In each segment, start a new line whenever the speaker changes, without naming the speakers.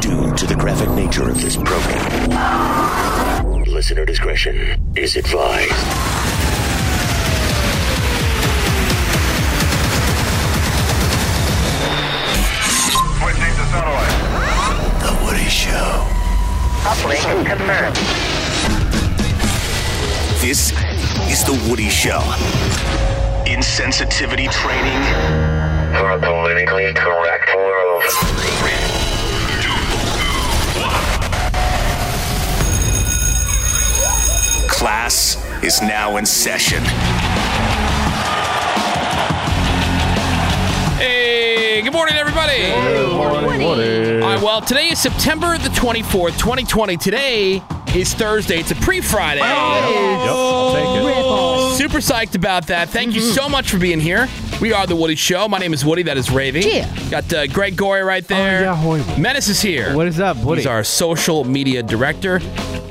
Due to the graphic nature of this program, listener discretion is advised. The Woody Show.
Uplink confirmed.
This is The Woody Show. Insensitivity training for a politically correct world. Class is now in session.
Hey, good morning, everybody. Good morning. All right, well, today is September the 24th, 2020. Today is Thursday. It's a pre Friday. Super psyched about that. Thank you so much for being here. We are The Woody Show. My name is Woody. That is Ravy. Yeah. Got uh, Greg Gory right there. yeah, Menace is here.
What is up, Woody?
He's our social media director.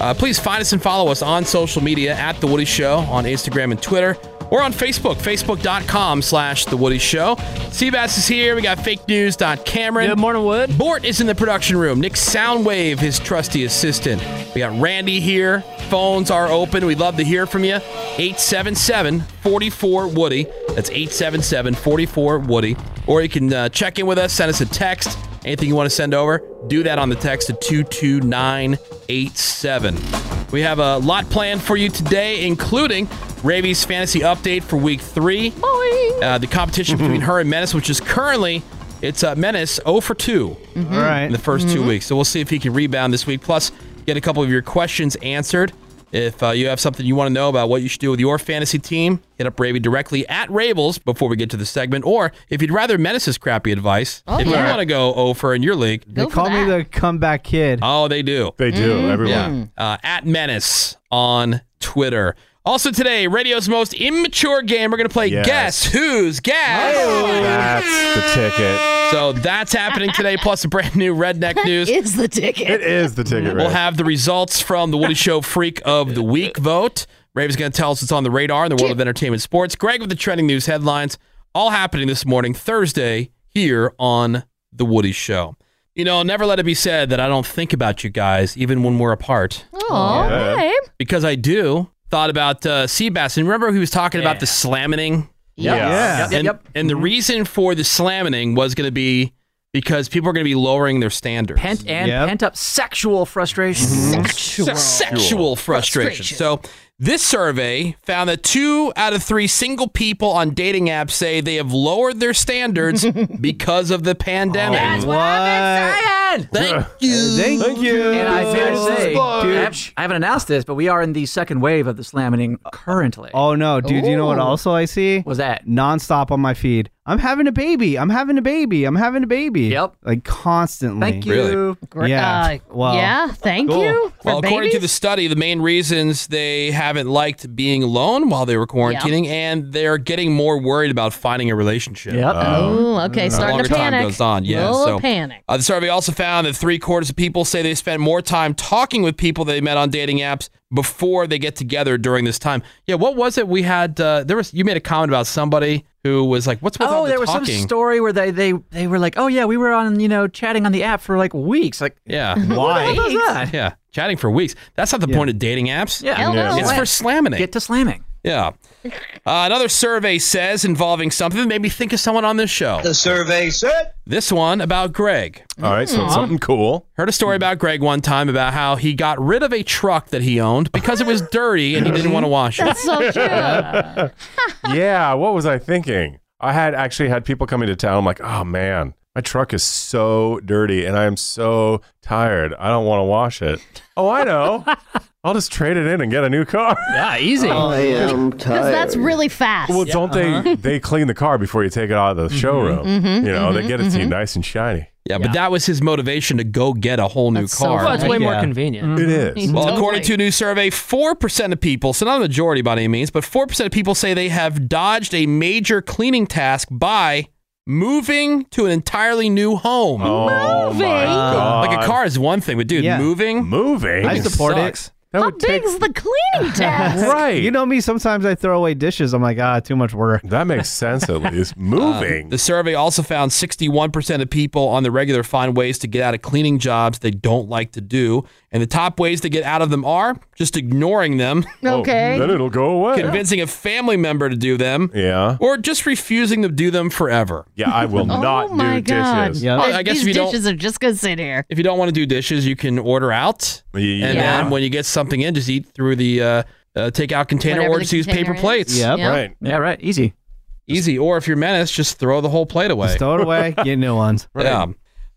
Uh, please find us and follow us on social media at The Woody Show on Instagram and Twitter or on Facebook, facebook.com slash The Woody Show. Seabass is here. We got fake news. Cameron.
Good morning, Wood.
Bort is in the production room. Nick Soundwave, his trusty assistant. We got Randy here. Phones are open. We'd love to hear from you. 877 44 Woody. That's 877 44 Woody. Or you can uh, check in with us, send us a text. Anything you want to send over, do that on the text to 22987. We have a lot planned for you today, including Ravi's fantasy update for week three. Uh, the competition between her and Menace, which is currently it's uh, Menace 0 for 2
All right. Mm-hmm.
in the 1st two weeks. So we'll see if he can rebound this week. Plus, get a couple of your questions answered. If uh, you have something you want to know about what you should do with your fantasy team, hit up Ravy directly at Rables before we get to the segment. Or if you'd rather Menace's crappy advice, if you want to go over in your league,
They call me the comeback kid.
oh, they do.
They do, everyone.
uh, at Menace on Twitter. Also today, radio's most immature game. We're gonna play
Yes.
Guess Who's Guess.
That's the ticket.
So that's happening today. Plus, a brand new redneck news.
is the ticket.
It is the ticket,
We'll
right?
have the results from the Woody Show Freak of the Week vote. Rave's going to tell us what's on the radar in the world of entertainment and sports. Greg with the trending news headlines, all happening this morning, Thursday, here on The Woody Show. You know, never let it be said that I don't think about you guys, even when we're apart,
Oh,
Yeah.
because I do. Thought about uh, Seabass. And remember, he was talking about the slamming?
Yeah.
And, and the reason for the slamming was going to be because people are going to be lowering their standards.
pent and
Yep.
pent up sexual frustration.
Se- sexual frustration. So this survey found that two out of three single people on dating apps say they have lowered their standards because of the pandemic.
what?
Thank you.
Thank, you.
And I dare say, I
Dude.
haven't- I haven't announced this, but we are in the second wave of the slamming currently.
Oh no, dude. You know what? Also, I see
Was that?
nonstop on my feed. I'm having a baby. I'm having a baby. I'm having a baby.
Yep.
Like constantly.
Thank you.
Really?
Gr-
Yeah.
uh,
Well,
yeah. Thank
cool.
you. For
Well, according to the
babies?
study, the main reasons they haven't liked being alone while they were quarantining, and they're getting more worried about finding a relationship.
Yep.
Oh, okay.
As um,
Starting
Mm-hmm. longer
to
time
panic.
goes on, yeah.
Little
so,
panic.
Uh, the survey also found that three quarters of people say they spend more time talking with people they met on dating apps before they get together during this time. Yeah, what was it we had? Uh, there was you made a comment about somebody who was like, "What's with all
Oh,
the
there was some
talking?"
story where they, they they were like, oh yeah, we were on you know chatting on the app for like weeks. Like
yeah,
why? What was that?
yeah, chatting for weeks. That's not the point of dating apps.
Yeah.
Hell no.
it's for slamming.
Get to slamming.
yeah. Uh, another survey says involving something that made me think of someone on this show.
The survey said
This one about Greg.
All right, so it's something cool.
Heard a story about Greg one time about how he got rid of a truck that he owned because it was dirty and he didn't want to wash it.
so true.
yeah, what was I thinking? I had actually had people coming to town. I'm like, oh man, my truck is so dirty and I am so tired. I don't want to wash it. Oh, I know. I'll just trade it in and get a new car.
Yeah, easy.
am
Because that's really fast. Uh-huh.
Well, don't they? They clean the car before you take it out of the showroom.
Mhm,
You know, they
mhm,
get it to you
mhm.
nice and shiny.
Yeah, but that was his motivation to go get a whole new
so
car.
Well, it's way more
Yeah.
convenient.
It is.
Mm-hmm. Well,
Totally.
according to a new survey, 4% of people, so not a majority by any means, but 4% of people say they have dodged a major cleaning task by moving to an entirely new home.
Oh
Moving?
my god!
Like a car is one thing, but dude,
Yeah.
moving?
moving.
I support
sucks.
it.
That
How
would take-
big's the cleaning task?
right.
You know me. Sometimes I throw away dishes. I'm like, ah, too much work. Um,
that makes sense at least. Moving.
Um, The survey also found 61% of people on the regular find ways to get out of cleaning jobs they don't like to do. And the top ways to get out of them are just ignoring them,
Oh,
Okay.
then it'll go away.
convincing a family member to do them,
yeah.
or just refusing to do them forever.
Yeah, I will not
oh my
do
god!
dishes.
Yeah.
Well, I guess
these
if you don't-
dishes are just gonna sit here.
If you don't want to do dishes, you can order out.
Yeah.
And then when you get something in, just eat through the uh, uh, takeout container
Whatever
or
the
just use
container
paper
is.
plates.
Yep.
Yeah.
Right.
Yeah, right. Easy.
Easy. Or if you're menace, just throw the whole plate away.
Just throw it away. Get new ones.
Yeah. All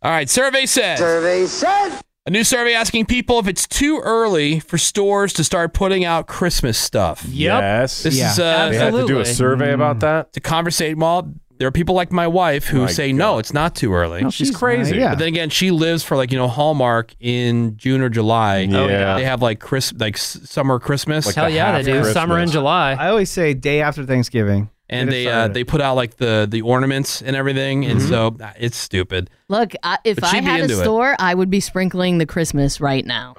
right. Survey says.
Survey said.
A new survey asking people if it's too early for stores to start putting out Christmas stuff.
Yes.
This is uh,
they had to do a
Absolutely.
survey about that.
to conversate. Well, there are people like my wife who
My
say
God.
no, it's not too early.
She's crazy.
yeah.
But then again, she lives for like you know Hallmark in June or July.
Yeah.
They have like Chris, like s- summer Christmas,
Like
Hell
the
yeah,
half
they do.
Christmas.
Summer and July.
I always say day after Thanksgiving.
and
Get it
they uh,
started.
they put out like the the ornaments and everything,
Mm-hmm.
and so uh, it's stupid.
Look, I, if
But
I
she'd be
had a
into it.
store, I would be sprinkling the Christmas right now,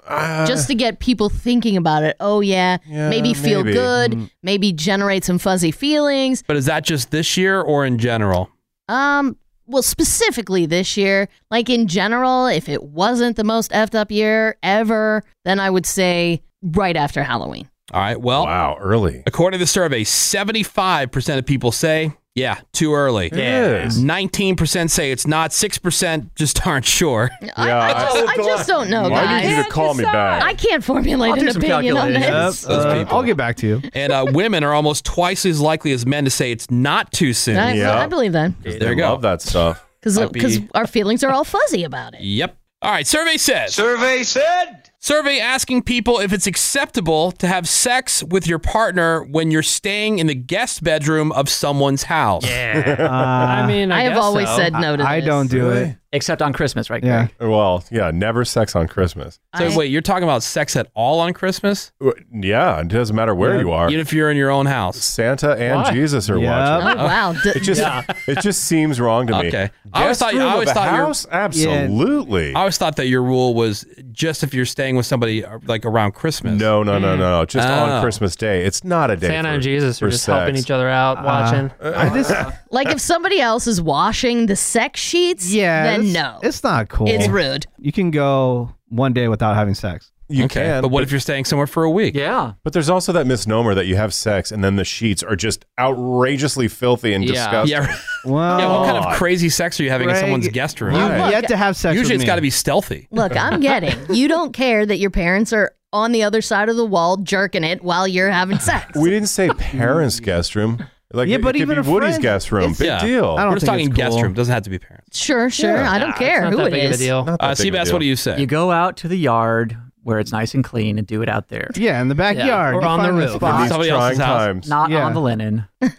just to get people thinking about it. Oh yeah,
Uh, Yeah,
maybe feel
maybe.
Mm.
good, maybe generate some fuzzy feelings.
But is that just this year or in general?
Um, well, specifically this year, like in general, if it wasn't the most effed up year ever, then I would say right after Halloween.
All right. Well,
Wow, early.
according to the survey, seventy five percent of people say yeah, too early.
It is.
19% say it's not. 6% just aren't sure.
I,
Yeah,
I
I-
just, I just don't know,
Why
guys.
did you even call me back?
I can't formulate
I'll do
an
some
opinion on
calculations.
this.
Yep, uh,
people.
I'll get back to you.
And uh, women are almost twice as likely as men to say it's not too soon.
I,
Yeah.
I believe that
there you
I
go.
love that stuff.
I'd be-
because our feelings are all fuzzy about it.
Yep. All right. Survey says
Survey said.
survey asking people if it's acceptable to have sex with your partner when you're staying in the guest bedroom of someone's house.
Yeah.
Uh,
I
I
mean, I,
I, have
guess
always
so.
said no to this.
I don't do it.
Except on Christmas, right?
Yeah.
Greg?
Well, yeah, never sex on Christmas.
So
I-
wait, you're talking about sex at all on Christmas?
W- Yeah, it doesn't matter where
Yeah.
you are.
Even if you're in your own house.
Santa and
Why?
Jesus are
Yeah.
watching.
Oh wow! D-
It just it just seems wrong to me.
Okay. I always
Guest
thought- I
room of
always
a
thought you're-
house? absolutely.
I always thought that your rule was just if you're staying with somebody uh, like around Christmas.
No, no, no, no, no. Just
Oh.
on Christmas Day. It's not a day.
Santa
for,
and Jesus are
for
just
sex.
helping each other out,
Uh,
Uh,
watching.
I just,
like if somebody else is washing the sex sheets,
yeah.
then
it's-
no,
It's not cool.
It's rude.
You can go one day without having sex.
You
okay.
can,
but what if you're staying somewhere for a week?
Yeah.
But there's also that misnomer that you have sex and then the sheets are just outrageously filthy and
Yeah.
disgusting.
Yeah. right.
Well,
Yeah, what kind of
God.
crazy sex are you having in
Greg,
someone's guest room?
You've
Right.
yet to have sex.
Usually
with
it's
me.
got to be stealthy.
Look, I'm getting you don't care that your parents are on the other side of the wall jerking it while you're having sex.
We didn't say parents' guest room. Like
Yeah,
it-
but
it could
even
be
a
Woody's
friend-
guest room. Big
Yeah.
deal.
I
We're
don't
just
think
talking
it's
guest
cool.
room. Doesn't have to be parents.
sure, sure, I don't
Nah,
care
it's not
who
that
it
big
is.
Of a deal.
Not that
Uh,
big of a
Seabass,
deal.
what do you say?
You go out to the yard where it's nice and clean and do it out there.
Yeah, in the backyard.
Or
You
on the
find a
roof.
spot.
In these
Somebody else's
trying
house.
times.
Not
Yeah.
on the linen.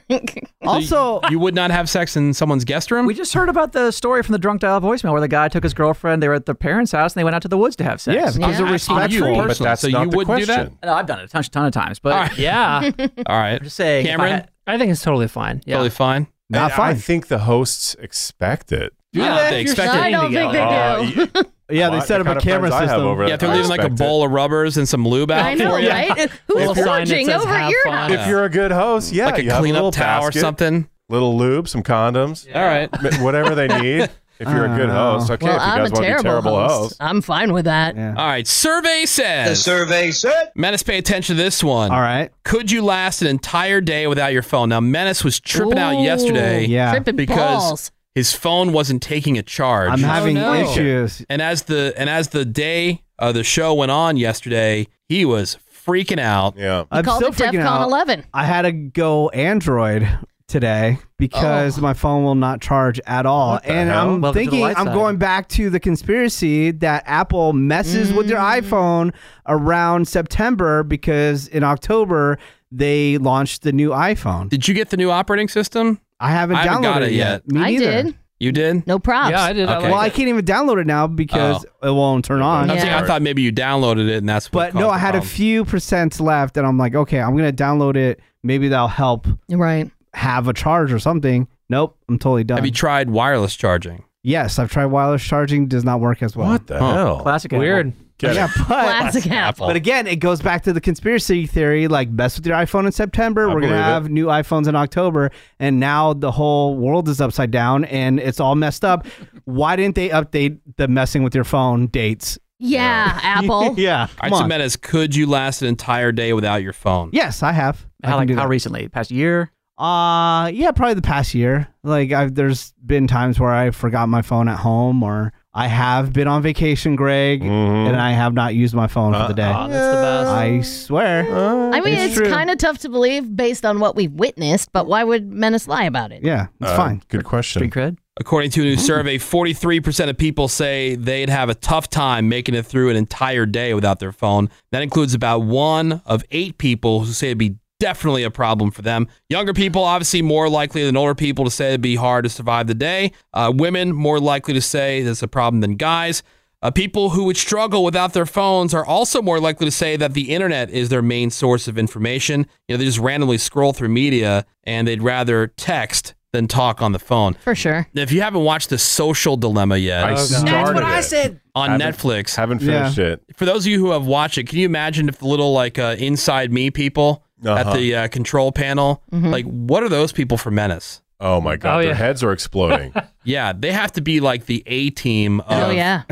Also,
you would not have sex in someone's guest room?
We just heard about the story from the drunk dial voicemail where the guy took his girlfriend. They were at their parents' house and they went out to the woods to have sex.
yeah, because
Yeah.
of
On you
respectful.
But
personally.
that's
so
not
you
the
wouldn't
question.
No, I've done it a ton, ton of times, but
All right.
Yeah.
do that? All right.
I'm just saying. if I
Cameron?
had-
I think it's totally fine. Yeah.
Totally fine.
Not
I, I
fine.
think the hosts expect it.
Yeah,
Yeah,
they
if you're
expect
I
sitting
don't think
together.
they do.
Uh, y-
Yeah, they
Well,
set
the
up
kind
a
of
camera
friends I have
system.
over
Yeah, if they're leaving like a
Expect it.
bowl of rubbers and some lube out
I
for
know,
you.
right? Who's
Little sign that
forging
says
over at
have
your
fun.
house?
If you're a good host, yeah,
Like
you
a
have
cleanup
little
towel
basket,
or something.
little lube, some condoms,
All right.
m- whatever they need. If you're a good
Oh.
host, okay.
well,
if you
I'm
guys
a
want to be
terrible,
terrible
host.
hosts,
I'm fine with that.
Yeah.
All right. Survey
The
says.
survey said.
Menace, pay attention to this one.
All right.
Could you last an entire day without your phone? Now, Menace was tripping out
Ooh,
yesterday
Yeah.
tripping
because
balls. Oh,
his phone wasn't taking a charge.
I'm having
no.
issues.
And as the and as the day uh, the show went on yesterday, he was freaking out.
yeah.
You
I'm
called
still
it DEFCON
freaking out.
11.
I had to go Android today
Oh.
because my phone will not charge at all.
the
And
hell?
I'm
Welcome to the
thinking
light
I'm
side.
going back to the conspiracy that Apple messes with their
Mm.
iPhone around September because in October they launched the new iPhone.
Did you get the new operating system?
I haven't downloaded
I haven't got
it
it
yet.
yet.
Me
I
neither.
did.
You did?
No props.
Yeah, I did. I
Okay.
like
Well, I
it. Oh.
can't even download it now because it won't turn on.
I'm saying
Yeah.
I thought maybe you downloaded it and that's what.
But no, I had a few percent left, and I'm like, okay, I'm gonna download it. Maybe that'll help
Right.
have a charge or something. Nope, I'm totally done.
Have you tried wireless charging?
yes, I've tried wireless charging; does not work as well.
What the
Huh.
hell?
Classic. Apple.
Weird.
Get
Yeah,
it.
but
Classic Apple.
but again, it goes back to the conspiracy theory. Like, mess with your iPhone in September.
I
We're gonna
believe it.
have new iPhones in October, and now the whole world is upside down and it's all messed up. Why didn't they update the messing with your phone dates?
Yeah, Apple.
yeah,
I
come on.
submit as could you last an entire day without your phone?
Yes, I have. I
How,
can
like,
do
how
that.
recently? Past year?
Uh yeah, probably the past year. Like I've there's been times where I forgot my phone at home or I have been on vacation, Greg, and I have not used my phone for the day.
Oh, that's the best.
I swear.
I mean,
It's
it's,
true.
kind of tough to believe based on what we've witnessed, but why would Menace lie about it?
yeah, it's
Uh,
fine.
Good question.
Street cred?
According to a new survey, 43% of people say they'd have a tough time making it through an entire day without their phone. That includes about one of eight people who say it'd be definitely a problem for them. Younger people, obviously, more likely than older people to say it'd be hard to survive the day. Uh, women, more likely to say that's a problem than guys. Uh, people who would struggle without their phones are also more likely to say that the internet is their main source of information. You know, they just randomly scroll through media and they'd rather text than talk on the phone.
For sure.
If you haven't watched The Social Dilemma yet
I started it.
on
haven't-
Netflix,
Haven't finished it.
for those of you who have watched it, can you imagine if the little like uh, inside me people at
Uh-huh.
the uh, control panel, like what are those people for Menace?
Oh my god,
Mm-hmm. Oh,
their
yeah.
heads are exploding.
Yeah, they have to be like the A team of
oh, yeah.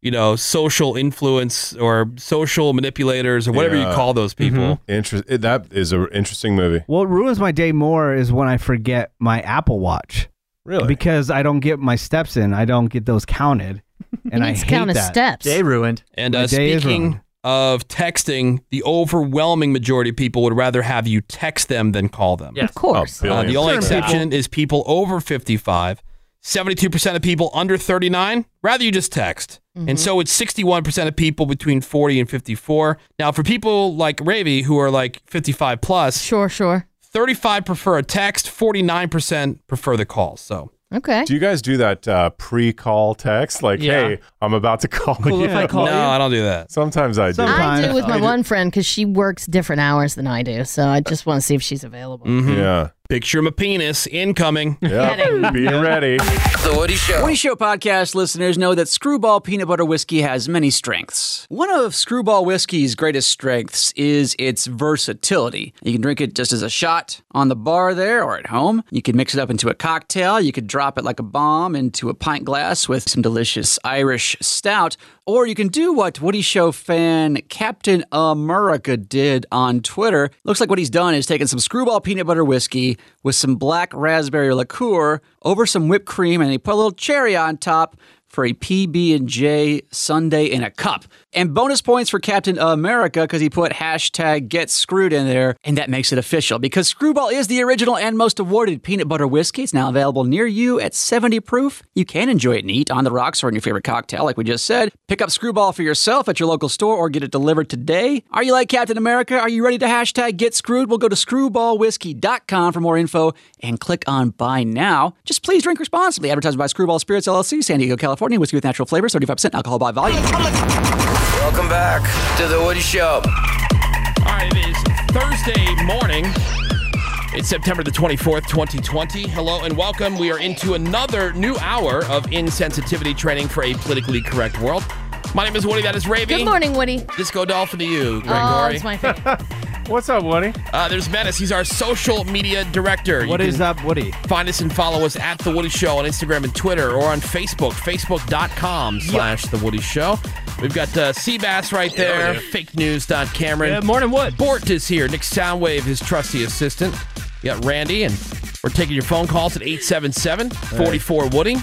you know social influence or social manipulators or whatever
Yeah. Mm-hmm.
you call those people.
Interest. it- That is an interesting movie.
What ruins my day more is when I forget my Apple Watch
Really?
because I don't get my steps in. I don't get those counted, and I
Needs to
hate
count his
that.
steps.
Day ruined.
And
My
uh,
day is ruined.
speaking of texting, the overwhelming majority of people would rather have you text them than call them.
Yeah.
Of course.
Oh,
Uh, the
billion
only
percent.
exception is people over 55. 72% of people under 39, rather you just text.
Mm-hmm.
And so it's 61% of people between 40 and 54. Now, for people like Ravi who are like 55 plus,
Sure, sure.
35 prefer a text, 49% prefer the call. So
Okay.
Do you guys do that uh, pre-call text? Like,
Yeah.
hey, I'm about to call
Cool
you.
if I call
no,
you.
I don't do that.
Sometimes I do.
Sometimes.
I
Fine.
do with my
I do-
one friend because she works different hours than I do. So I just want to see if she's available.
Mhm.
Yeah.
Picture of a penis incoming.
Yeah. Be ready.
Woody Show podcast listeners know that Screwball Peanut Butter Whiskey has many strengths. One of Screwball Whiskey's greatest strengths is its versatility. You can drink it just as a shot on the bar there or at home. You can mix it up into a cocktail. You could drop it like a bomb into a pint glass with some delicious Irish stout. Or you can do what Woody Show fan Captain America did on Twitter. Looks like what he's done is taken some Screwball Peanut Butter Whiskey with some black raspberry liqueur over some whipped cream and he put a little cherry on top for a PB&J Sunday in a cup. And bonus points for Captain America because he put hashtag get screwed in there and that makes it official because Screwball is the original and most awarded peanut butter whiskey. It's now available near you at 70 proof. You can enjoy it neat on the rocks or in your favorite cocktail like we just said. Pick up Screwball for yourself at your local store or get it delivered today. Are you like Captain America? Are you ready to hashtag get screwed? Well go to screwballwhiskey.com for more info and click on buy now. Just please drink responsibly. Advertised by Screwball Spirits LLC, San Diego, California. Whiskey with natural flavors, 35% alcohol by volume.
Welcome back to the Woody Show.
All right, it is Thursday morning. It's September the 24th, 2020. Hello and welcome. We are into another new hour of insensitivity training for a politically correct world. My name is Woody. That is Ravi.
Good morning, Woody.
Disco Dolphin to you,
Oh,
Greg
it's
Gorey.
my favorite.
What's up, Woody?
uh, There's Menace. He's our social media director.
What is up, Woody?
Find us and follow us at The Woody Show on Instagram and Twitter or on Facebook, facebook.com slash The Woody Show. We've got uh, Seabass right there, fake news. Cameron.
Good morning, Wood.
Bort is here. Nick Soundwave, his trusty assistant. You got Randy, and we're taking your phone calls at 877 44 Woody.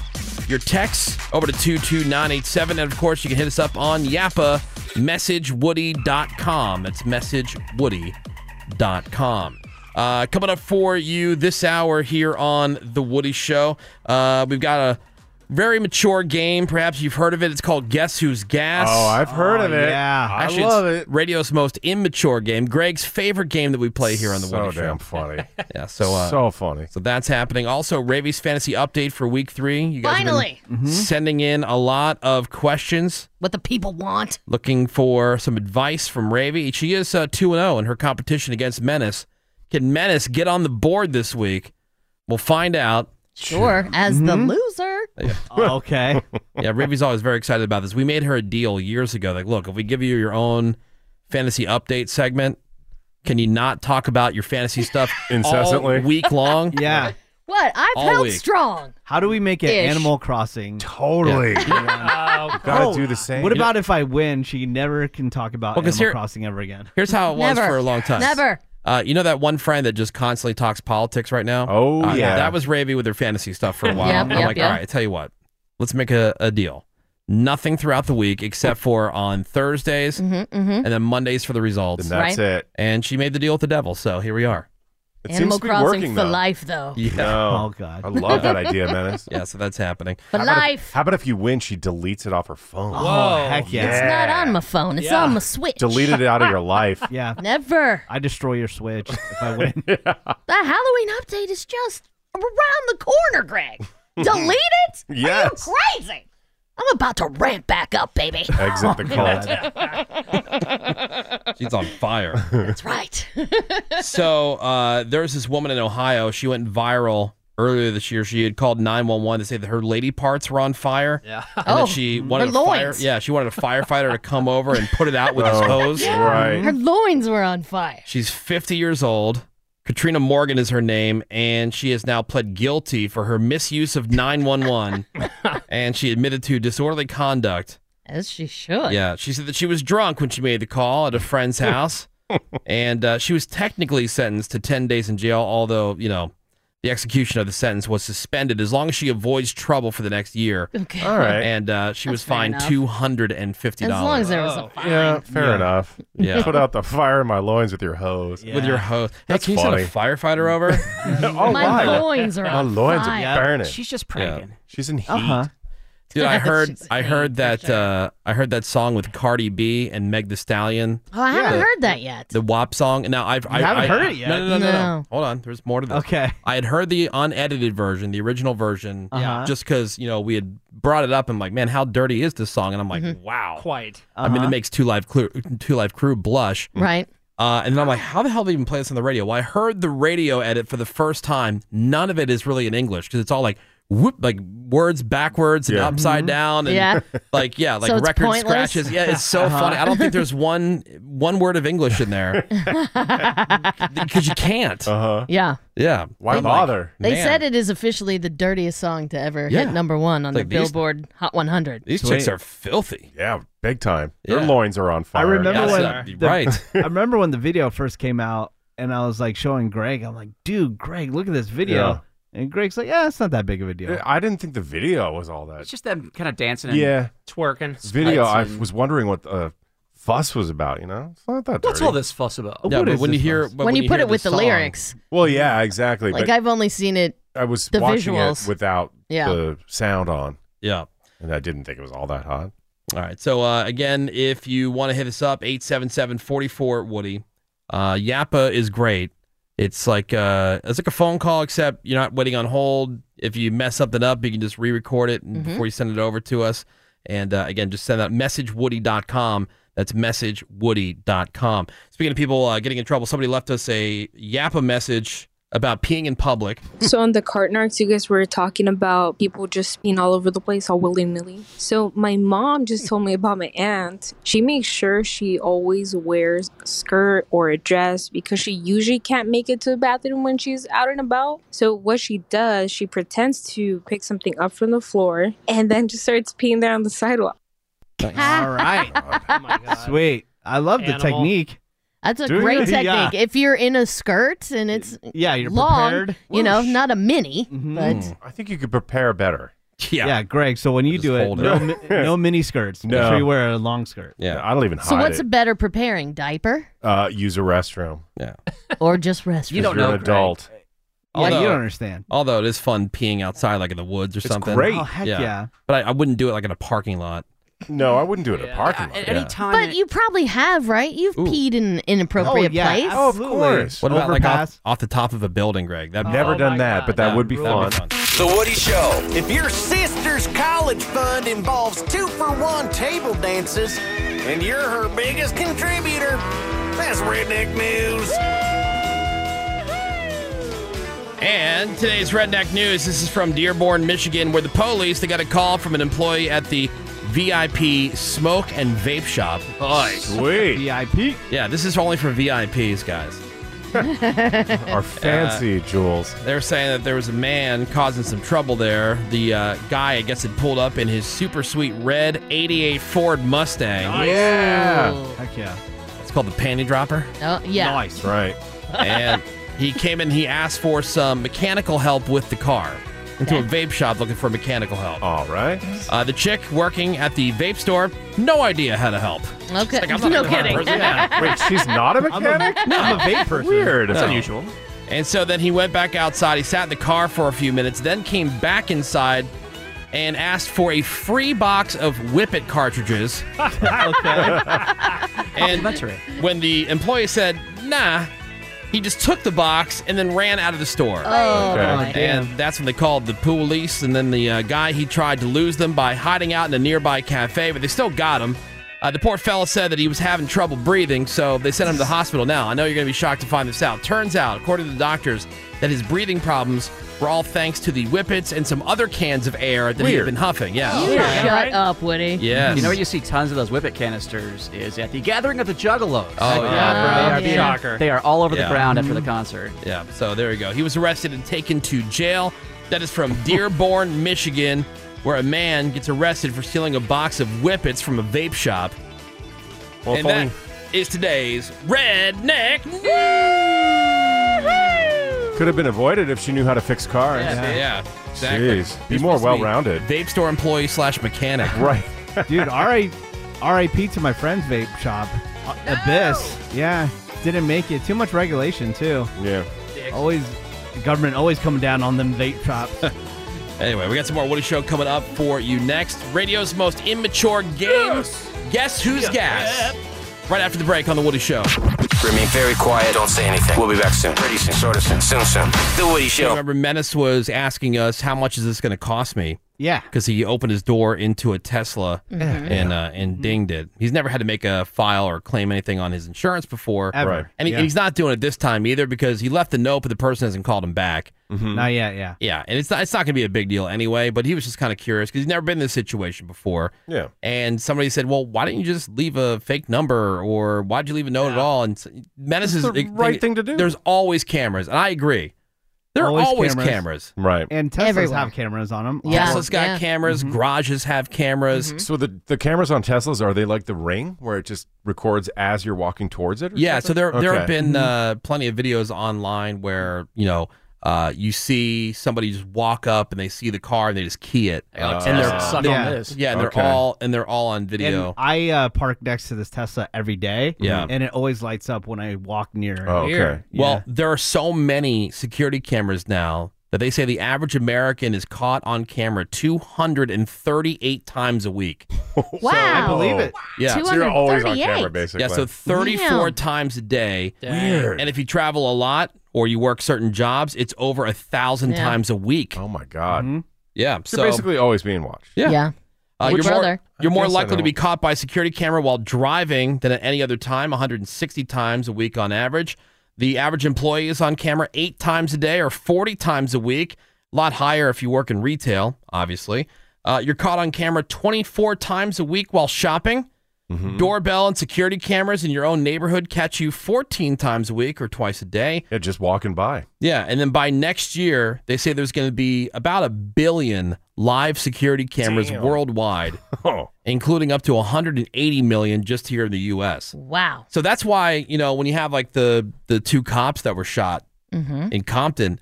Your texts over to 22987. And of course, you can hit us up on Yappa, messagewoody.com. That's messagewoody.com. Uh, coming up for you this hour here on The Woody Show, uh, we've got a very mature game. Perhaps you've heard of it. It's called Guess Who's Gas.
Oh, I've heard of it.
yeah.
I
Actually,
love it.
it's Radio's most immature game. Greg's favorite game that we play here on The
So
Woody
damn
Show.
funny.
Yeah, so, uh,
so funny.
so that's happening. Also, Ravi's fantasy update for week three. You guys have been
Finally.
sending in a lot of questions,
What the people want.
looking for some advice from Ravi. She is uh, two and zero in her competition against Menace. Can Menace get on the board this week? We'll find out.
Sure. As the
Mm-hmm.
loser.
okay.
Yeah, Ravi's always very excited about this. We made her a deal years ago. Like, look, if we give you your own fantasy update segment, can you not talk about your fantasy stuff all
Incessantly.
week long?
Yeah.
What? I've
All
held
week.
strong.
How do we make it
Ish.
Animal Crossing?
Totally. Gotta
Oh,
do the same.
What about if I win? She never can talk about
Well, 'cause
Animal
here-
Crossing ever again.
Here's how Oh, it was
Never.
for a long time.
Never.
Uh, you know that one friend that just constantly talks politics right now?
Oh,
Uh,
yeah.
That was Ravi with her fantasy stuff for a while.
Yep,
I'm
yep,
like,
yep.
all right, I tell you what, let's make a, a deal. Nothing throughout the week except for on Thursdays
Mm-hmm, mm-hmm.
and then Mondays for the results.
And that's it.
And she made the deal with the devil, so here we are.
It
Animal
seems to be
Crossing
working
for
though.
life, though.
Yeah.
No.
Oh, God.
I love that idea, Menace.
Yeah, so that's happening.
For
How about if-
life.
how about if you win, she deletes it off her phone?
Oh, heck
it's
yeah.
not on my phone. It's on my Switch.
Deleted it out of your life.
Yeah.
Never.
I destroy your Switch if I win.
The Halloween update is just around the corner, Greg. Delete it?
Yes.
Are you crazy? I'm about to ramp back up, baby.
Exit the cult.
She's on fire.
That's right.
so uh, there's this woman in Ohio. She went viral earlier this year. She had called 911 to say that her lady parts were on fire. Yeah. And
Oh,
that she wanted
her
a fire,
loins.
yeah, she wanted a firefighter to come over and put it out with his hose.
Right.
Her loins were on fire.
She's 50 years old. Katrina Morgan is her name, and she has now pled guilty for her misuse of 911, and she admitted to disorderly conduct.
As she should.
Yeah, she said that she was drunk when she made the call at a friend's house, and uh, she was technically sentenced to ten days in jail. Although you know, the execution of the sentence was suspended as long as she avoids trouble for the next year.
Okay.
All right.
And uh, she was
fair
fined
enough.
two hundred and fifty
As long
dollars
as there was a fine.
Oh, yeah, fair enough.
Yeah.
Put out the fire in my loins with your hose.
with your hose. Hey,
That's
can you send a
funny.
firefighter over?
oh,
My
my.
loins are
My
on
loins
fire.
are burning.
She's just pregnant.
She's in heat.
Uh-huh.
Dude, I heard
She's
I heard that uh, I heard that song with Cardi B and Meg The Stallion,
Oh, I haven't
Yeah.
heard that yet.
the WAP song. Now I've I,
haven't
I-
heard it yet.
No, no, no, no, no.
No.
Hold on, there's more to this.
Okay.
I had heard the unedited version, the original version,
Uh-huh.
just because you know we had brought it up. I'm like, man, how dirty is this song? And I'm like,
Mm-hmm.
Mm-hmm.
wow.
Quite.
I mean, it makes two live crew, two live crew blush.
Uh-huh. right.
Uh, and then I'm like, how the hell do they even play this on the radio? Well, I heard the radio edit for the first time. None of it is really in English because it's all like whoop, like words backwards and
Yeah.
upside down and
Mm-hmm. Yeah.
like yeah, like
So it's
record
pointless? Uh-huh.
scratches. Yeah, it's so funny. I don't think there's one one word of English in there because you can't.
Uh-huh.
Yeah.
Yeah,
Why
I'm like,
bother?
They
man,
said it is officially the dirtiest song to ever
Yeah.
hit number one on
Like
the
these-
Billboard Hot 100.
These chicks are filthy.
yeah, big time.
Yeah.
Their loins are on fire.
I remember
Yeah,
when
so-
the-
right.
I remember when the video first came out, and I was like showing Greg. I'm like, dude, Greg, look at this video. And Greg's like, yeah, it's not that big of a deal.
I didn't think the video was all that.
It's just them kind of dancing. And
yeah.
Twerking.
Video, I
Lights and-
was wondering what the uh, fuss was about, you know? It's not that
What's
dirty.
all this fuss about?
Yeah,
What
but
is
when you
this
hear
mess?
but
when, you put
hear
it with the,
song-
lyrics,
Well, yeah, exactly.
like
but
I've only seen it.
I was
the
watching
visuals.
it without
Yeah.
the sound on,
yeah.
and I didn't think it was all that hot.
All right. So, uh, again, if you want to hit us up, 877 44 Woody. Uh, Yappa is great. It's like uh, it's like a phone call, except you're not waiting on hold. If you mess something up, you can just re record it
Mm-hmm.
and- before you send it over to us. And uh, again, just send that messagewoody.com. That's messagewoody.com. Speaking of people uh, getting in trouble, somebody left us a Yappa message about peeing in public.
So on the cart narcs, you guys were talking about people just being all over the place, all willy nilly. So my mom just told me about my aunt. She makes sure she always wears a skirt or a dress because she usually can't make it to the bathroom when she's out and about. So what she does, she pretends to pick something up from the floor and then just starts peeing there on the sidewalk.
All right,
Oh my god.
sweet. I love
Animal.
the technique.
That's a
Do
great
you?
technique.
Yeah.
If you're in a skirt and it's
Yeah, you're
long,
prepared.
you know, not a mini,
Mhm.
Mm-hmm.
but
Hmm. Mm. I think you could prepare better.
Yeah.
Yeah, Greg. So when you do it,
hold it.
no, mi- no mini skirts. Make
No.
sure you wear a long skirt.
Yeah,
I don't even hide
So what's
it.
better preparing, diaper
uh, use a restroom.
Yeah,
or just restroom?
you don't you're know, an adult.
yeah, you don't understand.
Although it is fun peeing outside, like in the woods or something.
great. Oh, heck yeah.
But I, I wouldn't do it like in a parking lot.
No, I wouldn't do it in a parking lot.
Yeah.
But you probably have, right? You've peed in an inappropriate
Oh, yeah,
place.
Oh, of absolutely. course.
What about like
Overpass.
off, off the top of a building, Greg? That'd be
Never
fun.
done that, but that would be
that'd
fun.
The Woody Show. If your sister's college fund involves two for one table dances and you're her biggest contributor, that's redneck news.
And today's Redneck News. This is from Dearborn, Michigan, where the police they got a call from an employee at the VIP smoke and vape shop. Boy,
sweet
VIP.
Yeah, this is only for VIPs, guys.
Our fancy jewels.
They're saying that there was a man causing some trouble there. The uh, guy, I guess, had pulled up in his super sweet red '88 Ford Mustang.
Yeah.
Heck yeah.
It's called the panty dropper.
Oh, yeah.
Nice. Right.
and he came in. He asked for some mechanical help with the car. Into a vape shop looking for mechanical help.
All right.
Uh, the chick working at the vape store, no idea how to help.
Okay.
Like, I'm not
no
the kind of
kidding.
person. Yeah.
Wait, she's not a mechanic?
No, I'm a vape person.
Weird.
No.
unusual.
And so then he went back outside. He sat in the car for a few minutes, then came back inside and asked for a free box of Whippet cartridges. and when the employee said, nah, he just took the box and then ran out of the store.
Oh,
Okay.
boy.
And that's when they called the police. And then the uh, guy, he tried to lose them by hiding out in a nearby cafe, but they still got him. Uh, the poor fella said that he was having trouble breathing, so they sent him to the hospital. Now, I know you're going to be shocked to find this out. Turns out, according to the doctors, that his breathing problems were all thanks to the whippets and some other cans of air that he had
Weird.
been huffing. Yeah.
You shut up, Woody.
Yes.
You know where you see tons of those whippet canisters is at the Gathering of the Juggalos.
Oh,
yeah.
They
Oh,
are being-
Shocker.
They are all over
Yeah. Mm-hmm.
the ground after the concert.
Yeah, so there you go. He was arrested and taken to jail. That is from Dearborn, Michigan, where a man gets arrested for stealing a box of whippets from a vape shop.
Well, if
and that
only
is today's Redneck News!
could have been avoided if she knew how to fix cars.
Yeah, exactly.
Jeez. Be
You're
more
supposed to
well rounded.
Vape store employee slash mechanic.
Right.
Dude, RA, RIP to my friend's vape shop. Uh, Abyss. Yeah. Didn't make it. Too much regulation, too.
Yeah.
Always, the government always coming down on them vape shops.
Anyway, we got some more Woody Show coming up for you next. Radio's most immature game. Guess who's gas? Right after the break on the Woody Show.
Remain very quiet. Don't say anything. We'll be back soon. Pretty soon. Sort of soon. Soon, soon. The Woody
I
Show.
remember Menace was asking us how much is this going to cost me
yeah.
because he opened his door into a Tesla
Mm-hmm.
and uh, and dinged it. He's never had to make a file or claim anything on his insurance before,
Ever.
Right.
and, he,
Yeah.
and he's not doing it this time either because he left a note, but the person hasn't called him back.
Not yet, yeah.
Yeah, and it's not it's not going to be a big deal anyway. But he was just kind of curious because he's never been in this situation before.
Yeah.
And somebody said, "Well, why didn't you just leave a fake number, or why'd you leave a note at all?" And s- Menace is
It's the right thing to do.
There's always cameras, and I agree. There
Always
are always
cameras.
cameras.
Right.
And Teslas
Everywhere.
have cameras on them.
Yeah.
Tesla's got
Yeah. Mm-hmm.
cameras. Garages have cameras.
Mm-hmm. So the the cameras on Teslas are they like the ring where it just records as you're walking towards it? Or
Yeah, so
something?
there there have
Okay.
been uh, plenty of videos online where you know uh, you see somebody just walk up and they see the car and they just key it.
and they're
Uh,
suck
yeah.
on this.
Yeah, and
Okay.
they're all and they're all on video.
And I uh, park next to this Tesla every day.
Yeah.
And it always lights up when I walk near.
Oh, okay.
Weird.
well, there are so many security cameras now that they say the average American is caught on camera 238 times a week.
Wow.
I believe it.
Yeah.
Two-
So you're always on
238.
camera, basically.
Yeah, so 34
Damn.
times a day.
Weird.
And if you travel a lot or you work certain jobs, it's over a thousand
Yeah.
times a week. Mm-hmm.
oh my god,
Mhm.
Yeah.
so
So
you're basically always being watched.
Yeah.
Yeah.
uh,
Would
you're more,
rather.
you're
I
more
guess I
likely to
don't-
be caught by a security camera while driving than at any other time, 160 times a week on average. The average employee is on camera eight times a day or 40 times a week. A lot higher if you work in retail, obviously. Uh, you're caught on camera 24 times a week while shopping.
Mm-hmm.
Doorbell and security cameras in your own neighborhood catch you 14 times a week or twice a day.
Yeah, just walking by.
Yeah, and then by next year, they say there's going to be about a billion live security cameras worldwide,
Oh,
including up to 180 million just here in the U.S.
Wow.
So that's why you know when you have like
Hmm?
Mm-hmm.
the the two cops that were shot in Compton,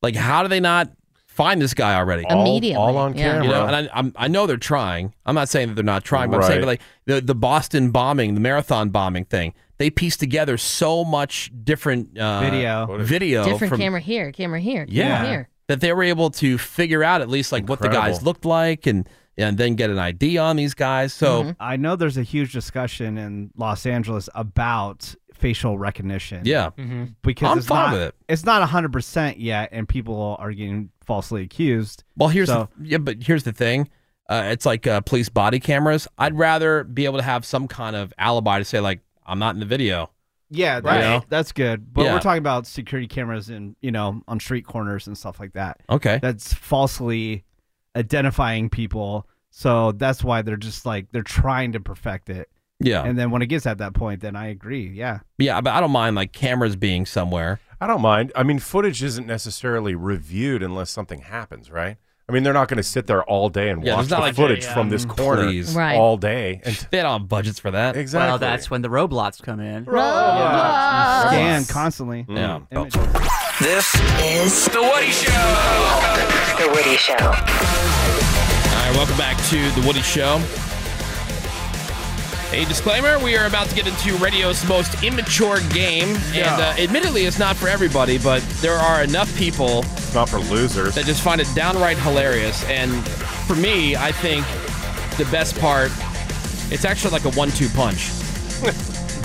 like how do they not Find this guy already.
All- Immediately, all on yeah. camera.
You know, and I, I'm, I know they're trying. I'm not saying that they're not trying, but I'm saying like
Right.
the, the Boston bombing, the marathon bombing thing, they pieced together so much different uh,
Video.
video
Different
from,
camera here, camera here, camera
yeah,
here.
that they were able to figure out at least like what the guys
Incredible.
looked like and and then get an ID on these guys. So
I know there's a huge discussion in Los Angeles about facial recognition.
Yeah. Mhm.
because
I'm
it's
fine
not,
with it.
It's not 100 percent yet, and people are getting falsely accused.
Well, here's
So-
the, yeah, but here's the thing. Uh, it's like uh, police body cameras. I'd rather be able to have some kind of alibi to say like I'm not in the video.
yeah,
Right.
that's, that's good. But
Yeah.
we're talking about security cameras and you know on street corners and stuff like that.
Okay.
that's falsely identifying people. So that's why they're just like they're trying to perfect it.
Yeah.
and then when it gets at that point, then I agree. Yeah.
Yeah, but I don't mind like cameras being somewhere.
I don't mind. I mean, footage isn't necessarily reviewed unless something happens, right? I mean, they're not going to sit there all day and
Yeah,
watch
there's
the
not like
footage
yeah.
from this corner
Please. Right.
all day. And
they don't have budgets for that.
Exactly.
Well, that's when the Roblots come in.
Roblots. Scan constantly.
Yeah. Oh.
This is The Woody Show. The Woody Show.
All right, welcome back to the Woody Show. A disclaimer: We are about to get into radio's most immature game, and uh, admittedly, it's not for everybody. But there are enough people,
not for losers,
that just find it downright hilarious. And for me, I think the best part, it's actually like a one-two punch,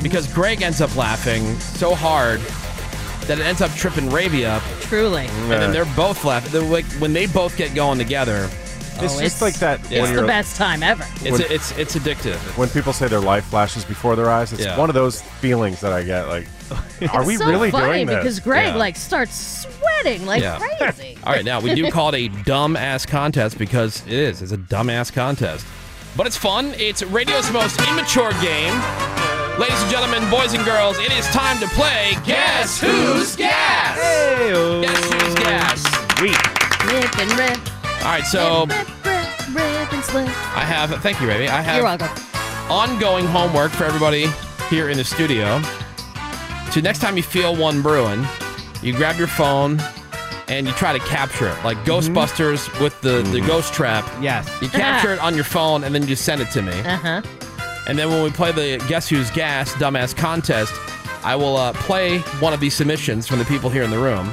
because Greg ends up laughing so hard that it ends up tripping Ravy up,
Truly.
Mm,
and then they're both laughing. They're like when they both get going together.
It's just like that.
Yeah.
when
Oh, It's the
you're-
best time ever.
It's it's it's addictive.
When people say their life flashes before their eyes, it's
Yeah.
one of those feelings that I get. Like, are we
so
really
funny
doing this?
Because Greg
Yeah.
like starts sweating like
Yeah.
crazy.
All right, now we do call it a dumbass contest because it is. It's a dumbass contest. But it's fun. It's radio's most immature game. Ladies and gentlemen, boys and girls, it is time to play Guess Who's Gas? Guess Who's Gas? Sweet.
Rip and rip,
All right, so
rip, rip and slip.
I have, thank you, Ravi. I have
You're welcome.
ongoing homework for everybody here in the studio. So next time you feel one brewing, you grab your phone and you try to capture it, like
Mm-hmm.
Ghostbusters with the, the ghost trap.
Yes.
You capture it on your phone and then you send it to me.
Uh huh.
And then when we play the Guess Who's Gas Dumbass contest, I will uh, play one of these submissions from the people here in the room.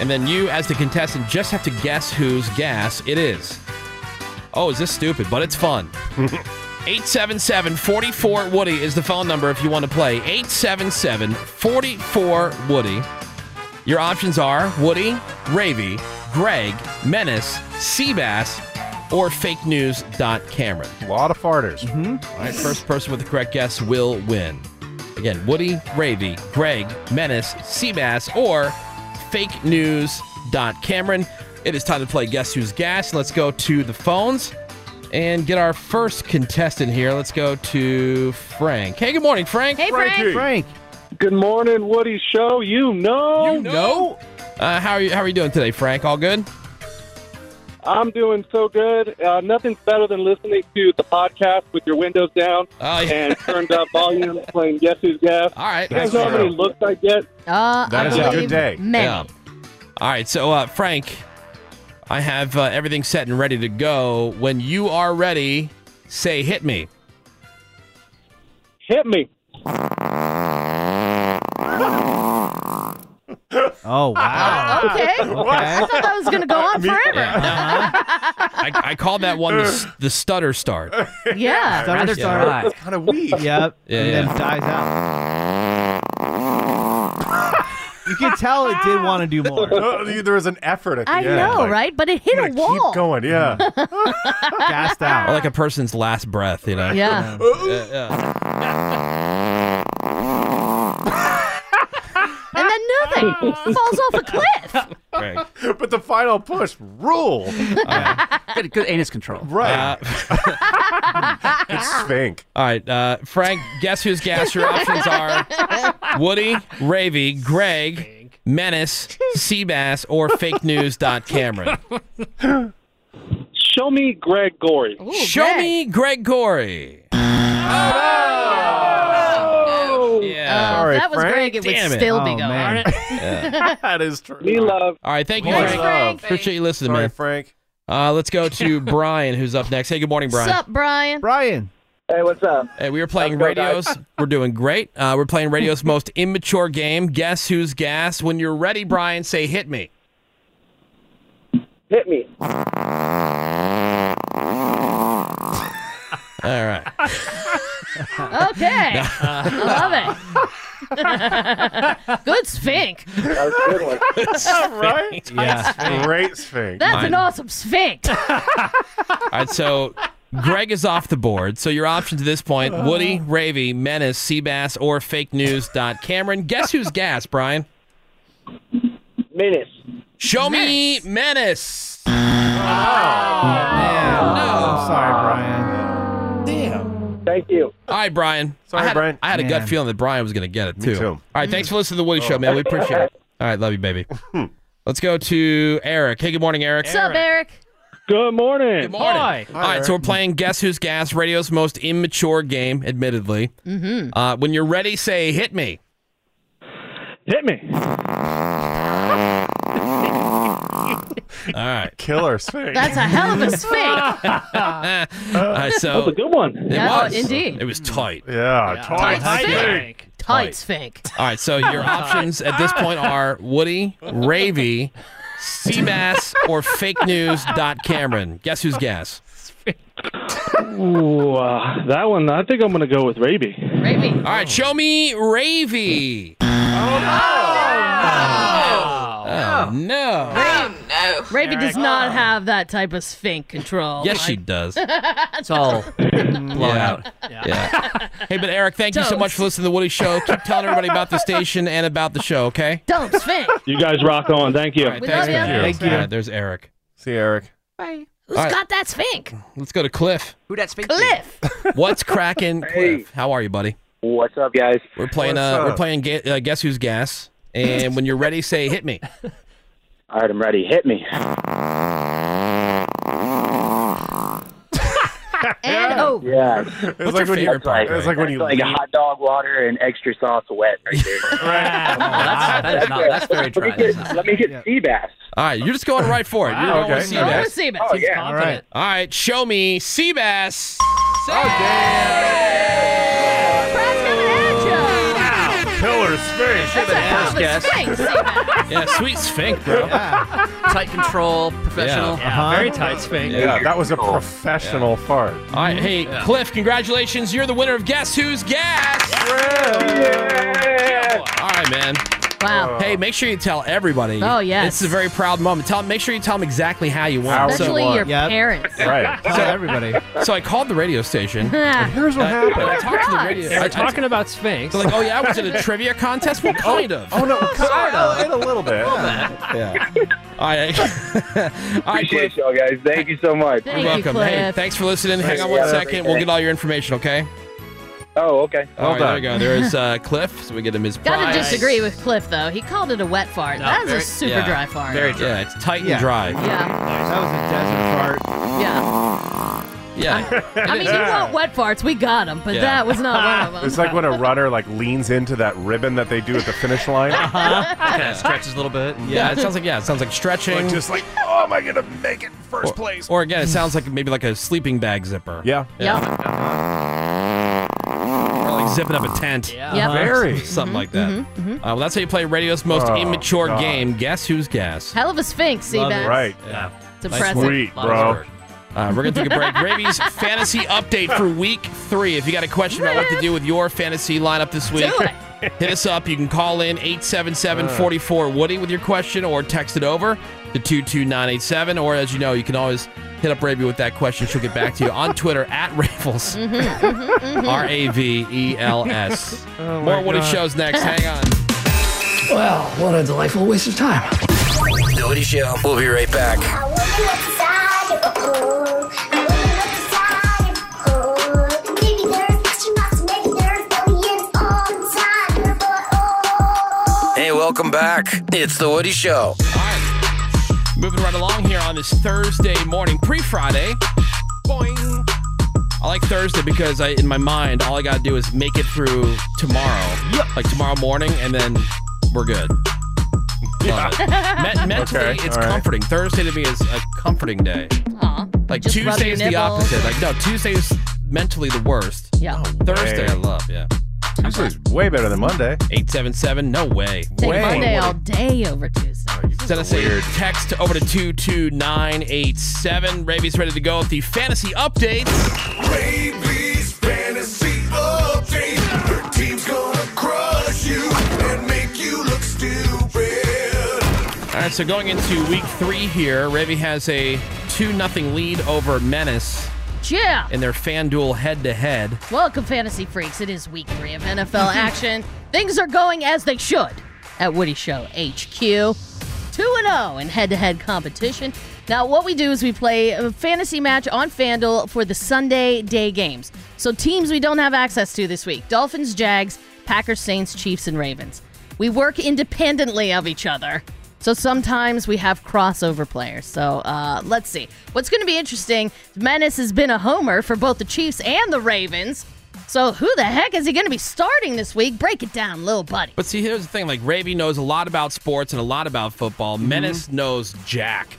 And then you, as the contestant, just have to guess whose gas it is. Oh, is this stupid? But it's fun. 877 44 Woody is the phone number if you want to play. 877 44 Woody. Your options are Woody, Ravy, Greg, Menace, Seabass, or fake news. Cameron. Mm-hmm.
A lot of farters.
All right, first person with the correct guess will win. Again, Woody, Ravy, Greg, Menace, Seabass, or fake news. Cameron. It is time to play Guess Who's Gas. Let's go to the phones and get our first contestant here. Let's go to Frank. Hey, good morning, Frank. Hey,
Frankie.
Frank.
Good morning, Woody Show. You know,
You know. Uh, how are you? How are you doing today, Frank? All good?
I'm doing so good. Uh, nothing's better than listening to the podcast with your windows down and turned up volume, playing Guess Who's Gas.
Oh, All right,
you guys
that's
know how many
true.
looks I get.
Uh,
That
I
is a good
believe
day.
Many.
Yeah. All right, so uh, Frank, I have uh, everything set and ready to go. When you are ready, say hit me.
Hit me.
Oh wow.
Okay. I thought that was gonna go on Oh, forever.
Uh-huh. I, I called that one the, s- the stutter start.
Yeah.
Stutter start.
It's kind of weak.
Yep.
Yeah,
and
yeah.
then dies out. you can tell it did want to do more.
Uh, there was an effort at the
I
end.
know,
like,
right? But it hit a wall.
Keep going, yeah.
Gassed out.
Or like a person's last breath, you know?
Yeah.
Yeah, yeah.
And then nothing falls off a cliff.
Frank.
but the final push rule.
Good, good anus control.
Right. it's Fink.
All right, uh, Frank, guess whose gas your options are Woody, Ravy, Greg, Menace, Seabass, or fake news. Cameron.
Show me Greg Gorey.
Show me Greg Gorey.
Oh,
Yeah. Yeah.
Well, Uh, Oh, if that was Greg, it would
Damn Oh,
still be going.
Oh,
Yeah.
that is true.
We love.
All right, thank you,
Thanks,
Frank.
Frank.
Appreciate you listening,
Sorry,
man.
Frank.
Uh, let's go to Brian, who's up next. Hey, good morning, Brian.
What's up, Brian?
Brian.
Hey, what's up?
Hey, we were playing
How's it going,
radios.
guys?
we're doing great. Uh, we're playing radio's most immature game. Guess who's gas? When you're ready, Brian, say hit me.
Hit me.
All right.
Okay. I love it. good sphinx.
right?
Yeah.
Great Sphinx.
That's an awesome sphinx.
All right, so Greg is off the board. So your options at this point Woody, Ravy, Menace, Seabass, or fake news. dot Cameron. Guess who's gas, Brian?
Menace.
Show me Menace.
Oh.
Oh,
I'm sorry, Brian.
Damn.
Thank you.
All right, Brian.
Sorry,
I had,
Brian.
I had a
Man.
gut feeling that Brian was going to get it, too.
too.
All right, thanks for listening to the Woody Show, man. We appreciate it. All right, love you, baby. Let's go to Eric. Hey, good morning, Eric.
What's up, Eric?
Good morning.
Good morning. All right, so we're playing Guess Who's Gas, radio's most immature game, admittedly.
Mm-hmm.
Uh, when you're ready, say, hit me.
Hit me.
Uh,
All right.
Killer Sphinx.
That's a hell of a sphinx.
All right, so
That's a good one.
It
Yeah,
was.
indeed.
It was tight.
Yeah,
Tight sphinx. Tight sphinx.
All right, so your options at this point are Woody, Ravy, Seabass, or fake news. Dot Cameron. Guess who's gas?
Ooh, uh, that one. I think I'm gonna go with Raby.
All right, show me Ravy.
Oh,
Oh, no.
no. Raby does not have that type of sphinx control.
Yes, she does.
It's
all
blown out. Yeah. Hey, but Eric, thank you so much for listening to the Woody Show. Keep telling everybody about the station and about the show, okay?
Dump sphinx.
You guys rock on. Thank you.
All right,
We
thanks,
love
man.
you.
All right, there's Eric.
See Eric.
Bye.
All
Who's
right.
got that sphinx?
Let's go to Cliff.
Who that sphinx?
Cliff.
What's cracking, Cliff? How are you, buddy?
What's up, guys?
We're playing.
What's
Uh, we're
up?
playing. Ga- uh, Guess who's gas? And when you're ready, say hit me.
All right, I'm ready. Hit me.
And oh,
Yeah.
It's like when you.
That's like,
It's like when you.
like a hot dog water and extra sauce wet right there.
Oh,
that's, that is not, that's very true.
Let me get, let me get sea bass.
All right, you're just going right for it. You're going with
Go with
Seabass.
Seabass.
Oh, yeah.
All right. All right. Show me Seabass.
Brad's coming at you.
Killer Sphinx.
That's a hell of a
guess.
sphinx, Seabass.
Yeah, sweet Sphinx, bro.
Tight control, professional.
Uh-huh.
Very tight sphinx.
Yeah, that was a professional fart.
All right. Hey, Cliff, congratulations. You're the winner of Guess Who's Gas. All right, man.
Wow.
Uh,
Hey, make sure you tell everybody.
Oh, yes.
This is a very proud moment. Tell make sure you tell them exactly how you won.
How we
Especially
won.
your
Yep.
parents.
Right.
Tell everybody.
so I called the radio station.
Here's what happened.
I talked to the
Surprise.
radio.
They
I-
were
I-
talking about sphinx.
They're like, oh yeah, I was in a trivia contest. Well, kind of.
Oh no, kind of. In a little bit.
Yeah. All right. All right,
Appreciate
Cliff.
y'all guys. Thank you so much.
You're
Thank you,
welcome. Hey,
Cliff.
thanks for listening. Hang
Thanks.
on one
Yeah,
second. We'll get all your information, okay?
Oh, okay.
all right,
done.
there we go. There is uh, Cliff, so we get him his
Gotta
prize.
disagree with Cliff though. He called it a wet fart. that is
very-
a super
yeah,
dry fart.
Very true.
Yeah, it's tight
Yeah.
and dry.
yeah,
That was a desert fart.
yeah.
Yeah.
I mean, you want wet farts? We got them, but
Yeah.
that was not one of
It's
them.
like when a runner like leans into that ribbon that they do at the finish line.
Kind of stretches a little bit. and-
yeah, it sounds like yeah, it sounds like stretching.
Like, just like, oh, am I gonna make it in first place?
or again, it sounds like maybe like a sleeping bag zipper.
yeah.
Yep.
Or like zipping up a tent. Uh-huh.
Yep.
Very.
Something like that. Uh, well, that's how you play radio's most
Oh,
immature
God.
game. Guess who's gas?
Hell of a sphinx, Seabass.
Right.
It's impressive.
Sweet, bro.
Uh, we're going to take a break. Ravi's fantasy update for week three. If you got a question about what to do with your fantasy lineup this week,
Do it.
hit us up. You can call in 877 44 Woody with your question or text it over to 22987. Or as you know, you can always hit up Ravi with that question. She'll get back to you on Twitter at Ravels.
Mm-hmm,
R A V E L S. More Woody shows next. Hang on.
Well, what a delightful waste of time.
The Woody Show. We'll be right back. Hey, welcome back. It's The Woody Show.
All right. Moving right along here on this Thursday morning, pre Friday. Boing. I like Thursday because I, in my mind, all I gotta do is make it through tomorrow, like tomorrow morning, and then we're good. Love it. Me- mentally,
Okay,
it's
all right.
comforting. Thursday to me is a comforting day. Like
Just rub
Tuesday
your
is the
nipples.
opposite. Like no, Tuesday is mentally the worst.
Yeah.
Thursday
way.
I love. Yeah. Tuesday's
way better than Monday.
Eight seven seven. No way.
Take
way.
Monday all day over Tuesday.
Send us a text over to 22987. Raby's ready to go with the fantasy updates.
Raby's fantasy update. Her team's gonna crush you and make you look stupid.
All right, so going into week three here, Raby has a 2 0 lead over Menace
Yeah.
in their FanDuel head to head.
Welcome, fantasy freaks. It is week three of NFL action. Things are going as they should at Woody Show HQ. 2 0 in head to head competition. Now, what we do is we play a fantasy match on FanDuel for the Sunday day games. So, teams we don't have access to this week Dolphins, Jags, Packers, Saints, Chiefs, and Ravens. We work independently of each other. So sometimes we have crossover players. So uh, let's see. What's going to be interesting, Menace has been a homer for both the Chiefs and the Ravens. So who the heck is he going to be starting this week? Break it down, little buddy.
But see, here's the thing like, Raby knows a lot about sports and a lot about football.
Mm-hmm.
Menace knows Jack.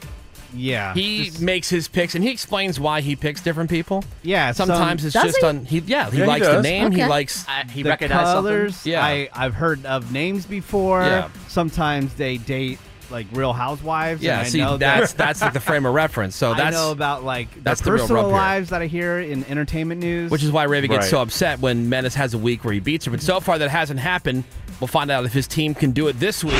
Yeah.
He makes his picks and he explains why he picks different people.
Yeah, some-
Sometimes it's
Does
just
he?
on. He, yeah, he
Yeah, he
likes the
does.
name. He
Okay.
likes.
the colors.
Yeah.
I, I've heard of names before.
Yeah.
Sometimes they date like Real Housewives.
yeah,
and I
see,
know
that's
that,
that's like the frame of reference. So
I
that's
know about like
that's
the
the real
personal
rub here.
lives that I hear in entertainment news,
Which is why Raven gets
Right.
so upset when Menace has a week where he beats her. But so far, that hasn't happened. We'll find out if his team can do it this week.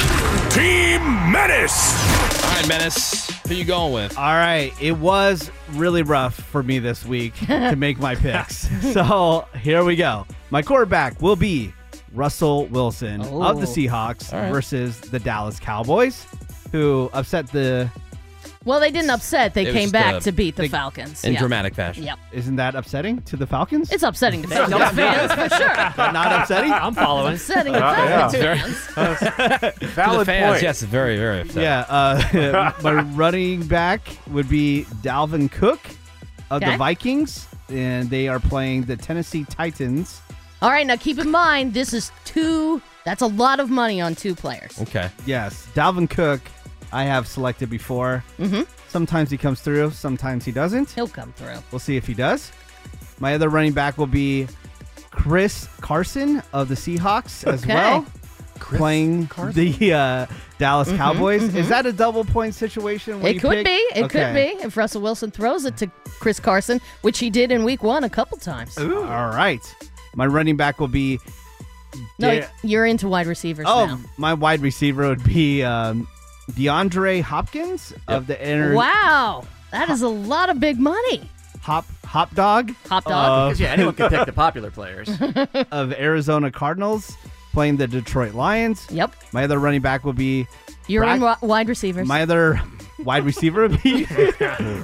Team Menace! All right, Menace, who you going with?
All right, it was really rough for me this week to make my picks. So here we go. My quarterback will be Russell Wilson of the
Oh.
Seahawks
All right.
versus the Dallas Cowboys, who upset the
Well, they didn't upset. They
It
came
was uh,
back
the-
to beat the Falcons. Yeah. Yep.
Isn't that upsetting to the Falcons?
It's upsetting to Falcons fans for sure.
Not upsetting? I'm
following. It's upsetting to
Uh,
Falcons
To the
Valid
fans,
point.
yes, very, very upset.
Yeah, uh, my running back would be Dalvin Cook of
Okay.
the Vikings, and they are playing the Tennessee Titans.
All right, now keep in mind this is two. That's a lot of money on two players.
Okay.
Yes, Dalvin Cook, I have selected before.
Mm-hmm.
Sometimes he comes through, sometimes he doesn't.
He'll come through.
We'll see if he does. My other running back will be Chris Carson of the Seahawks as
Okay.
well. playing the uh, Dallas
Mhm,
Cowboys.
mhm.
Is that a double point situation? where
It
you pick-
could be. It could
Okay.
be if Russell Wilson throws it to Chris Carson, which he did in Week One a couple times.
All right. My running back will be.
No,
Yeah.
you're into wide receivers
Oh,
now.
my wide receiver would be um, DeAndre Hopkins of the inner
Wow, that is a lot of big money.
Hop Hop Dog. Oh,
Hop dog.
Uh, Yeah, anyone can pick the popular players.
of Arizona Cardinals playing the Detroit Lions.
Yep.
My other running back will be.
You're
Brax-
in wi- wide receivers.
My other wide receiver would be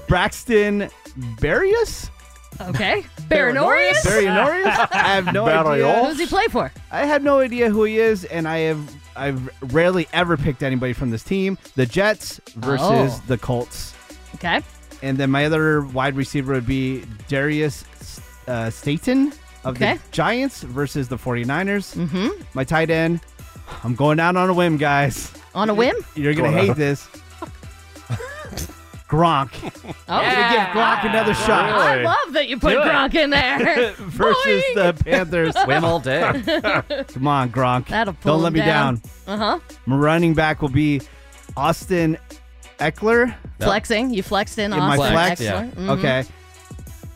Braxton Berrios.
okay, Baronorius.
Baronorius? I have no idea.
Who's he play for?
I have no idea who he is, and I have I've rarely ever picked anybody from this team. The Jets versus
Oh.
the Colts,
Okay.
and then my other wide receiver would be Darius uh, Staten of
Okay.
the Giants versus the 49ers. Mm-hmm. My tight end. I'm going out on a whim, guys.
On a whim?
You're gonna
Going
hate
out.
this. Gronk.
Oh,
I'm gonna give Gronk another shot.
I love that you put
Do it.
Gronk in there.
versus the Panthers.
Swim all day.
Come on, Gronk.
That'll pull
Don't
him
let me down.
Uh huh.
My running back will be Austin Eckler.
Flexing. You flexed in
In
Austin.
my flex.
Excellent. Mhm.
Okay.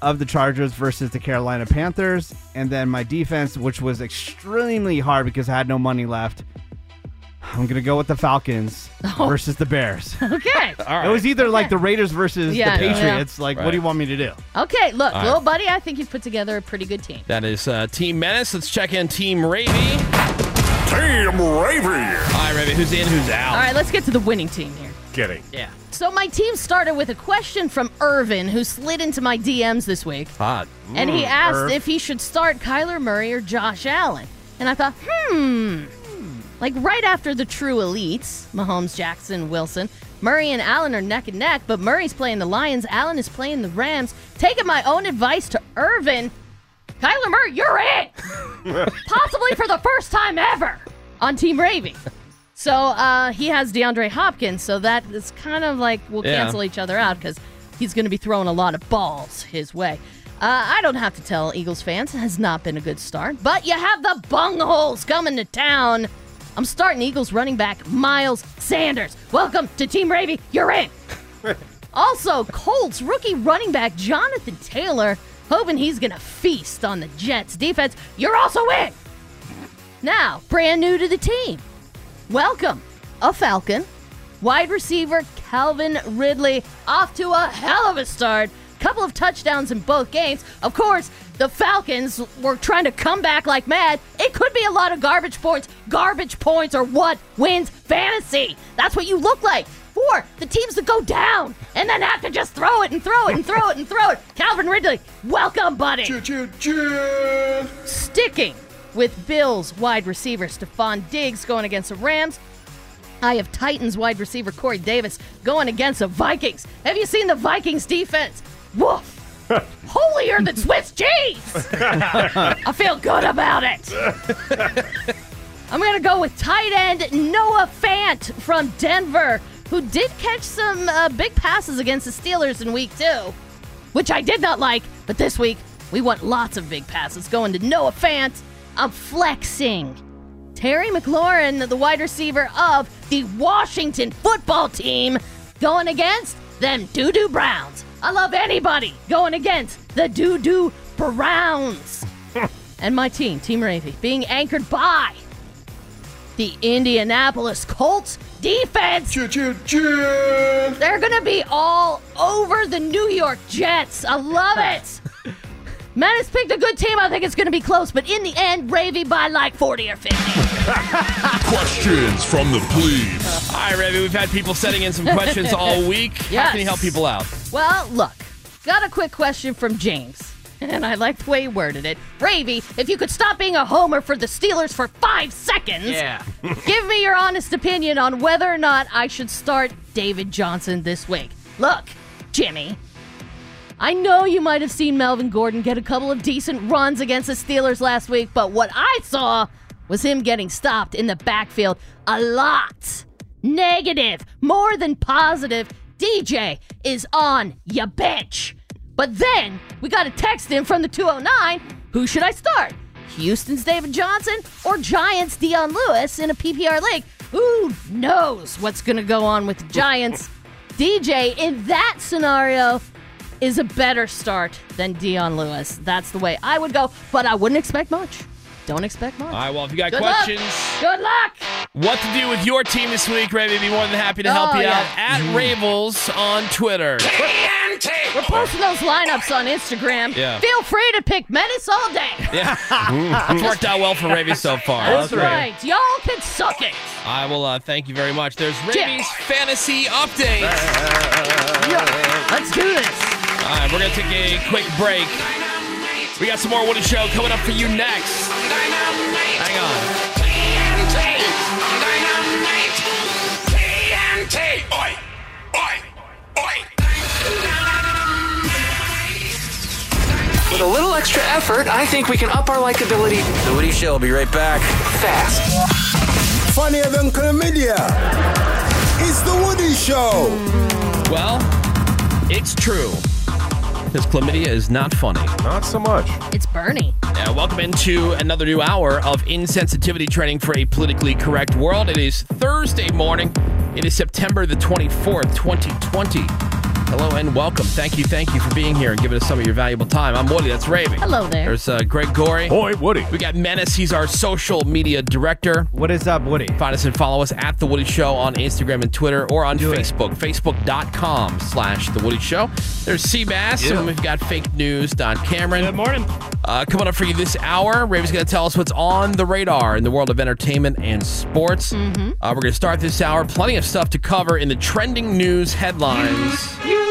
Of the Chargers versus the Carolina Panthers. And then my defense, which was extremely hard because I had no money left. I'm going to go with the Falcons versus the Bears.
Oh. Okay.
It was either like the Raiders versus
Yeah,
the
yeah.
Patriots. Like, what do you
Right.
want me to do?
Okay, look,
All right.
little buddy, I think you've put together a pretty good team.
That is uh, Team Menace. Let's check in Team Ravy. Team Ravy. All right, Ravy, who's in, who's out?
All right, let's get to the winning team here.
Getting. Yeah.
So my team started with a question from Irvin, who slid into my DMs this week,
Hot.
and
Mm,
Mm,
he asked if he should start Kyler Murray or Josh Allen. And I thought, hmm, like right after the true elites, Mahomes, Jackson, Wilson, Murray and Allen are neck and neck, but Murray's playing the Lions. Allen is playing the Rams. Taking my own advice to Irvin. Kyler Murray, you're it! Possibly for the first time ever on Team Ravy. So uh, he has DeAndre Hopkins, so that is kind of like we'll
Yeah.
cancel each other out because he's going to be throwing a lot of balls his way. Uh, I don't have to tell Eagles fans, it has not been a good start, but you have the bungholes coming to town. I'm starting Eagles running back Miles Sanders. Welcome to Team Ravy. You're in. Also, Colts rookie running back Jonathan Taylor, hoping he's going to feast on the Jets defense. You're also in. Now, brand new to the team. Welcome, a Falcon. Wide receiver Calvin Ridley off to a hell of a start. Couple of touchdowns in both games. Of course, the Falcons were trying to come back like mad. It could be a lot of garbage points. Garbage points are what wins fantasy. That's what you look like for the teams to go down and then have to just throw it and throw it and throw it and throw it. Calvin Ridley, welcome, buddy. Sticking with Bills wide receiver Stephon Diggs going against the Rams. I have Titans wide receiver Corey Davis going against the Vikings. Have you seen the Vikings defense? Woof! Holier than Swiss cheese! I feel good about it. I'm going to go with tight end Noah Fant from Denver, who did catch some uh, big passes against the Steelers in week two, which I did not like, but this week we want lots of big passes going to Noah Fant. I'm flexing. Terry McLaurin, the wide receiver of the Washington football team, going against them doo doo Browns. I love anybody going against the doo doo Browns. and my team, Team Ravy, being anchored by the Indianapolis Colts defense. They're going to be all over the New York Jets. I love it. Matt has picked a good team. I think it's going to be close, but in the end, Ravy by like 40 or 50.
Questions from the plebes.
All right, Revy, we've had people sending in some questions all week. How
Yes.
can you help people out?
Well, look, got a quick question from James. And I like the way he worded it. Ravy, if you could stop being a homer for the Steelers for five seconds,
Yeah.
give me your honest opinion on whether or not I should start David Johnson this week. Look, Jimmy, I know you might have seen Melvin Gordon get a couple of decent runs against the Steelers last week, but what I saw was him getting stopped in the backfield a lot. Negative, more than positive. DJ is on ya bitch. But then we got a text in from the 209. Who should I start? Houston's David Johnson or Giants Dion Lewis in a PPR league? Who knows what's going to go on with the Giants? DJ in that scenario is a better start than Dion Lewis. That's the way I would go, but I wouldn't expect much. Don't expect much.
All right, well, if you got
Good
questions,
luck. Good luck.
what to do with your team this week, Ravy, be more than happy to help
Oh,
you
yeah.
out at Ravels on Twitter.
We're posting those lineups on Instagram.
Yeah.
Feel free to pick Menace all day.
Yeah. it's worked out well for Ravy so far.
Mm. That's
Okay.
right. Y'all can suck it.
I will uh, thank you very much. There's Ravy.
Jimmy's
fantasy update.
Let's do this.
All right, we're going to take a quick break. We got some more Woody Show coming up for you next. Hang on.
TNT. Oi.
With a little extra effort, I think we can up our likability.
The Woody Show will be right back.
Fast.
Funnier than chlamydia. It's the Woody Show.
Well, it's true. Because chlamydia is not funny.
Not so much.
It's Bernie.
Yeah, welcome into another new hour of insensitivity training for a politically correct world. It is Thursday morning. It is September the 24th, 2020. Hello and welcome. Thank you, thank you for being here and giving us some of your valuable time. I'm Woody, that's Raving.
Hello there.
There's uh, Greg Gorey.
Boy, Woody.
We got Menace. He's our social media director. What is up, Woody? Find us and follow us at The Woody Show on Instagram and Twitter or on Facebook. Facebook.com slash The Woody Show. There's Seabass,
Yeah.
and we've got fake news. Don Cameron. Good morning. Uh, coming up for you this hour, Raven's going to tell us what's on the radar in the world of entertainment and sports. Uh, we're going to start this hour. Plenty of stuff to cover in the trending news headlines. And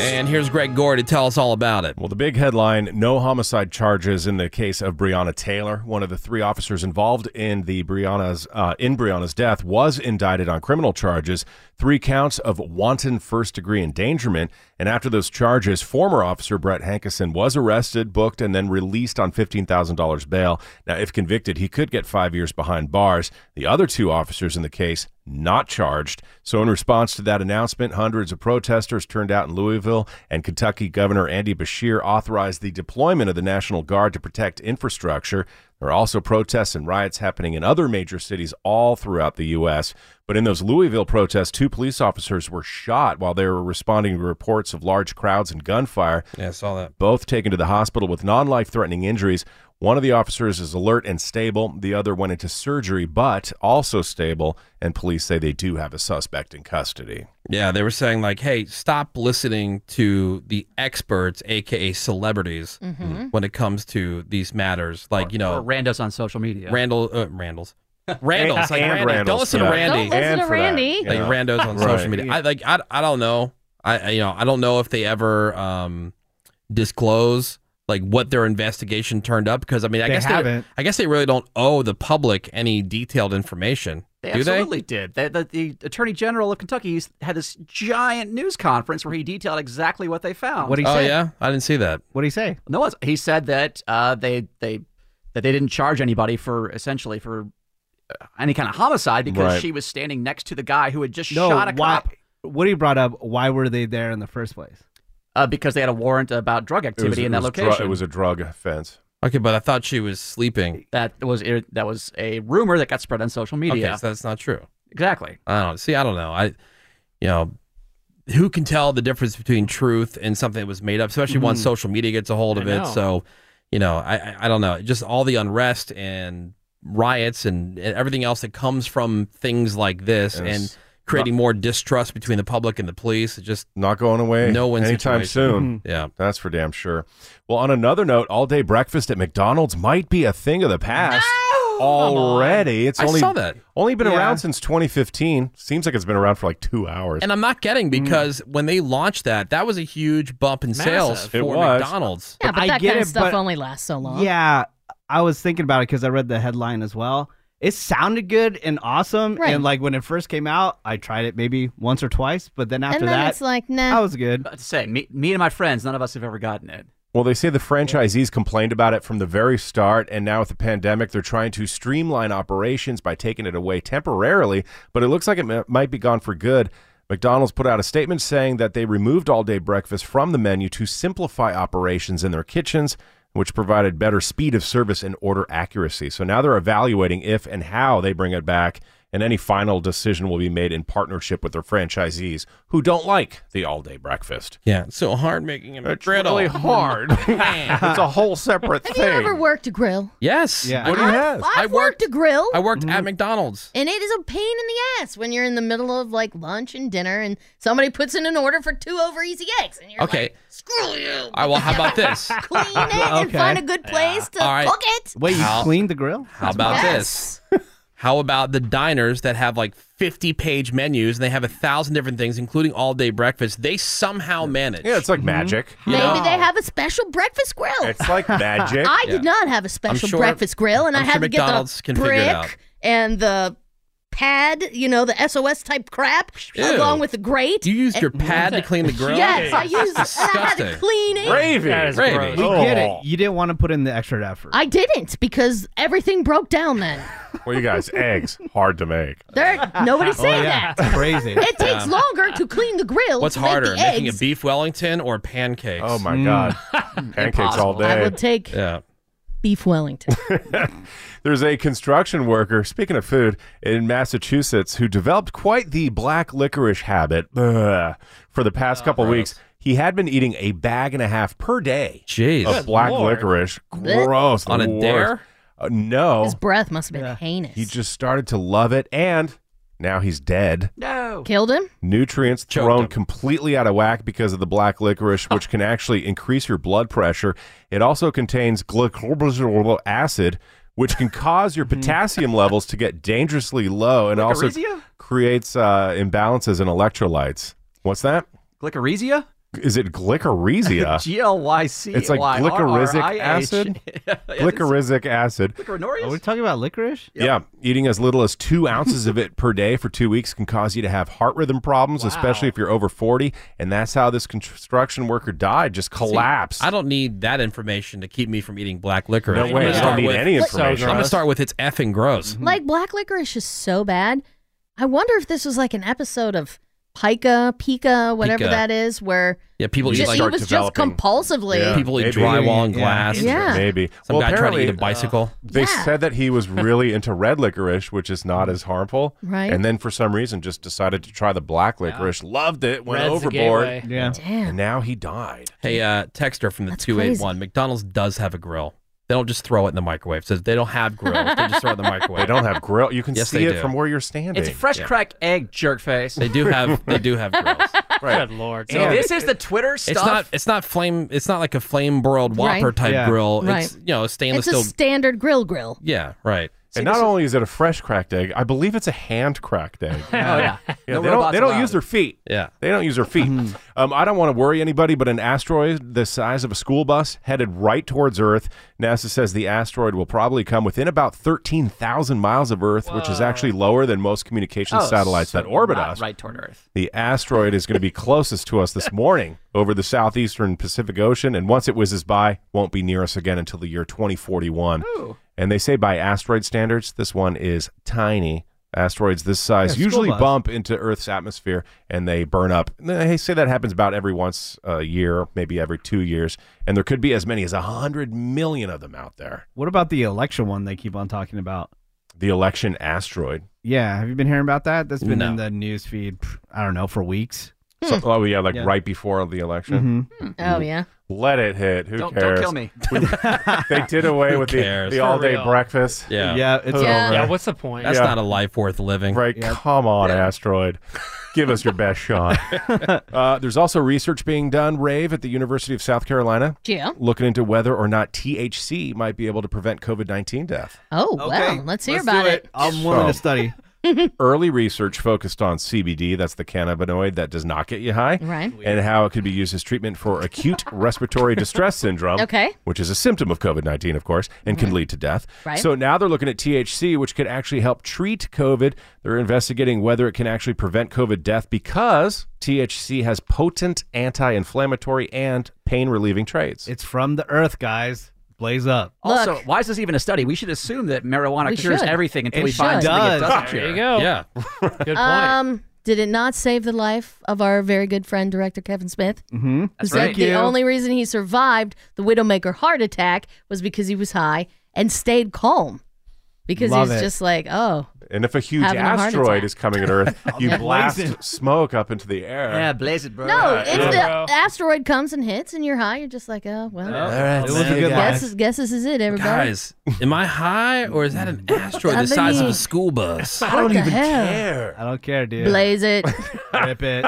and here's Greg Gore to tell us all about it.
Well, the big headline no homicide charges in the case of Breonna Taylor. One of the three officers involved in the Breonna's uh, in Breonna's death was indicted on criminal charges, three counts of wanton first degree endangerment. And after those charges, former officer Brett Hankison was arrested, booked, and then released on $15,000 bail. Now, if convicted, he could get five years behind bars. The other two officers in the case not charged. So, in response to that announcement, hundreds of protesters turned out in Louisville, and Kentucky Governor Andy Bashir authorized the deployment of the National Guard to protect infrastructure. There are also protests and riots happening in other major cities all throughout the U.S. But in those Louisville protests, two police officers were shot while they were responding to reports of large crowds and gunfire.
Yeah, I saw that.
Both taken to the hospital with non life threatening injuries. One of the officers is alert and stable. The other went into surgery, but also stable. And police say they do have a suspect in custody.
Yeah, they were saying like, "Hey, stop listening to the experts, aka celebrities,
Mhm.
when it comes to these matters." Like, you know,
or randos on social media.
Randall, uh, Randall's, Randall's, like
And
Randall. Don't
Randalls,
listen
yeah.
to Randy.
Don't listen And to for that, Randy. you
Like
know.
Randos on
Right.
social media. I like. I, I don't know. I I- you know I don't know if they ever um, disclose like what their investigation turned up because I mean I
They
guess
haven't.
I guess they really don't owe the public any detailed information.
They
do they?
absolutely did. The, the, the Attorney General of Kentucky he's had this giant news conference where he detailed exactly what they found.
oh, yeah, I didn't see that.
What did he say? No, Oh, it's- he said that uh, they they that they didn't charge anybody for essentially for uh, any kind of homicide because
Right.
she was standing next to the guy who had just
No,
shot a
why,
cop
what he brought up, why were they there in the first place?
uh, because they had a warrant about drug activity in that location.
drug offense.
Okay, but I thought she was sleeping.
that was ir- that was a rumor that got spread on social media.
Okay, so that's not true.
Exactly.
I don't see. I don't know. I, you know, who can tell the difference between truth and something that was made up, especially once
Mhm.
social media gets a hold
I
of it.
know.
So, you know, I, I I don't know. Just all the unrest and riots and, and everything else that comes from things like this
Yes.
and creating more distrust between the public and the police. It just
not going away.
No one's
anytime soon.
Yeah,
that's for damn sure. Well, on another note, all day breakfast at McDonald's might be a thing of the past already. It's
I
only
saw that.
only been
Yeah.
around since 2015. Seems like it's been around for like two hours.
And I'm not getting
Mm.
because when they launched that, that was a huge bump in sales
Massive.
for
It was.
McDonald's.
Yeah, but
I
that
get
kind of
it,
stuff
but-
only lasts so long.
Yeah, I was thinking about it because I read the headline as well. It sounded good and awesome,
Right.
and like when it first came out, I tried it maybe once or twice, but then after
and then
that,
it's like, nah.
that was good.
About to say, me, me and my friends, none of us have ever gotten it.
Well, they say the franchisees complained about it from the very start, and now with the pandemic, they're trying to streamline operations by taking it away temporarily, but it looks like it m- might be gone for good. McDonald's put out a statement saying that they removed all day breakfast from the menu to simplify operations in their kitchens, which provided better speed of service and order accuracy. So now they're evaluating if and how they bring it back, and any final decision will be made in partnership with their franchisees who don't like the all day breakfast.
Yeah, it's so hard making a
It's
McGriddle.
really hard. it's a whole separate
Have
thing.
you ever worked a grill?
Yes.
What do you have? Mm-hmm.
I worked a grill.
I worked at McDonald's.
And it is a pain in the ass when you're in the middle of like lunch and dinner and somebody puts in an order for two over easy eggs and you're
okay.
like, screw you.
All right, well, how about this?
Clean it and find a good place to
All right.
cook it.
Wait, you
How-
cleaned the grill?
How about this? How about the diners that have like 50 page menus and they have a thousand different things, including all day breakfast? They somehow manage. Yeah,
it's like magic.
Maybe they have a special breakfast grill.
It's like magic.
I did
Yeah.
not have a
I'm
special
sure-
breakfast grill and
I'm
I had
sure
to get
McDonald's
the
can figure it out.
brick and the pad, you know, the SOS type crap
Ew.
along with the grate.
You used your
And-
pad to clean the grill?
Yes, I used
That's
and I had to
disgusting.
clean it.
Gravy.
We get
Oh.
it. You didn't want to put in the extra effort.
I didn't because everything broke down then.
Well, you guys, eggs hard to make.
There,
Oh,
nobody said that.
Crazy.
It takes longer to clean the grill.
What's
to make
harder,
the
making a
eggs.
beef Wellington or pancakes? Mm.
Oh my god,
Hmm,
pancakes all day.
I would take
Yeah.
beef Wellington.
There's a construction worker, speaking of food, in Massachusetts who developed quite the black licorice habit ugh, for
Oh,
the past couple weeks. He had been eating a bag and a half per day
Jeez.
of
Good
black
Lord.
licorice.
Blech.
Gross. the
On a
worst.
dare?
Uh, no.
His breath must have been heinous.
He just started to love it, and now he's dead.
No. Killed him?
Nutrients thrown completely out of whack because of the black licorice, which can actually increase your blood pressure. It also contains glycolic acid, which can cause your
Mm-hmm.
potassium levels to get dangerously low, and also
Glycyrrhizia?
creates uh, imbalances in electrolytes. What's that?
Glycyrrhizia?
Is it glycorrhizia?
G L Y C.
It's like
Y R R I
glycorizic
H.
acid. Glycorizic acid.
Are we talking about licorice?
Yeah, eating as little as two ounces of it per day for two weeks can cause you to have heart rhythm problems, especially if you're over 40. And that's how this construction worker died, just collapsed.
See, I don't need that information to keep me from eating black liquor.
No
I'm
way,
gonna
you don't
start
need any
I'm
information.
gonna start with it's effing gross.
Like black licorice is so bad. I wonder if this was like an episode of Pica, Pica, whatever
Pica.
that is, where
Yeah, people
ju-
eat like
he was just compulsively.
Yeah,
people eat
maybe.
drywall and glass.
Yeah.
Maybe.
Some guy trying to eat a
apparently, uh,
bicycle.
They said that he was really into red licorice, which is not as harmful.
Right.
And then for some reason just decided to try the black licorice. Loved it. Went
Red's the
overboard.
gateway. Yeah.
Damn.
And now he died.
Hey, uh, texter from the two eight one. McDonald's does have a grill. They don't just throw it in the microwave. Says they don't have grills. They just throw it in the microwave.
They don't have grill. You can
Yes,
see
they
it
do.
from where you're standing.
It's fresh
Yeah.
crack egg jerk face.
They do have. They do have grills.
Right.
Good lord.
Hey, this is the Twitter stuff.
It's not. It's not flame. It's not like a flame broiled Whopper
Right.
type
Yeah.
grill. It's
Right.
you know a stainless
it's a
steel.
standard grill grill.
yeah. Right.
and not only is it a fresh cracked egg, I believe it's a hand cracked egg. oh
yeah. No
they don't,
robots
they don't
allowed. Mm-hmm.
use their feet.
Yeah.
They don't use their feet. um, I don't want to worry anybody, but an asteroid the size of a school bus headed right towards Earth. NASA says the asteroid will probably come within about 13,000 miles of Earth, which is actually lower than most communication
Oh,
satellites
so
that orbit
not
us.
Right toward Earth.
The asteroid is going to be closest to us this morning over the southeastern Pacific Ocean, and once it whizzes by, won't be near us again until the year 2041. And they say by asteroid standards, this one is tiny. Asteroids this
Yeah,
size
school
usually
bus.
bump into Earth's atmosphere and they burn up. And They say that happens about every once a year, maybe every two years, and there could be as many as 100 million of them out there.
What about the election one they keep on talking about?
The election asteroid.
Yeah, have you been hearing about that? That's been
No.
in the news feed. pff, I don't know for weeks.
So, oh, yeah, like
Yeah. Mm-hmm.
right before the election.
Hmm.
Hmm.
Oh yeah.
Let it hit. Who
Don't- don't
cares?
kill me.
We- they did away
Who
with the,
cares?
the
For
all day
real.
breakfast.
Yeah. Yeah, it's Yeah. over. Yeah, what's the point? That's not a life worth living.
Right. Come on, asteroid. Give us your best shot. uh, there's also research being done, Rave, at the University of South Carolina.
Yeah.
Looking into whether or not THC might be able to prevent COVID 19 death.
Oh well, let's hear about it.
I'm willing to
So-
study.
Early research focused on CBD, that's the cannabinoid that does not get you high,
Right.
and how it could be used as treatment for acute respiratory distress syndrome,
Okay.
which is a symptom of COVID 19, of course, and can lead to death.
Right.
So now they're looking at THC, which could actually help treat COVID. They're investigating whether it can actually prevent COVID death because THC has potent anti inflammatory and pain relieving traits.
It's from the earth, guys. Blaze up.
Also, why is this even a study? We should assume that marijuana
We
cures
should.
everything until
It
we find
should.
something it
Does.
doesn't
There
cure.
you go.
Yeah.
Good
Um, did it not save the life of our very good friend, director Kevin Smith?
Mm-hmm.
who said the only reason he survived the Widowmaker heart attack was because he was high and stayed calm. Because
Love
he's
it.
just like, oh,
and if a huge
Having a heart
asteroid
attack.
is coming at Earth, you
Yeah.
blast
Blaze
smoke up into the air.
Yeah, blaze it, bro.
no,
Yeah,
if
yeah.
the
Yeah.
asteroid comes and hits and you're high, you're just like, oh, well,
All right,
guess,
it was a good
guess,
life.
is- guess this is it, everybody.
Guys, am I high or is that an asteroid
I
the size of
mean-
a school bus?
I don't What the even hell? care.
I don't care, dude.
Blaze it.
Rip it.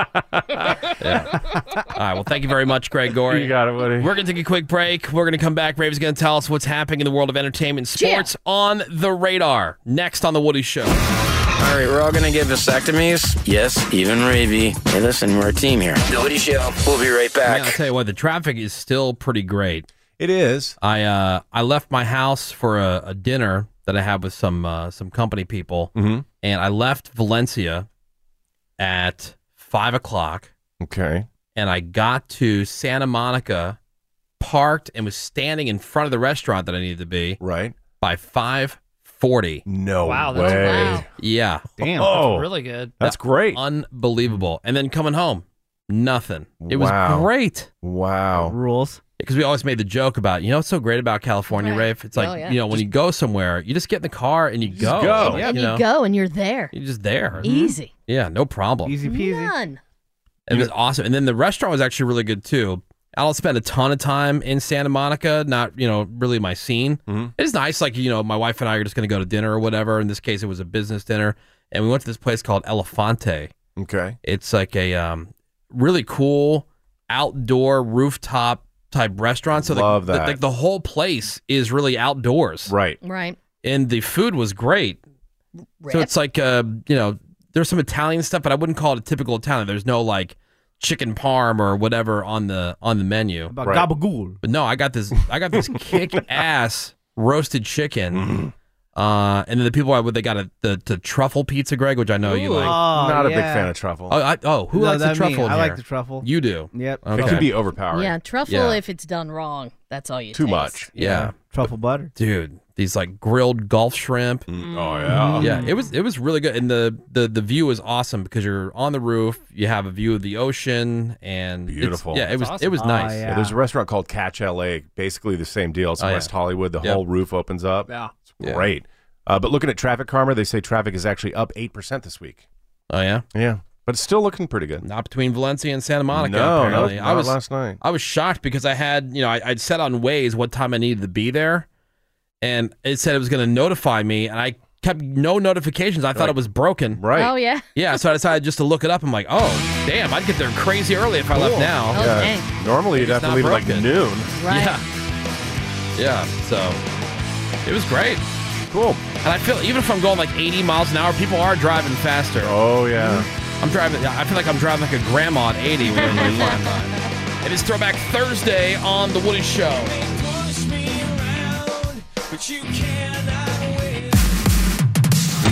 Yeah. All right. Well, thank you very much, Greg Gorey. You
got it, Woody.
We're going to take a quick break. We're going to come back. Rave's going to tell us what's happening in the world of entertainment and sports on the radar. Next on The Woody Show.
All right, we're all gonna get vasectomies. Yes, even Ravy. Hey, listen, we're a team here. The Woody Show. We'll be right back.
Yeah, I'll tell you what, the traffic is still pretty great.
It is.
I uh, I left my house for a, a dinner that I had with some uh, some company people,
Mhm.
and I left Valencia at five o'clock.
Okay.
and I got to Santa Monica, parked and was standing in front of the restaurant that I needed to be.
Right.
By five forty.
No
Wow, that's- way. wow.
Yeah.
Damn, that's Oh. really good. That's
great.
Unbelievable. And then coming home, nothing. It was
Wow.
great.
Wow.
Rules.
Because we always made the joke about, you know, what's so great about California,
Right.
Rafe? It's like,
Oh, yeah.
you know, when you go somewhere, you just get in the car and you go.
go.
Like,
and you
know, Mm-hmm.
go and you're there.
You're just there.
Easy.
Yeah, no problem.
Easy
None.
It was awesome. And then the restaurant was actually really good too. I don't spend a ton of time in Santa Monica, not, you know, really my scene.
Mm-hmm.
It's nice. Like, you know, my wife and I are just going to go to dinner or whatever. In this case, it was a business dinner. And we went to this place called Elefante.
Okay.
It's like a um, really cool outdoor rooftop type restaurant. So
Love
the, the-
that.
like the whole place is really outdoors.
Right.
Right.
And the food was great. So it's like uh, you know, there's some Italian stuff, but I wouldn't call it a typical Italian. There's no like chicken parm or whatever on the on the menu.
Ah,
About Right. gabagool.
But no, I got this I got this kick ass roasted chicken. Uh, and then the people I would they got a the, the truffle pizza, Greg, which I know you
Ooh.
like.
Oh, Not a big yeah. fan of
truffle.
Oh, I, oh who
No,
likes the
that me.
truffle? in
I like
here?
the truffle.
You do.
Yep.
It can be overpowering.
Yeah, truffle
Yeah.
if it's done wrong. That's all you
Too
taste.
much. Yeah.
Truffle butter.
Dude, these like grilled Gulf shrimp.
Mm.
Oh yeah.
Yeah, it was it was really good and the the the view is awesome because you're on the roof, you have a view of the ocean and it's-
Beautiful.
Yeah, it was it was
Oh,
nice.
there's a restaurant called Catch LA, basically the same deal. It's in
Oh, yeah.
West Hollywood. The
Yep.
whole roof opens up.
Yeah.
It's
Yeah.
great. Uh, but looking at traffic karma, they say traffic is actually up 8% this week.
Oh yeah,
yeah, but it's still looking pretty good.
Not between Valencia and Santa Monica.
No, not-
apparently. I
not
was
last night.
I was shocked because I had you know I, I'd set on Waze what time I needed to be there, and it said it was going to notify me, and I kept no notifications. I thought it was broken.
Right.
Oh, yeah.
Yeah. So I decided just to look it up. I'm like, oh damn, I'd get there crazy early if I left
Cool.
now.
Oh, Yeah. dang. Normally you'd
It's
have to
not
leave at, like, noon.
Right.
Yeah. Yeah. So it was great.
Cool.
And I feel even if I'm going like 80 miles an hour, people are driving faster. Mm-hmm.
Oh yeah.
I'm driving. I feel like I'm driving like a grandma at 80 when I'm in line. It is Throwback Thursday on the Woody Show.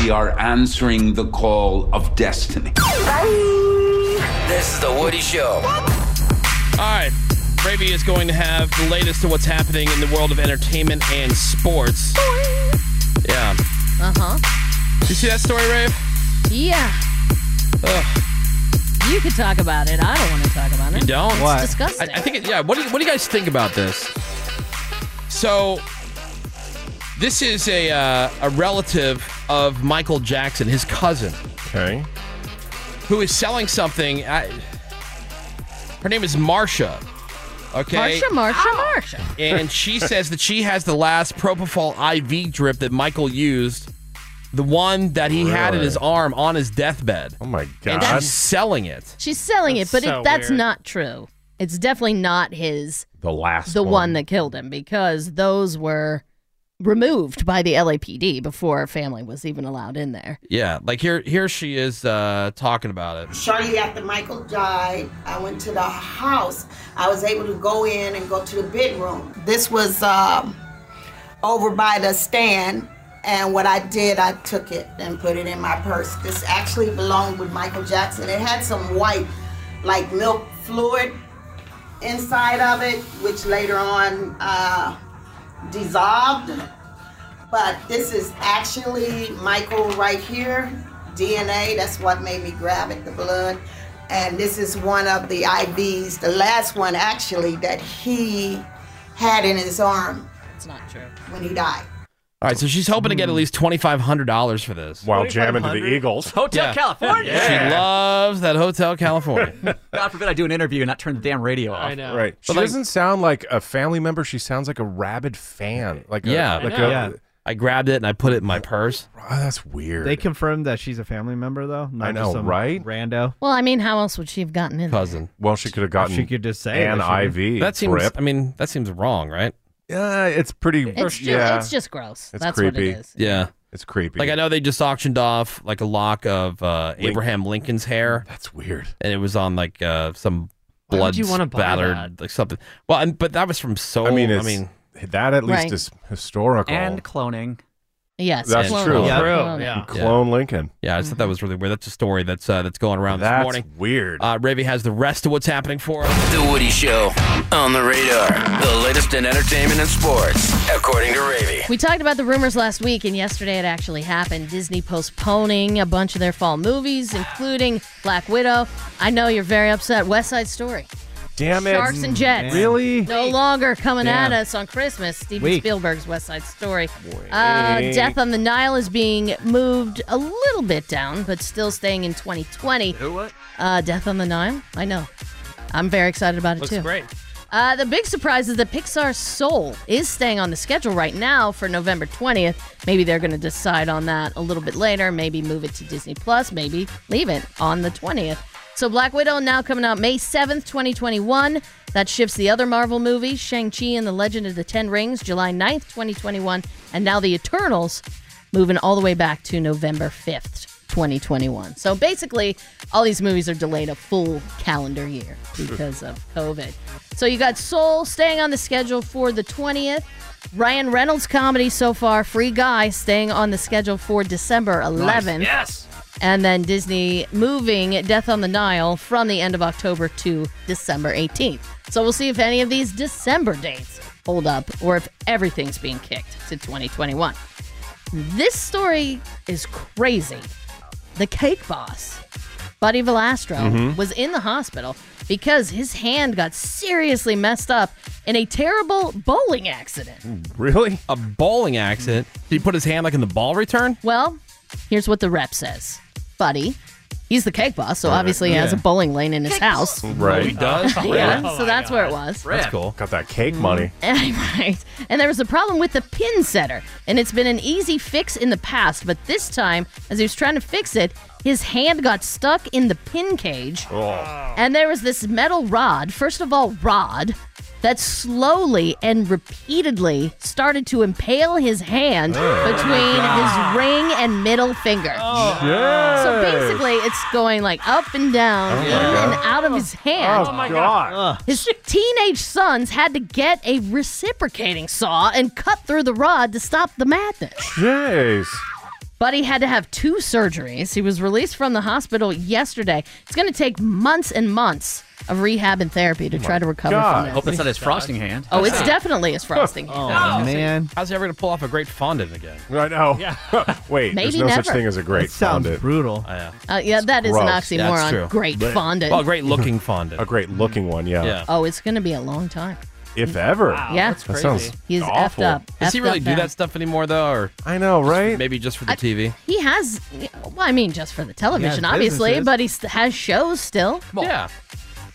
We are answering the call of destiny.
This is the Woody Show.
All right. Ravy is going to have the latest to what's happening in the world of entertainment and sports. Yeah.
Uh huh.
Did you see that story, Rave?
Yeah.
Ugh,
You could talk about it. I don't want to talk about it.
you don't?
It's disgusting.
I, I think, it, yeah. What do, you, what do you guys think about this? So, this is a, uh, a relative of Michael Jackson, his cousin.
Okay.
Who is selling something. I, her name is Marsha. Okay.
Marsha, Marsha, Marsha.
and she says that she has the last propofol IV drip that Michael used, the one that he had in
Really?
his arm on his deathbed. Oh
my
And
God.
she's selling it.
She's selling it, but
That's so
it, that's
weird.
not true. It's definitely not his,
The last
the one. that killed him, because those were removed by the LAPD before her family was even allowed in there.
Yeah, like here, here she is uh, talking about it.
Shortly after Michael died, I went to the house. I was able to go in and go to the bedroom. This was um, over by the stand, and what I did, I took it and put it in my purse. This actually belonged with Michael Jackson. It had some white, like milk fluid inside of it, which later on uh, dissolved. But this is actually Michael right here, DNA. That's what made me grab it, the blood. And this is one of the IVs, the last one actually that he had in his arm.
It's not true.
When he died.
All right, so she's hoping to get at least twenty five hundred dollars for this.
While jamming to the $2,500? Eagles.
Hotel California.
She loves that Hotel California.
God forbid I do an interview and not turn the damn radio off. I
know. Right. She doesn't sound like a family member. She sounds like a rabid fan. Like a-
yeah,
like a,
yeah. I grabbed it and I put it in my purse.
Oh, that's weird.
They confirmed that she's a family member, though. Not
I know,
just some
right?
Rando.
Well, I mean, how else would she have gotten in?
cousin.
Well, she could have gotten.
She could just say it,
an
shouldn't she?
IV.
That seems.
drip.
I mean, that seems wrong, right?
Yeah, it's pretty.
It's ju-
yeah.
it's just gross.
It's
That's what it
creepy.
is.
Yeah,
it's creepy.
Like I know they just auctioned off like a lock of uh,
Link-
Abraham Lincoln's hair.
That's weird.
And it was on like uh, some
Why
blood
would you wanna buy
spattered
that?
like something. Well, and, but that was from so.
I mean, it's,
I mean,
that at least
Right.
is historical.
And cloning.
Yes.
That's
clone-
true.
clone-
True, yeah. Clone Lincoln.
Yeah, I just thought that was really weird. That's a story that's uh, that's going around
That's
this morning.
Weird.
Uh, Ravi has the rest of what's happening for us.
The Woody Show on the radar. The latest in entertainment and sports, according to Ravy.
We talked about the rumors last week, and yesterday it actually happened. Disney postponing a bunch of their fall movies, including Black Widow. I know you're very upset. West Side Story.
Damn it.
Sharks and Jets.
Really?
No longer coming
Damn.
at us on Christmas. Steven
Weak.
Spielberg's West Side Story. Uh,
Weak.
Death on the Nile is being moved a little bit down, but still staying in 2020.
Who what?
Uh, Death on the Nile. I know. I'm very excited about it
Looks
too.
great.
Uh, the big surprise is that Pixar's Soul is staying on the schedule right now for November 20th. Maybe they're going to decide on that a little bit later, maybe move it to Disney Plus, maybe leave it on the 20th. So Black Widow now coming out May 7th, 2021. That shifts the other Marvel movie, Shang-Chi and the Legend of the Ten Rings, July 9th, 2021, and now The Eternals moving all the way back to November 5th. 2021. So basically, all these movies are delayed a full calendar year because of COVID. So you got Soul staying on the schedule for the 20th. Ryan Reynolds comedy so far, Free Guy, staying on the schedule for December 11th.
Yes.
And then Disney moving Death on the Nile from the end of October to December 18th. So we'll see if any of these December dates hold up or if everything's being kicked to 2021. This story is crazy. The cake boss, Buddy Velastro,
Mm-hmm.
Mhm.
was in the hospital because his hand got seriously messed up in a terrible bowling accident.
Really? A bowling accident? Did he put his hand like in the ball return?
Well, here's what the rep says Buddy, he's the cake boss, so
All right.
obviously he has a
Yeah.
bowling lane in his house.
Right.
He does?
yeah,
Really? Oh
so that's where it was. Mm-hmm.
That's cool. Got that cake money.
right. And there was a problem with the pin setter, and it's been an easy fix in the past, but this time, as he was trying to fix it, his hand got stuck in the pin cage,
Oh.
and there was this metal rod, first of all, rod, that slowly and repeatedly started to impale his hand
Oh
between his ring and middle finger. So
Oh. Yes.
basically, it's going like up and down,
Oh my
in and
God.
out of his hand.
Oh my God. Ugh.
His teenage sons had to get a reciprocating saw and cut through the rod to stop the madness.
Jeez.
Buddy had to have two surgeries. He was released from the hospital yesterday. It's going to take months and months of rehab and therapy to
Oh
Oh
try to recover from
I
this.
hope that's not his frosting hand.
Oh, it's definitely his frosting.
Oh,
man.
How's he ever going to pull off a great fondant again?
I know. Wait,
Maybe
there's no such
never.
thing as a great
That sounds
fondant.
brutal.
Oh,
Uh, yeah, that is an
Gross.
oxymoron. Great
Blech.
fondant.
looking fondant.
a great looking one, yeah.
Oh, it's going to be a long time.
If ever.
yeah,
that sounds
He's
awful.
effed up.
Does he
effed
really do
up bad.
that stuff anymore, though? Or
I know, right?
Maybe just for the TV.
He has, well, I mean, just for the television,
Yeah,
obviously,
businesses.
but he st- has shows still.
Yeah.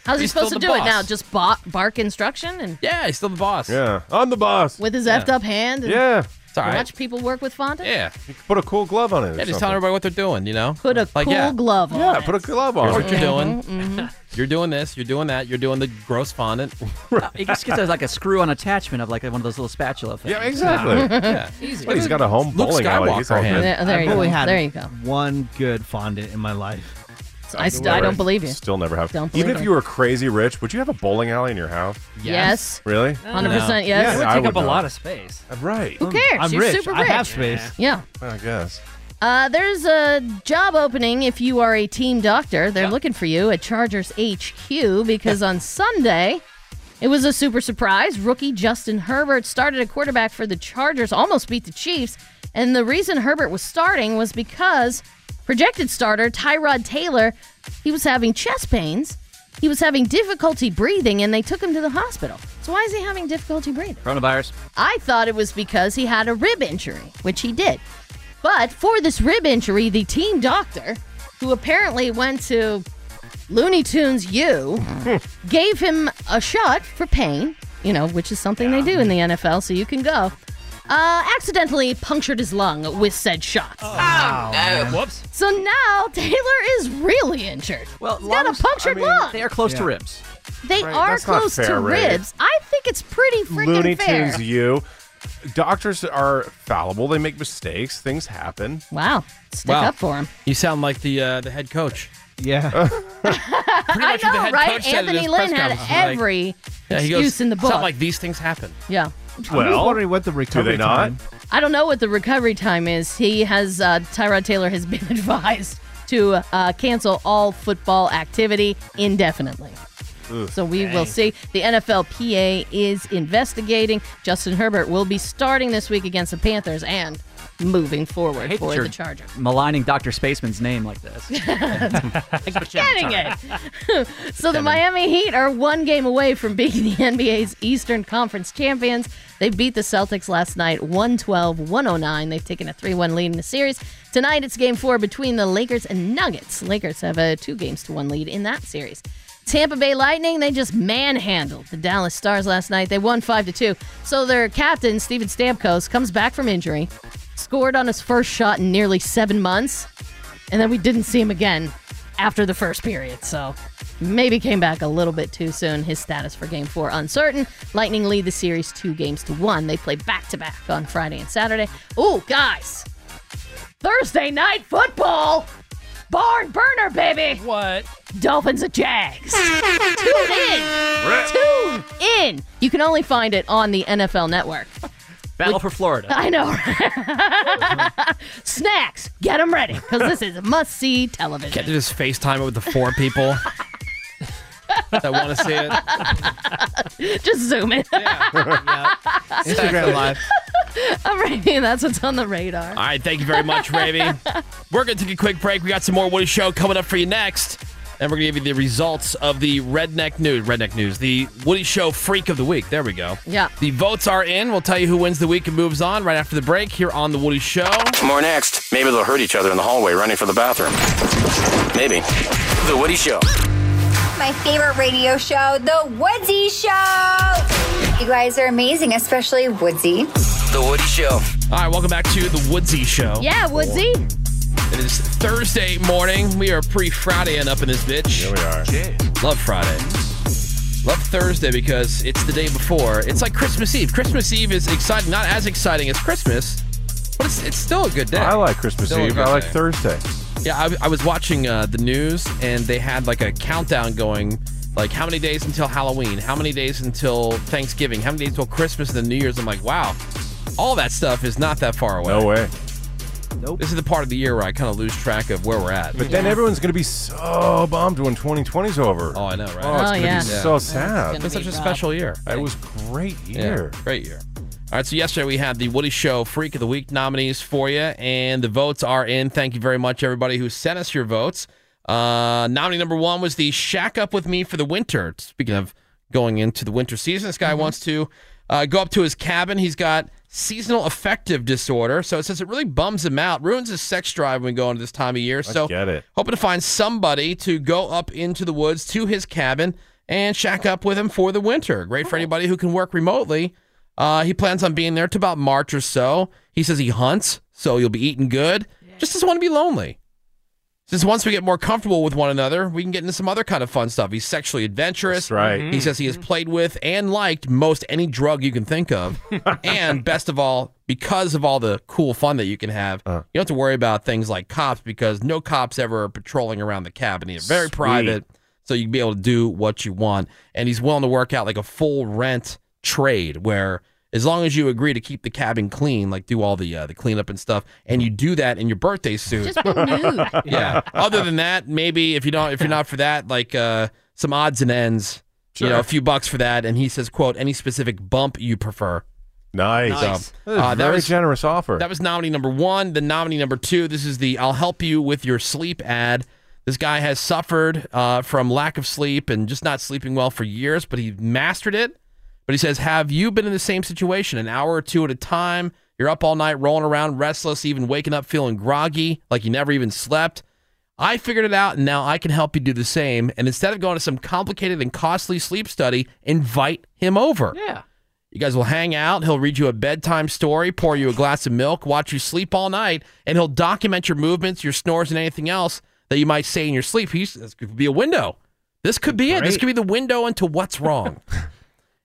How's he
He's
supposed to
still
do
the
it now?
boss.
Just ba- bark instruction and
Yeah, he's still the boss.
Yeah, I'm the boss.
with his effed up hand? And
It's all right.
Watch people work with fondant?
Yeah.
You could put a cool glove on it.
Yeah,
or
just
something.
telling everybody what they're doing, you know?
Put a
Like,
cool
yeah.
glove on.
Yeah, put a glove on
Here's
it.
what you're doing.
Mhm.
You're doing this, you're doing that, you're doing the gross fondant.
He just gets a, like a screw-on attachment of like one of those little spatula things.
Yeah, exactly. Yeah.
Easy.
But he's got a home
Luke
bowling alley. He's
Skywalker
all
hand.
good.
There- there
I've
you
only
go.
had
There you go.
one good fondant in my life.
I, st- I don't believe you.
Still never have.
Don't
Even
believe
if
it.
you were crazy rich, would you have a bowling alley in your house?
Yes.
Really?
100% yes.
Yeah,
It would
I
take up a
not.
lot
of space.
Uh, Right.
Who cares?
I'm
You're
rich.
super
I have
rich.
space.
Yeah.
I guess.
Uh, there's a job opening if you are a team doctor. They're looking for you at Chargers HQ because on Sunday, it was a super surprise. Rookie Justin Herbert started a quarterback for the Chargers, almost beat the Chiefs. And the reason Herbert was starting was because projected starter Tyrod Taylor, he was having chest pains. He was having difficulty breathing, and they took him to the hospital. So why is he having difficulty breathing?
Coronavirus.
I thought it was because he had a rib injury, which he did. But for this rib injury, the team doctor, who apparently went to Looney Tunes U, gave him a shot for pain, you know, which is something they do in the NFL, so you can go. Uh, accidentally punctured his lung with said shot.
Oh,
Oh. Uh,
no.
Oh,
Whoops.
So now Taylor is really injured. Well, he's got a punctured lung.
They are close to ribs.
They
Right,
are
that's not
close to
fair, Ray.
ribs. I think it's pretty freaking
Looney
fair.
Tunes, you. Doctors are fallible. They make mistakes. Things happen.
Wow. Stick
Wow.
up for him.
You sound like the uh, the head coach.
Yeah.
I
the
know,
head
right?
coach said at
Anthony
his
Lynn
press
had
conference, like-
every
Yeah, he
excuse
goes,
in the
It's
book.
not like these things happen.
yeah.
I'm just wondering what the recovery
they not?
time.
I don't know what the recovery time is. He has uh, Tyrod Taylor has been advised to uh, cancel all football activity indefinitely. So we will see. The NFLPA is investigating. Justin Herbert will be starting this week against the Panthers and moving
I
forward
hate
for
that you're
the Chargers.
Maligning Dr. Spaceman's name like this.
Getting it. so the Miami Heat are one game away from being the NBA's Eastern Conference champions. They beat the Celtics last night 112 109. They've taken a 3 1 lead in the series. Tonight it's game four between the Lakers and Nuggets. Lakers have a two games to one lead in that series. Tampa Bay Lightning, they just manhandled the Dallas Stars last night. They won 5 to 2. So their captain, Steven Stamkos, comes back from injury, scored on his first shot in nearly seven months, and then we didn't see him again after the first period. So maybe came back a little bit too soon. His status for game four uncertain. Lightning lead the series two games to one. They play back to back on Friday and Saturday. Oh, guys. Thursday night football. barn burner, baby. What? Dolphins and Jags. Tune in. Tune in. You can only find it on the NFL Network.
Battle for Florida.
I know. Snacks. Get them ready because this is must-see television.
Can't they just FaceTime it with the four people that want to see it?
Just zoom in.
Instagram Live.
All right, man, that's what's on the radar.
All right, thank you very much, Ravy. we're going to take a quick break. We got some more Woody Show coming up for you next. And we're going to give you the results of the Redneck News, Redneck News, the Woody Show Freak of the Week. There we go.
Yeah.
The votes are in. We'll tell you who wins the week and moves on right after the break here on The Woody Show.
More next. Maybe they'll hurt each other in the hallway running for the bathroom. Maybe. The Woody Show.
My favorite radio show, The Woodsy Show. You guys are amazing, especially Woodsy.
The Woody Show. All right, welcome back to The Woodsy Show.
Yeah, Woodsy.
It is Thursday morning. We are pre Fridaying up in this bitch. Here we are. Love Friday. Love Thursday because it's the day before. It's like Christmas Eve. Christmas Eve is exciting, not as exciting as Christmas, but it's, it's still a good day.
I like Christmas
Still a
Eve.
good
I like
day.
Thursday.
Yeah, I, I was watching uh, the news and they had like a countdown going, like how many days until Halloween, how many days until Thanksgiving, how many days until Christmas and the New Year's. I'm like, wow, all that stuff is not that far away.
No way.
Nope. This is the part of the year where I kind of lose track of where we're at.
But then everyone's going to be so bummed when 2020's over.
Oh, I know, right?
Oh, it's going to be so sad.
It's such a special year.
It was great year.
Yeah, great year. All right, so yesterday we had the Woody Show Freak of the Week nominees for you, and the votes are in. Thank you very much, everybody who sent us your votes. Uh, nominee number one was the Shack Up With Me for the Winter. Speaking of going into the winter season, this guy
Mm-hmm.
wants to uh, go up to his cabin. He's got seasonal affective disorder, so it says it really bums him out, ruins his sex drive when we go into this time of year. so
get it.
hoping to find somebody to go up into the woods to his cabin and shack up with him for the winter. Great
Oh.
for anybody who can work remotely. Uh, he plans on being there to about March or so. He says he hunts, so you'll be eating good. Just doesn't want to be lonely. Since once we get more comfortable with one another, we can get into some other kind of fun stuff. He's sexually adventurous.
right.
He says he has
Mm-hmm.
played with and liked most any drug you can think of. and best of all, because of all the cool fun that you can have,
Uh.
you don't have to worry about things like cops because no cops ever are patrolling around the cabin. They're very
Sweet.
private, so you can be able to do what you want. And he's willing to work out like a full rent trade where as long as you agree to keep the cabin clean, like do all the uh, the cleanup and stuff, and you do that in your birthday suit.
Just be nude.
Yeah. Other than that, maybe if you don't, if you're not for that, like uh, some odds and ends,
Sure.
you know, a few bucks for that. And he says, "quote Any specific bump you prefer."
Nice.
So,
That is
uh,
a
that
very
was
generous offer.
that was nominee number one. The nominee number two. This is the "I'll help you with your sleep" ad. This guy has suffered uh, from lack of sleep and just not sleeping well for years, but he mastered it. But he says, "Have you been in the same situation? An hour or two at a time. You're up all night, rolling around, restless, even waking up feeling groggy, like you never even slept." I figured it out, and now I can help you do the same. And instead of going to some complicated and costly sleep study, invite him over. Yeah. You guys will hang out. He'll read you a bedtime story, pour you a glass of milk, watch you sleep all night, and he'll document your movements, your snores, and anything else that you might say in your sleep. He's, this could be a window. This could be it. This
Great.
could be the window into what's wrong.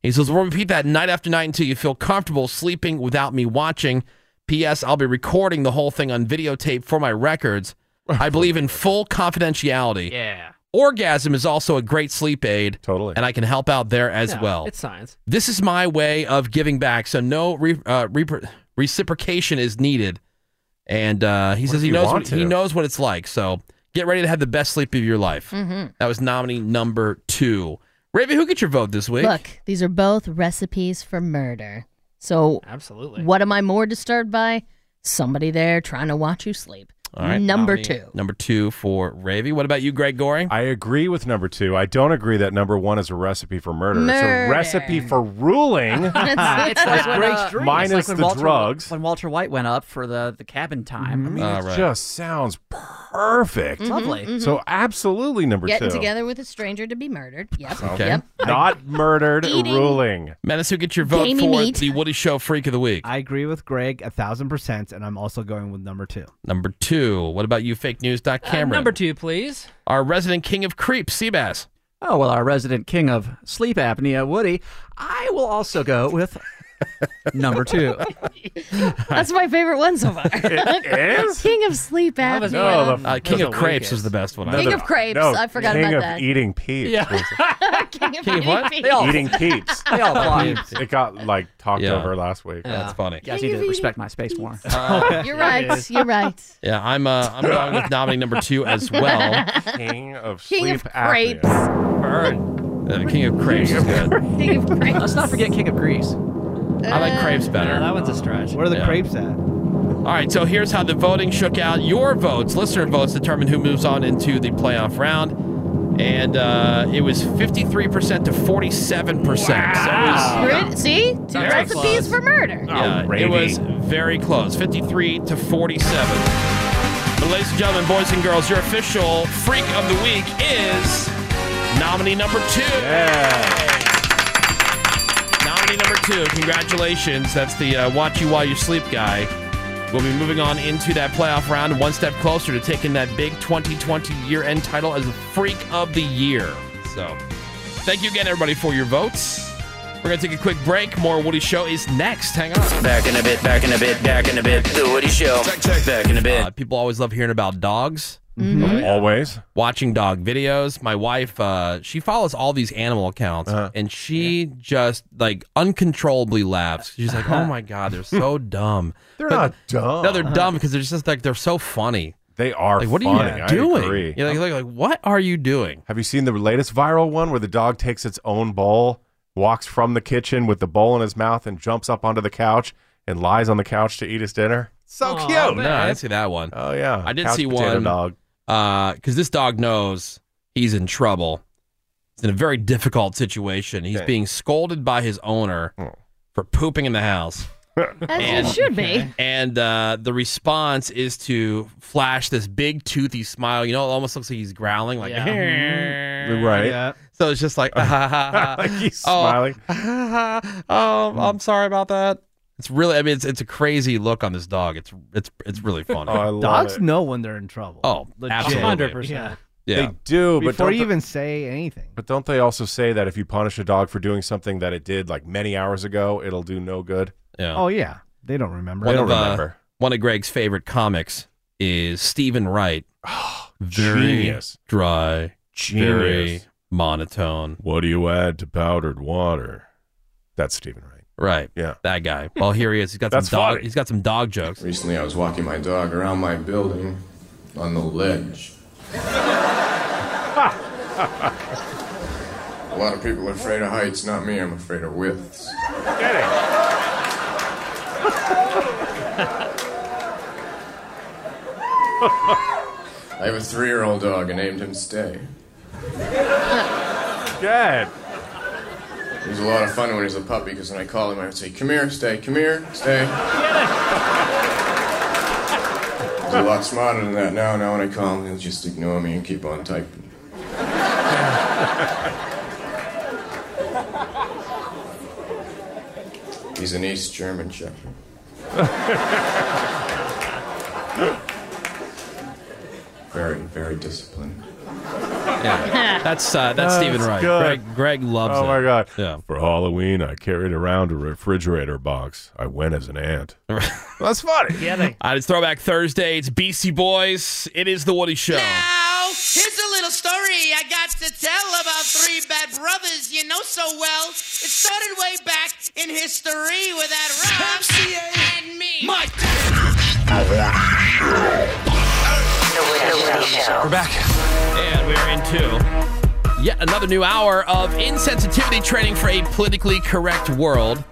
He says, We'll repeat that night after night until you feel comfortable sleeping without me watching. P.S. I'll be recording the whole thing on videotape for my records. I believe in full confidentiality.
Yeah.
Orgasm is also a great sleep aid. Totally. And I can help out there as
No,
well.
It's science.
This is my way of giving back. So no re- uh, repro reciprocation is needed. And uh, he says
if
he
you
knows what,
want
he
to?
knows what it's like. So get ready to have the best sleep of your life.
Mm.
Mm-hmm.
That was nominee number two. Ravi, who gets your vote this week?
Look, these are both recipes for murder. So,
absolutely.
What am I more disturbed by? Somebody there trying to watch you sleep.
All right,
Number
nominee
two.
Number two for Ravy. What about you, Greg Goring?
I agree with number two. I don't agree that number one is a recipe for murder. It's
Murder.
a recipe for ruling.
it's like when,
Great
uh,
street.
it's
Minus
like when
the
Walter,
drugs. Mm-hmm.
When Walter White went up for the, the cabin time.
I mean,
All
it
right.
just sounds perfect.
Mhm, Lovely. mhm.
So absolutely number
Getting
two.
together with a stranger to be murdered. Yep.
Okay.
Yep.
Not murdered,
Eating.
ruling.
Menace, who gets your vote
Gamey
for
meat.
the Woody Show Freak of the Week?
I agree with Greg a thousand percent, and I'm also going with number two.
Number two. What about you, fake news? Doc
Uh,
Cameron.
number two, please.
Our resident king of creeps, Seabass.
Oh, well, our resident king of sleep apnea, Woody. I will also go with Number two.
That's my favorite one so far.
It is?
King of Sleep
That
Apnea.
was one of- Uh, King of Crepes was the best one. I
King
thought.
of Crepes. I forgot
King
about
of
that.
Eating peeps.
Yeah.
was
King of
King of what?
Eating
They all-
eating peeps.
They all fly.
It got like talked
Yeah.
over last week.
Yeah. That's funny.
Guys need to respect my space more.
Uh,
You're
It
right.
is.
You're right.
yeah, I'm uh, I'm going with nominee number two as well.
King of
King of
sleep
Crepes.
Uh, King of Crepes is good.
King of Crepes. Uh,
Let's not forget King of Greece.
I like crepes better. that one's a stretch. Where are the crepes
at?
All right, so here's how the voting shook out. Your votes, listener votes, determine who moves on into the playoff round. And uh, it was 53% to 47%. So it was,
Grid- See? Two
Very
recipes
close.
for murder.
Ah.
Oh,
yeah, it was very close 53 to 47. But ladies and gentlemen, boys and girls, your official freak of the week is nominee number two. Nominee number two, congratulations. That's the uh, watch you while you sleep guy. We'll be moving on into that playoff round, one step closer to taking that big 2020 year end title as the Freak of the Year. So, thank you again, everybody, for your votes. We're going to take a quick break. More Woody Show is next. Hang on.
Back in a bit, back in a bit, back in a bit. The Woody Show. Back in a bit.
Uh, people always love hearing about dogs.
Mhm. Always
watching dog videos. My wife, uh, she follows all these animal accounts,
Uh-huh.
and she just like uncontrollably laughs. She's like, "Oh my god, they're so dumb."
They're
But-
not dumb.
No, they're dumb because they're just like they're so funny.
They are.
Like, what
funny.
are
I
you doing?
agree.
You're like, like, like, what are you doing?
Have you seen the latest viral one where the dog takes its own bowl, walks from the kitchen with the bowl in his mouth, and jumps up onto the couch and lies on the couch to eat his dinner? So
Aw, man.
cute.
No, I didn't see that one.
Oh yeah,
I did
Couch
see
potato
one
Dog.
because this dog knows he's in trouble. He's in a very difficult situation. He's
Okay. Hmm.
being scolded by his owner for pooping in the house.
As
And-
it should be.
And uh, the response is to flash this big toothy smile. You know, it almost looks like he's growling, like
Mm-hmm.
Right.
So it's just like, "Ah,
Like he's
Oh,
smiling.
Oh, I'm sorry about that. It's really, I mean, it's it's a crazy look on this dog. It's it's it's really
Oh,
funny.
Dogs know when they're in trouble.
Oh, absolutely.
100%.
Yeah.
They do, but
Before
don't
you
the-
even say anything.
But don't they also say that if you punish a dog for doing something that it did like many hours ago, it'll do no good?
Yeah.
Oh, yeah. They don't remember.
One of, uh, one of Greg's favorite comics is Stephen Wright. very
genius.
dry, very
Genius.
monotone.
What do you add to powdered water? That's Stephen Wright.
Right.
Yeah.
That guy. Well, here he is. He's got some
That's
dog.
funny.
He's got some dog jokes.
Recently, I was walking my dog around my building on the ledge. A lot of people are afraid of heights, not me. I'm afraid of widths. I have a three year old dog. I named him Stay.
Good.
He was a lot of fun when he was a puppy because when I called him, I would say, Come here, Stay, come here, Stay. He's a lot smarter than that now. Now when I call him, he'll just ignore me and keep on typing. He's an East German Shepherd. very, very disciplined.
Yeah. That's uh, that's Stephen Wright. Greg, Greg loves
oh
it.
my god!
Yeah.
For Halloween, I carried around a refrigerator box. I went as an ant. That's funny.
Yeah, they. Uh, it's Throwback Thursday. It's BC Boys. It is the Woody Show.
Now, here's a little story I got to tell about three bad brothers you know so well. It started way back in history with that Rob and me. Mike.
We're back, and we are into yet another new hour of insensitivity training for a politically correct world.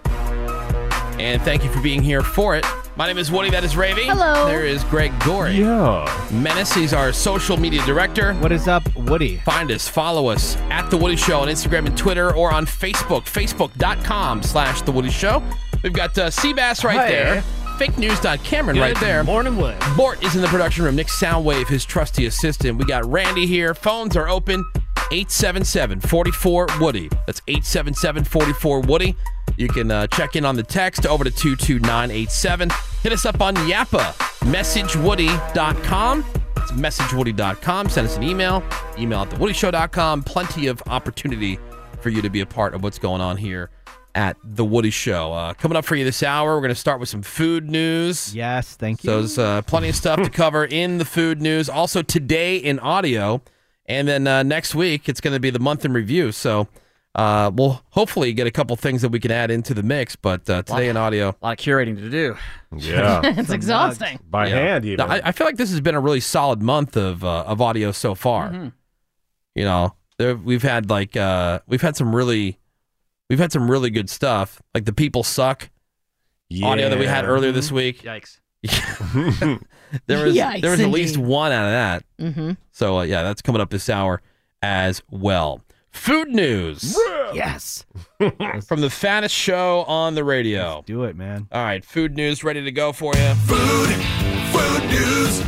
And thank you for being here for it. My name is Woody. That is Raving. Hello. There is Greg Gorey.
Yeah.
Menace. He's our social media director. What
is up, Woody?
Find us, follow us at The Woody Show on Instagram and Twitter, or on Facebook, facebook.com slash The Woody Show. We've got uh, Seabass right
Hi.
there. Fake news. Dot Cameron right
Good
there.
morning, Wood.
Bort is in the production room. Nick Soundwave, his trusty assistant. We got Randy here. Phones are open 877 44 Woody. That's 877 44 Woody. You can uh, check in on the text over to 22987. Hit us up on Yappa, messagewoody.com. It's messagewoody.com. Send us an email, email at thewoodyshow.com. Plenty of opportunity for you to be a part of what's going on here at The Woody Show. Uh, coming up for you this hour, we're going to start with some food news.
Yes, thank
you. So there's uh, plenty of stuff to cover in the food news. Also, today in audio. And then uh, next week, it's going to be the month in review. So uh, we'll hopefully get a couple things that we can add into the mix. But uh, today in audio. A
lot of curating to do.
Yeah.
it's exhausting.
By hand,
No,
even.
I, I feel like this has been a really solid month of uh, of audio so far.
Mm-hmm.
Mm-hmm.
You know, there, we've had like uh, we've had some really we've had some really good stuff, like the people suck audio that we had
Yeah.
earlier this
Mhm.
week.
Yikes.
there was
Yikes,
there was at least
indeed.
one out of that.
Mm-hmm.
So uh, yeah, that's coming up this hour as well. Food news.
Yes.
From the fattest show on the radio.
do it, man.
All right, food news ready to go for you.
Food news.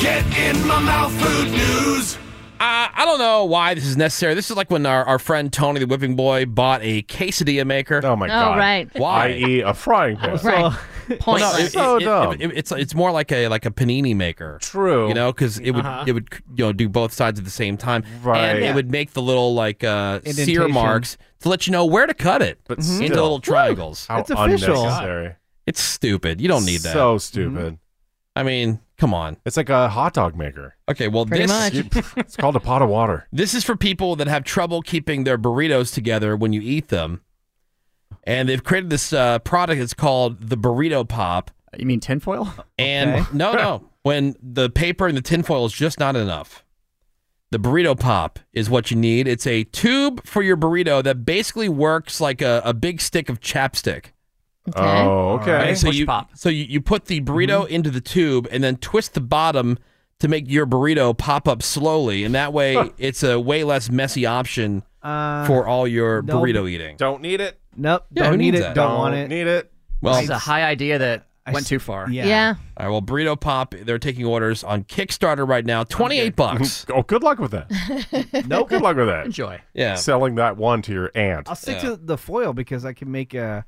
Get in my mouth. Food news.
Uh, I don't know why this is necessary. This is like when our, our friend Tony the Whipping Boy bought a quesadilla maker. Oh
my
Oh, God. right.
Why?
I.e. a frying pan.
Right.
Well, no, it-
Pointless.
it- it- it- it- it's it's more like a like a panini maker.
True.
You know, because it would
Uh-huh.
it would you know do both sides at the same time.
Right.
And
Yeah.
it would make the little like uh, sear
Indentation.
marks to let you know where to cut it
But
into
still.
little triangles.
How It's official. unnecessary.
It's stupid. You don't need that. Mm-hmm.
So stupid.
I mean, come on.
It's like a hot dog maker.
Okay, well,
Pretty
this
much. it's called a pot of water.
This is for people that have trouble keeping their burritos together when you eat them. And they've created this uh, product. It's called the Burrito Pop.
You mean tinfoil?
And
Okay.
no, no. When the paper and the tinfoil is just not enough, the Burrito Pop is what you need. It's a tube for your burrito that basically works like a, a big stick of chapstick.
Okay. Oh, okay.
Right, So
Push
you so you, you put the burrito into the tube and then twist the bottom to make your burrito pop up slowly, and that way it's a way less messy option
Uh,
for all your
no.
burrito eating.
Don't need it.
Nope.
Yeah, who
don't need
needs
it.
that?
Don't,
Don't
want it.
Need it.
Well,
it's a high idea that went too far.
Yeah.
All right. Well, burrito pop. They're taking orders on Kickstarter right now. Twenty-eight bucks.
Oh, good luck with that. No, good luck with that.
Enjoy.
Yeah.
Selling that one to your aunt.
I'll stick to the foil because I can make a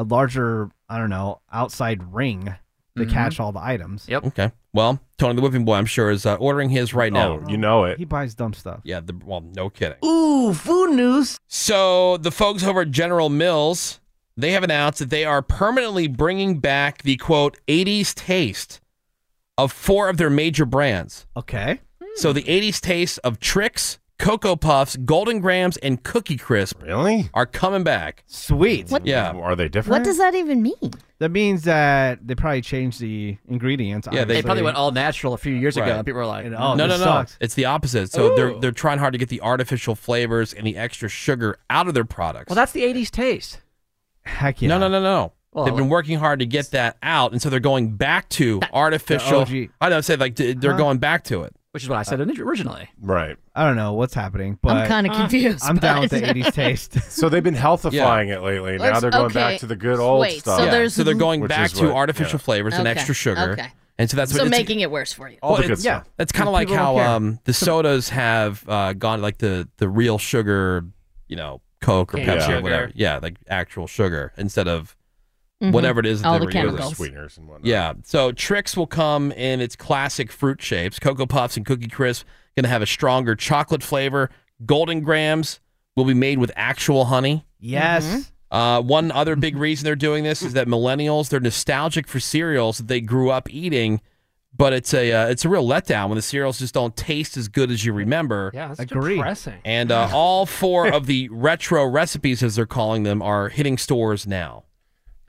a larger, I don't know, outside ring to
Mm-hmm.
Mhm.
catch all the items.
Yep.
Okay. Well, Tony the Whipping Boy, I'm sure, is uh, ordering his right now.
Oh, you know it.
He buys dumb stuff.
Yeah. The, well, no kidding.
Ooh, food news.
So the folks over at General Mills, they have announced that they are permanently bringing back the quote 80s taste of four of their major brands.
Okay.
So the 80s taste of Trix, Cocoa Puffs, Golden Grams, and Cookie Crisp
really
are coming back.
Sweet.
What-
Yeah.
Are they
What does that even mean?
That means that they probably changed the ingredients.
Yeah, they-
They probably
obviously.
went all natural a few years ago,
Right.
and people were like,
oh,
no, no,
this
no.
sucks.
It's the opposite. So they're
Ooh.
they're trying hard to get the artificial flavors and the extra sugar out of their products.
Well, that's the 80s taste.
Heck yeah.
No, no, no, no.
Well,
They've been working hard to get that out, and so they're going back to artificial.
OG.
I don't say like th- they're
Huh?
going back to it.
Which is what I said originally.
Right.
I don't know what's happening, but
kinda confused,
I'm down with the
but-
80s taste.
So they've been healthifying it lately. now
Let's-
they're going
okay.
back to the good old
Wait, so
stuff.
Yeah. there's
So they're going
Which
back
is
to
what-
artificial flavors and
Okay,
extra sugar.
okay.
And so that's what
so
it's,
making it worse for you.
Well, it's-
Yeah.
That's kind of like
People don't
how
care.
um, the sodas have uh, gone like the the real sugar, you know, Coke or
Cane
Pepsi
sugar.
or whatever. Yeah, like actual sugar instead of
Mhm.
whatever it is. That
All
they
the
were using.
chemicals. Sweeteners and whatnot.
Yeah. So Trix will come in its classic fruit shapes. Cocoa Puffs and Cookie Crisp going to have a stronger chocolate flavor. Golden Grams will be made with actual honey.
Yes.
Uh, one other big reason they're doing this is that millennials they're nostalgic for cereals that they grew up eating, but it's a uh, it's a real letdown when the cereals just don't taste as good as you remember.
Yeah, that's
Agree.
depressing.
And uh, all four of the retro recipes, as they're calling them, are hitting stores now.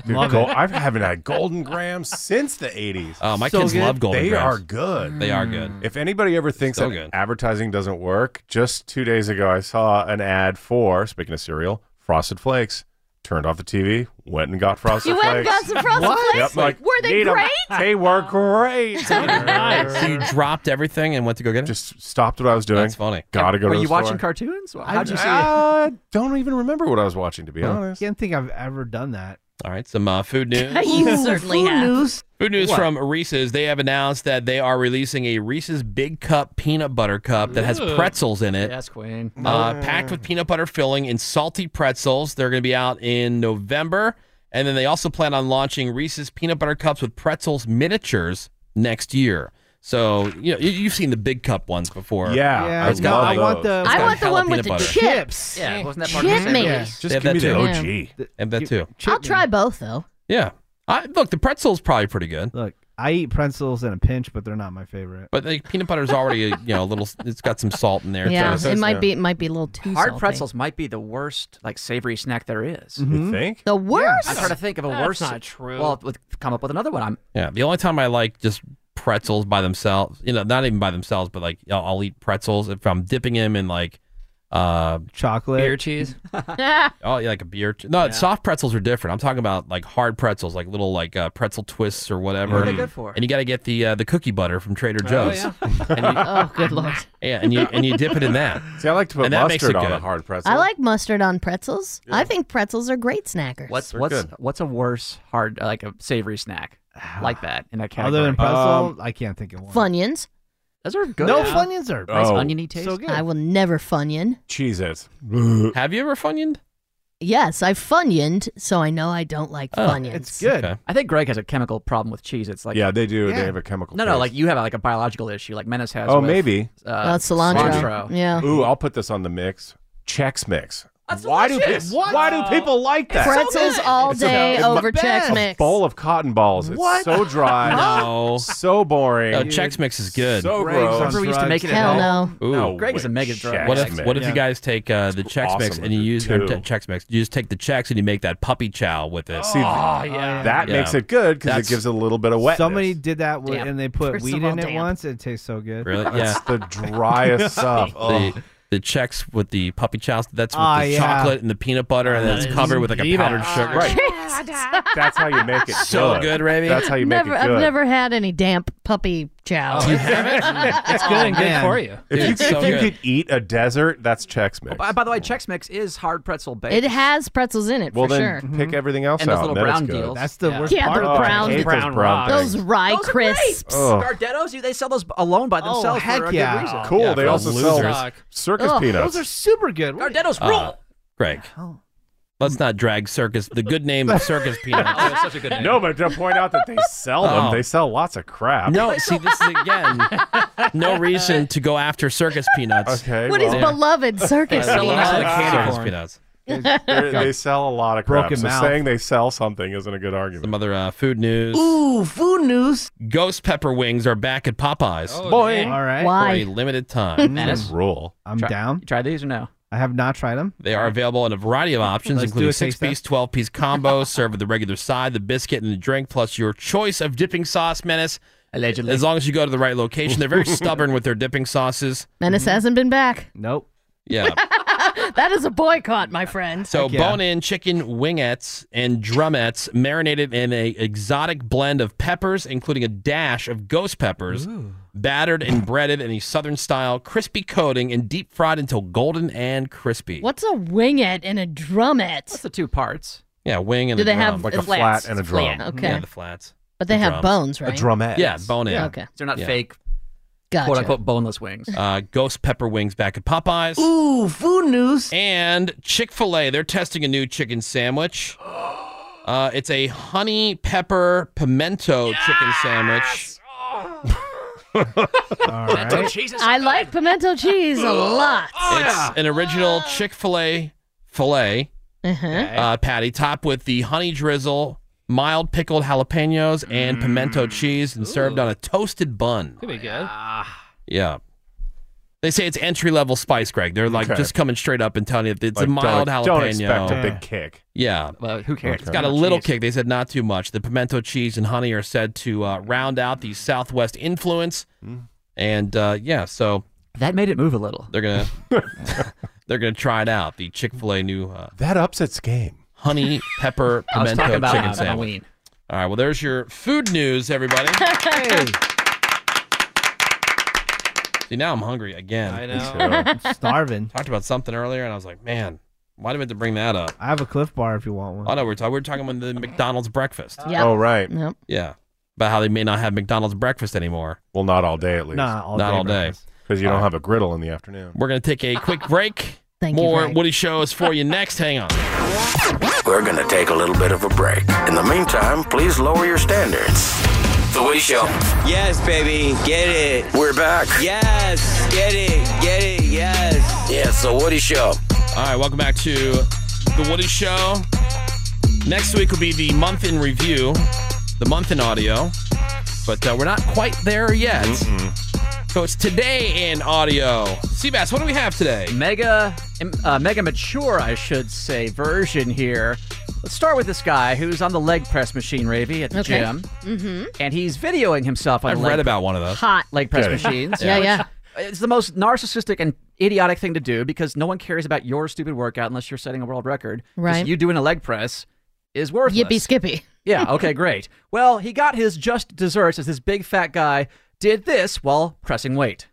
Dude, gold- I haven't had Golden Grams since the 80s.
Oh, my So kids good. love Golden
they
Grams.
are good.
They are good.
Mm. If anybody ever thinks
So
that
good.
advertising doesn't work, just two days ago I saw an ad for, speaking of cereal, Frosted Flakes. Turned off the TV, went and got Frosted
You
Flakes.
went and got some Frosted What?
Yep,
Flakes?
like,
Were they
"Need 'em."
great?
They were great.
So you dropped everything and went to go get it.
Just stopped what I was doing.
That's funny.
Gotta go
Were
to the
you
store.
watching cartoons? How'd you see
I don't even remember what I was watching, to be honest.
I can't think I've ever done that.
Hmm. All right, some uh, food news.
you certainly have.
Food news
What?
from Reese's. They have announced that they are releasing a Reese's Big Cup peanut butter cup that has
Ooh.
pretzels in it.
Yes, Queen.
Uh, packed with peanut butter filling and salty pretzels. They're going to be out in November. And then they also plan on launching Reese's peanut butter cups with pretzels miniatures next year. So you know you, you've seen the big cup ones before.
Yeah, Yeah, I
it's got
love
like,
I want the-
it's
I
got
want the
jalapeno
one with the
butter.
chips.
Yeah, wasn't that part of the
chip me?
sandwich? Yeah,
They have that too. They have that too.
I'll try both though.
Yeah. I, look, the pretzel's probably pretty good.
Look, I eat pretzels in a pinch, but they're not my favorite.
But the peanut butter's already, you know, a little. It's got some salt in there.
Yeah,
too.
it might be it might be a little too
Hard
salty.
pretzels Hmm? might be the worst, like savory snack there is.
Mm-hmm.
You think?
The worst.
I'm trying to think of a
That's
worse.
not true.
Well, with, come up with another one. I'm
Yeah, the only time I like just pretzels by themselves, you know, not even by themselves, but like I'll, I'll eat pretzels if I'm dipping them in like uh
chocolate
beer cheese.
Ah,
oh, yeah, like a beer. Che- no, soft pretzels are different. I'm talking about like hard pretzels, like little like uh, pretzel twists or whatever.
What are they good for? Oh,
And you got to get the uh, the cookie butter from Trader Joe's. and you,
oh, good lord.
yeah, and you and you dip it in that.
See, I like to put
And that makes
mustard
it
on a
good.
hard pretzel.
I like mustard on pretzels. I think pretzels are great snackers.
What's
They're
what's
good.
what's a worse hard like a savory snack like that in that category?
Other than pretzel,
Um,
I can't think of one.
Funyuns.
Those are good.
No, Funyuns are
nice
Oh.
oniony taste.
So good.
I will never funyun.
Cheese it.
Have you ever funyuned?
Yes, I funyuned, so I know I don't like funyuns.
Oh. I think Greg has a chemical problem with cheese. It's like
Yeah, they do. They Yeah. have a chemical
No, no,
taste.
like you have like a biological issue, like Menace has.
Oh,
with,
maybe.
Uh,
Well, it's cilantro. Yeah.
Ooh, I'll put this on the mix. Chex mix.
why do
pe- why do people like that?
Pretzels all
It's a-
day
it's the
over
best.
Chex Mix.
A bowl of cotton balls. It's
What?
so dry.
No.
So boring.
No, Chex Mix is good.
So
Greg's
gross.
on Remember we used to drugs. make it at Hell home? no. Ooh. No
Greg is a mega drug.
What if, what if
Yeah.
you guys take uh, the Chex
awesome
Mix
with
and you use or
two.
te- Chex Mix? You just take the Chex and you make that puppy chow with it.
See, that makes it good because it gives it a little bit of wetness.
Somebody did that with,
Damp.
and they put
First of
weed
all,
in it
damp.
once. It tastes so good.
Really?
That's
yeah.
the driest stuff. Oh.
The, the Chex with the puppy chow. That's with
Ah,
the
yeah. Ah,
chocolate and the peanut butter, and then it's covered with like a
Leave it.
powdered
Ah,
sugar.
right. That's how you make it
So
good.
good, Ravi.
That's how you
never,
make it good.
I've never had any damp puppy chow.
You haven't?
It's
Oh,
good and good man. for you.
If you,
It's so
if you
good.
could eat a desert, that's Chex Mix.
By, by the way, Chex Mix is hard pretzel based.
It has pretzels in it
well,
for
then
sure.
pick everything else
And those
out.
little
then it's
brown
good.
deals.
That's the
Yeah.
worst
Yeah,
part.
the
of it.
brown-
I hate those
brown
brown
Those
things.
rye
Those are
crisps.
Ugh.
Gardettos, you- they sell those alone by
Oh,
themselves
heck
for a
yeah.
good reason.
Cool.
Yeah,
they
for
also
the
sell
losers.
s- circus
Ugh,
peanuts.
Those are super good. What-
Gardettos
Uh,
rule.
Greg. Let's not drag circus, the good name of circus peanuts.
that's such a good name.
No, but to point out that they sell
Oh.
them, they sell lots of crap.
No, see, this is again no reason to go after circus peanuts.
Okay.
What is
well-
beloved circus
Sell a lot of
peanuts?
candy
Circus
corn. peanuts.
They're- they sell a lot of crap.
Broken
so
mouth.
saying they sell something isn't a good argument.
Some other uh, food news.
Ooh, food news.
Ghost pepper wings are back at Popeyes.
Boy. Oh, All right.
For a limited time.
That is
rule.
I'm down.
Try these or no?
I have not tried them.
They are available in a variety of options,
Let's do
including
a taste
six piece, 12 piece combos, served with the regular side, the biscuit, and the drink, plus your choice of dipping sauce, Menace.
Allegedly.
As long as you go to the right location. They're very stubborn with their dipping sauces.
Menace hasn't been back.
Nope.
Yeah.
that is a boycott, my friend.
So bone in chicken wingettes and drumettes marinated in a exotic blend of peppers, including a dash of ghost peppers, battered and breaded in a southern style, crispy coating and deep fried until golden and crispy.
What's a winget and a drumette? What's
the two parts?
Yeah, wing and
Do
a
they
drum.
have Like a flats? flat and a Flat, drum. okay.
Yeah, the flats.
But they
The
have
drums.
bones, right?
Yeah, bone in.
Okay.
They're not
Yeah.
fake,
Gotcha.
quote unquote, boneless wings.
Uh, ghost pepper wings back at Popeyes.
Ooh, food news.
And Chick fil A, they're testing a new chicken sandwich. Uh, it's a honey pepper pimento chicken sandwich.
I like pimento cheese a lot.
Oh,
It's an original
Ah.
Chick fil A filet
Uh-huh.
uh, patty topped with the honey drizzle, mild pickled jalapenos, and
Mm.
pimento cheese, and served on a toasted bun.
Could be good.
Yeah. They say it's entry level spice, Greg. They're like
Okay.
just coming straight up and telling you it's
Like,
a
don't-
mild jalapeno.
don't expect a big kick.
Yeah.
Well, who cares?
It's got a little kick. They said not too much. The pimento cheese and honey are said to uh, round out the Southwest influence.
Hmm?
And uh, yeah, so
that made it move a little.
They're gonna they're gonna try it out. The Chick Fil A new uh,
That upsets game.
honey pepper
I was
pimento
talking about uh,
chicken
Halloween.
sandwich. All right, well, there's your food news, everybody. See, now I'm hungry again.
I know. Me too. I'm
starving.
Talked about something earlier, and I was like, man, why did I have to bring that up?
I have a Cliff Bar if you want one.
Oh no, we're talking. We're talking about the McDonald's breakfast.
Yeah. Oh, right.
Yep.
Yeah, about how they may not have McDonald's breakfast anymore.
Well, not all day at least.
Not all Not day all day. breakfast.
Because you don't
All right.
have a griddle in the afternoon.
We're gonna take a quick break.
Thank
you,
More
Greg.
Woody shows for you next. Hang on.
We're going to take a little bit of a break. In the meantime, please lower your standards. The Woody Show.
Yes, baby, get it.
We're back.
Yes, get it, get it, yes.
Yeah, it's The Woody Show.
All right, welcome back to The Woody Show. Next week will be the month in review, the month in audio, but uh, we're not quite there yet. So it's today in audio. Seabass, what do we have today?
Mega, uh, mega mature, I should say, version here. Let's start with this guy who's on the leg press machine, Ravy, at the
Okay.
gym,
Mm-hmm.
and he's videoing himself. On
I've
the leg
read about one of those.
Hot.
leg press
Yeah.
machines.
Yeah,
which-
yeah.
It's the most narcissistic and idiotic thing to do because no one cares about your stupid workout unless you're setting a world record. 'Cause
Right.
You doing a leg press is worthless.
Yippee skippy.
Yeah, okay, great. Well, he got his just desserts as this big fat guy did this while pressing weight.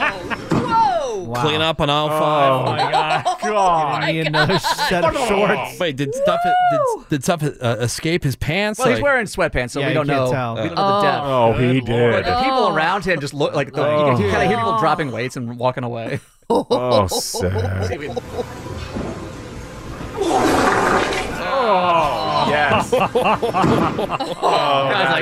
Whoa!
Clean up on all five. Oh my god!
I need another set of shorts.
Wait, did stuff did, did stuff uh, escape his pants?
Well, he's
Like-
wearing sweatpants, so
Yeah,
we
you
don't
can't
know.
tell.
We don't know the
Oh.
depth.
Oh, he Good did.
But the people
Oh.
around him just look like the, you can kind of hear people dropping weights and walking away.
Oh, sad.
Oh,
yes.
Guys, like,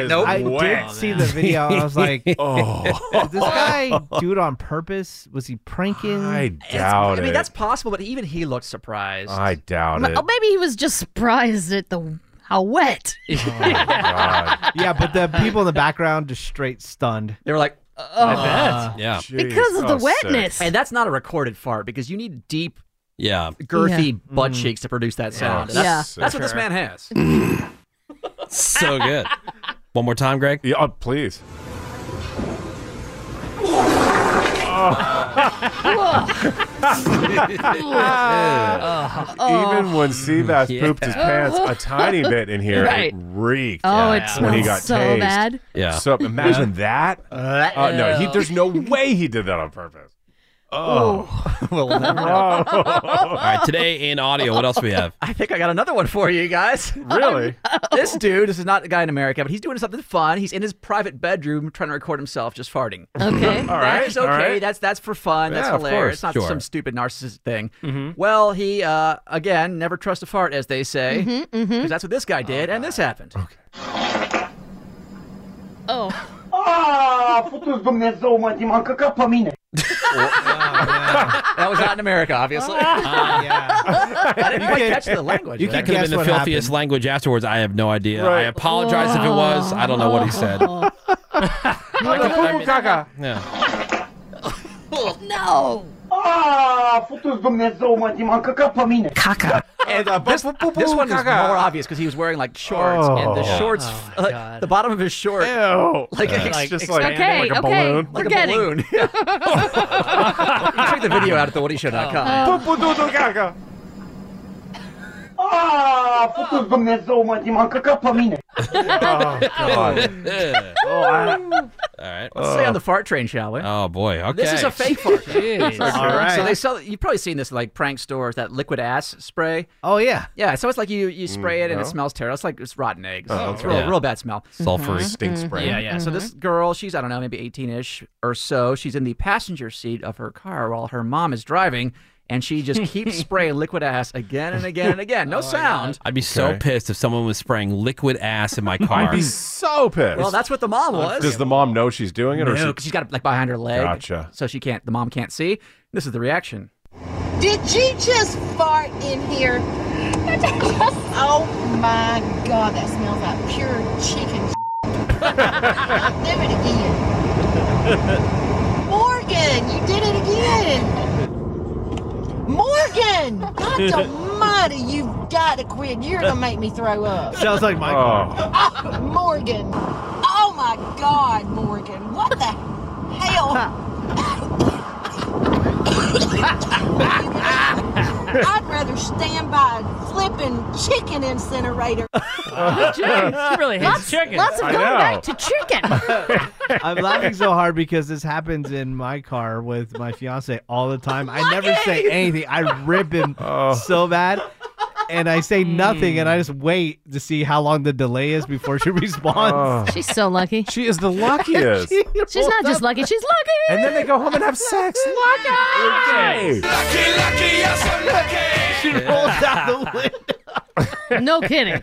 nope.
I
Oh,
did see the video. and I was like,
Oh.
"Did this guy do it on purpose? Was he pranking?"
I doubt
I mean,
it.
that's possible, but even he looked surprised.
I doubt it.
Oh, maybe he was just surprised at the how wet.
yeah, but the people in the background just straight stunned.
They were like,
"Oh,
Yeah.
Because of the wetness.
And that's not a recorded fart because you need deep,
yeah,
girthy
Yeah.
butt
Mm.
cheeks to produce
Oh,
that
Yeah.
sound.
Yeah.
That's,
Yeah.
that's what this
Sure.
man has.
so good. One more time, Greg.
Yeah, uh, please.
Oh.
Even when Seabass
Yeah.
pooped his pants a tiny bit in here,
Right.
it reeked
Oh, it
when he
smells
got
so
tased.
bad.
Yeah.
So imagine that. Uh, no, he,
ew.
there's no way he did that on purpose. Oh,
well,
Oh.
All right, today in audio, what else we have?
I think I got another one for you guys.
Really?
this dude, this is not a guy in America, but he's doing something fun. He's in his private bedroom trying to record himself just farting.
Okay.
All right. That's okay. That's that's for fun. That's
Yeah, of
hilarious. It's
course. Mm-hmm.
not
Sure.
some stupid narcissist thing. Well, he uh, again never trust a fart, as they say, because
Mm-hmm,
that's what this guy did, and this happened.
Oh.
Ah, putu-ți Dumnezeu, mă, te m-am căcat pe mine.
That was not in America, obviously.
Ah,
I didn't quite catch the language.
that could have been the filthiest language afterwards. I have no idea. I
Right.
apologize if it was. I don't know what he said. Yeah.
no!
Ah, putu-ți Dumnezeu, mă, te m-am căcat pe mine.
Caca. And this, this one is more obvious because he was wearing like shorts, and the
Oh.
shorts, like, the bottom of his short,
Ew.
like,
Yeah.
ex-
Like, just like-
expanded
Okay,
like a
okay,
balloon,
we're
like a
getting-
balloon. you can check the video out at
Oh, Uh.
thewooddyshow.com.
Pupu-dudu, caca. Ah, putu-ți Dumnezeu, mă, te m-am căcat pe mine.
Oh,
Oh.
Oh,
All right.
Let's stay on the fart train, shall we?
Oh boy. Okay.
This is a fake fart.
Jeez. All right.
So they sell. You've probably seen this in, like prank stores that liquid ass spray.
Oh yeah.
Yeah. So it's like you you spray it and
Mm, no.
it smells terrible. It's like it's rotten eggs.
Oh,
It's
okay.
real
Yeah.
real bad smell. Mm-hmm.
Sulfury. Mhm. Stink spray.
Yeah, yeah. So
Mm-hmm.
this girl, she's I don't know, maybe 18 ish or so. She's in the passenger seat of her car while her mom is driving. And she just keeps spraying liquid ass again and again and
Oh,
again. No sound.
I'd be so
Okay.
pissed if someone was spraying liquid ass in my car.
I'd be so pissed. Uh,
Well, that's what the mom was.
Does the mom know she's doing it, or
No,
she?
'cause she's got it like behind her leg.
Gotcha.
So she can't. The mom can't see. This is the reaction.
Did you just fart in here? oh my god, that smells like pure chicken. Do it again. Morgan, you did it again. Morgan, God almighty, you've got to quit. You're going to make me throw up.
Sounds like my car.
Oh, Morgan. Oh my God, Morgan. What the hell? I'd rather stand by a flipping chicken incinerator.
Jeez, she really hates
Lots-
chickens.
Lots of
I
going
know.
back to chicken.
I'm laughing so hard because this happens in my car with my fiance all the time. I never say anything. I rip him so bad. And I say
Hmm.
nothing, and I just wait to see how long the delay is before she responds.
She's so lucky.
She is the
luckiest. She
she's not just lucky, she's lucky.
And then they go home and have sex. Lucky.
Lucky, lucky, yes, I'm lucky.
She rolls out the window.
No kidding.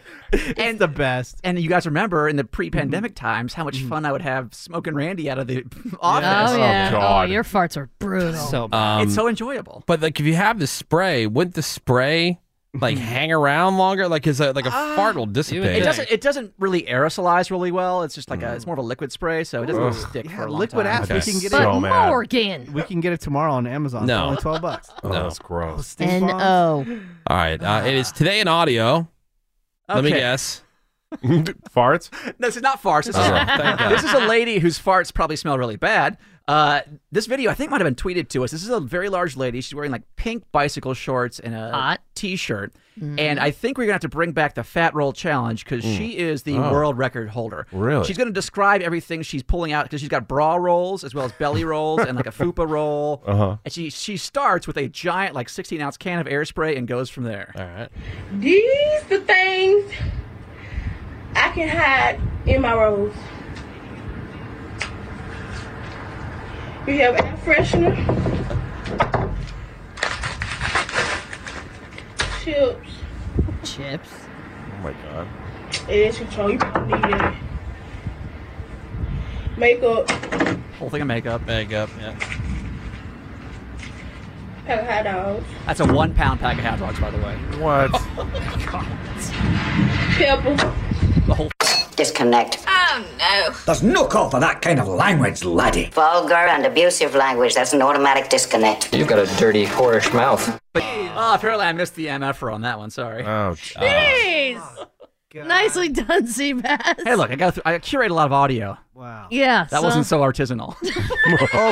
and
the best.
And you guys remember in the pre-pandemic
Mm-hmm.
times how much fun I would have smoking Randy out of the office.
Oh, yeah. Oh, your farts are brutal.
So
Um,
it's so enjoyable.
But like, if you have the spray, wouldn't the spray
Mm-hmm.
like hang around longer? Like, is a, like a fart will dissipate?
Ah, It doesn't. It doesn't really aerosolize really well. It's just like a. It's more of a liquid spray, so it doesn't really
Mm. Ugh.
stick
Yeah,
for a long
liquid
time.
ass, we Okay. can get it. So mad.
Morgan.
We can get it tomorrow on Amazon.
No.
for only twelve bucks.
Oh, that's gross.
Stink bombs.
No.
All right, uh, it is today in audio. Let me
Ah. Okay.
guess.
Farts?
No, this is not farts. This,
Oh,
is,
thank God.
this is a lady whose farts probably smell really bad. Uh, this video, I think, might have been tweeted to us. This is a very large lady. She's wearing like pink bicycle shorts and a t shirt. And I think we're going to have to bring back the fat roll challenge because
Mm.
she is the
Oh.
world record holder.
Really?
She's going to describe everything she's pulling out because she's got bra rolls as well as belly rolls and like a fupa roll.
Uh-huh.
And she, she starts with a giant, like 16 ounce can of air spray and goes from there.
All right.
These the things I can hide in my rolls. You have air freshener, chips.
Chips.
Oh my god.
It is control. You probably need it. Makeup.
Whole thing of makeup.
Makeup, yeah.
Pack of hot dogs.
That's a one pound pack of hot dogs, by the way.
What?
Pepper.
the whole
Disconnect.
Oh no.
There's no call for that kind of language, laddie. Vulgar and abusive language, that's an automatic disconnect. You've got a dirty, whorish mouth.
But oh, apparently I missed the MFR on that one. Sorry. Uh,
Oh,
Uh,
Jeez.
Oh,
Nicely done, Seabass.
hey, look, I got I curate a lot of audio. Wow.
Yeah.
That wasn't so artisanal.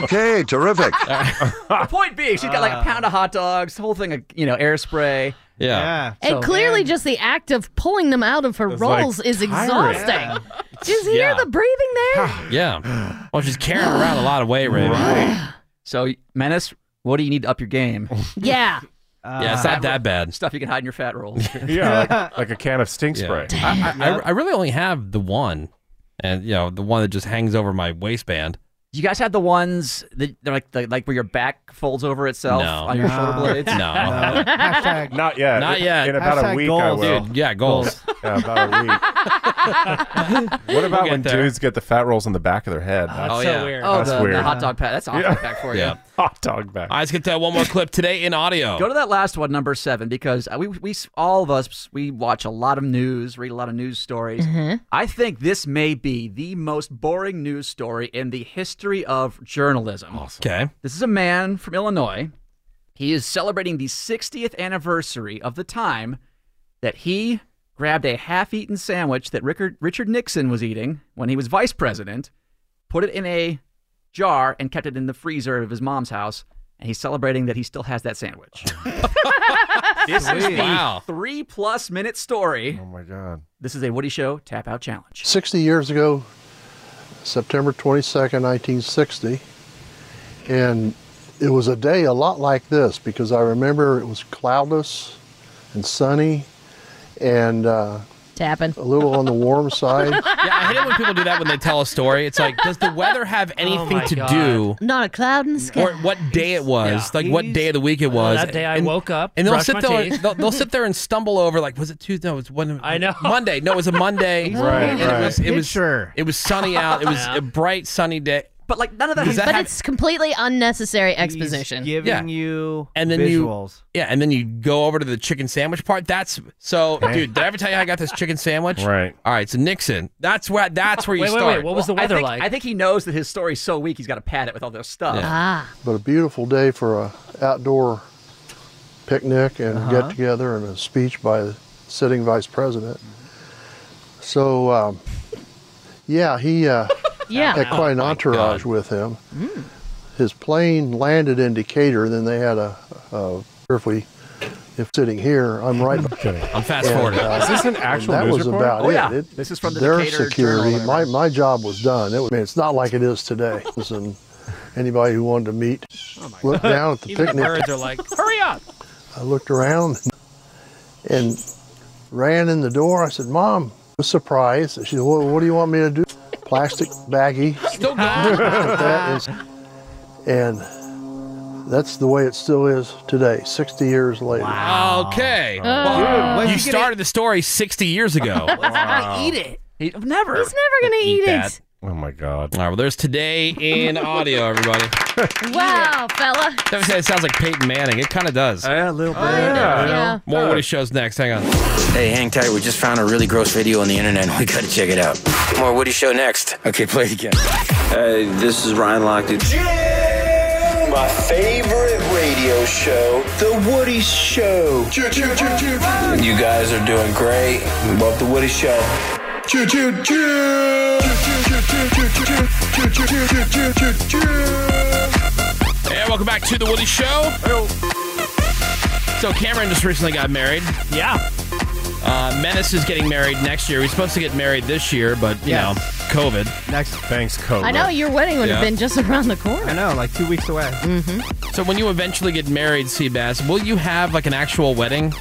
okay, terrific.
the point being, she's got like a pound of hot dogs, whole thing of you know air spray.
Yeah.
And clearly, just the act of pulling them out of her
It's like
rolls is
tiring.
exhausting.
Yeah.
Just hear
Yeah. Ah.
the breathing there.
Yeah. Well, she's carrying around a lot of weight, Raven.
So menace, what do you need to up your game?
yeah.
yeah, it's not that bad.
Stuff you can hide in your fat roll.
Yeah, like, like a can of stink spray.
I, I, I really only have the one, and you know the one that just hangs over my waistband.
You guys had the ones that they're like the, like where your back folds over itself
No.
on your shoulder
No.
blades.
Uh, No. No.
Hashtag-
Not yet.
Not yet.
In about a
Hashtag
week, I
goals.
will.
Dude, yeah, goals.
yeah, about a week. what about when dudes get the fat rolls on the back of their head?
that's Oh, so yeah. weird.
Oh,
That's
the, the
weird.
hot dog pack. That's a hot dog pack for you.
Yeah.
Hot dog back.
I just get that one more clip today in audio.
Go to that last one, number seven, because we, we all of us we watch a lot of news, read a lot of news stories.
Mm-hmm.
Mhm.
I think this may be the most boring news story in the history of journalism.
Okay.
This is a man from Illinois. He is celebrating the 60th anniversary of the time that he grabbed a half-eaten sandwich that Richard, Richard Nixon was eating when he was vice president, put it in a jar, and kept it in the freezer of his mom's house. And he's celebrating that he still has that sandwich. this is the
Sweet. Wow.
three-plus minute story.
Oh my god!
This is a Woody Show tap out challenge.
60 years ago, September 22nd, 1960. And it was a day a lot like this because I remember it was cloudless and sunny and uh,
tapping
a little on the warm side.
yeah, I hate it when people do that when they tell a story. It's like, does the weather have
Oh
anything to do?
Not a cloud in the sky.
Or what day it was, like what day of the week it was.
Oh, that day I woke up,
and they'll
brushed
sit
my
there.
teeth.
They'll, they'll sit there and stumble over. Like, was it Tuesday? No, it was one. I know Monday. No, it was a Monday.
Right,
And
right.
It was. It was,
Picture.
it was sunny out. It was
Yeah.
a bright sunny day.
But like none of that.
Does that
but
have-
it's completely unnecessary exposition.
giving you
and then
visuals.
you yeah and then you go over to the chicken sandwich part that's so
Okay.
dude did i ever tell you how i got this chicken sandwich
Right.
all right so nixon that's where that's where you start
Well, I think- I think he knows that his story's so weak, he's got to pad it with all this stuff.
But a beautiful day for a outdoor picnic and
Uh-huh.
get together and a speech by the sitting vice president. So, um, yeah, he uh,
Yeah.
had
Oh
Oh
quite an entourage with him.
Mm.
His plane landed in Decatur. Then they had a, a if we if sitting here, I'm right.
I'm fast
And,
forwarding.
uh,
Is this an actual
That
news
was
report?
about
Oh,
it.
yeah.
It-
This is from the
their
Decatur Journal,
security.
whatever.
My my job was done. It was, I mean, it's not like it is today. Listen, anybody who wanted to meet looked down at the
Even
picnic.
the birds are like, hurry up.
I looked around and ran in the door. I said, "Mom," was surprised. She said, "What, what do you want me to do?" Plastic baggie.
Still
and That's the way it still is today, 60 years later.
Okay. Well, you started the story 60 years ago.
Eat it.
He, never.
Oh. He's never gonna eat, it.
Oh my God! All right, well, there's today in audio, everybody.
Wow, fella.
Somebody said it sounds like Peyton Manning. It kind of does.
Yeah, a little bit.
Oh, yeah. Yeah.
More Woody shows next. Hang on.
Hey, hang tight. We just found a really gross video on the internet. We gotta check it out. More Woody Show next. Okay, play it again. Hey, this is Ryan Lochte.
My favorite radio show, The Woody Show. Choo choo choo choo.
You guys are doing great. Love the Woody Show.
Choo choo choo.
And welcome back to the Woody Show. So Cameron just recently got married. Yeah. Uh, Menace is getting married next year. We're supposed to get married this year, but you know, COVID.
Next,
thanks COVID.
I know your wedding would have
Oh, Yeah.
been just around the corner. I
know, like two weeks away.
Mm-hmm. So when you eventually get married, Seabass, will you have like an actual wedding?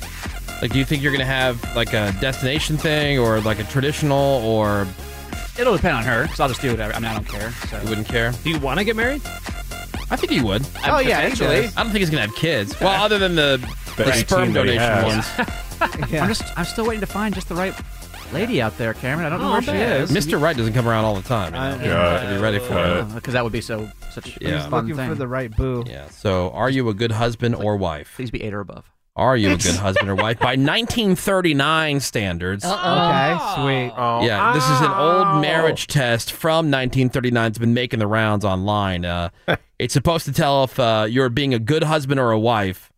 Like, do you think you're gonna have like a destination thing, or like a traditional, or
It'll depend on her, so I'll just do whatever. I mean, I don't care. So.
you wouldn't care?
Do you want to get married?
I think he would.
Oh, yeah, he
Potentially.
does.
I don't think he's gonna have kids. Well, other than the, the
Right.
sperm
Team that he
donation
has.
ones.
I'm just. I'm still waiting to find just the right lady out there, Cameron. I don't know
Oh,
where
I
she
bet.
is.
Mr. Right doesn't come around all the time.
I-
You know? You have to be ready for it.
Because Oh, that would be so such
Yeah.
a
Just
fun
looking
thing.
for the right boo.
Yeah. So, are you a good husband or wife?
Please be eight or above.
Are you a good husband or wife? By 1939 standards.
Uh-oh. Okay, sweet. Oh.
Yeah, this is an old marriage test from 1939. It's been making the rounds online. Uh, it's supposed to tell if uh, you're being a good husband or a wife.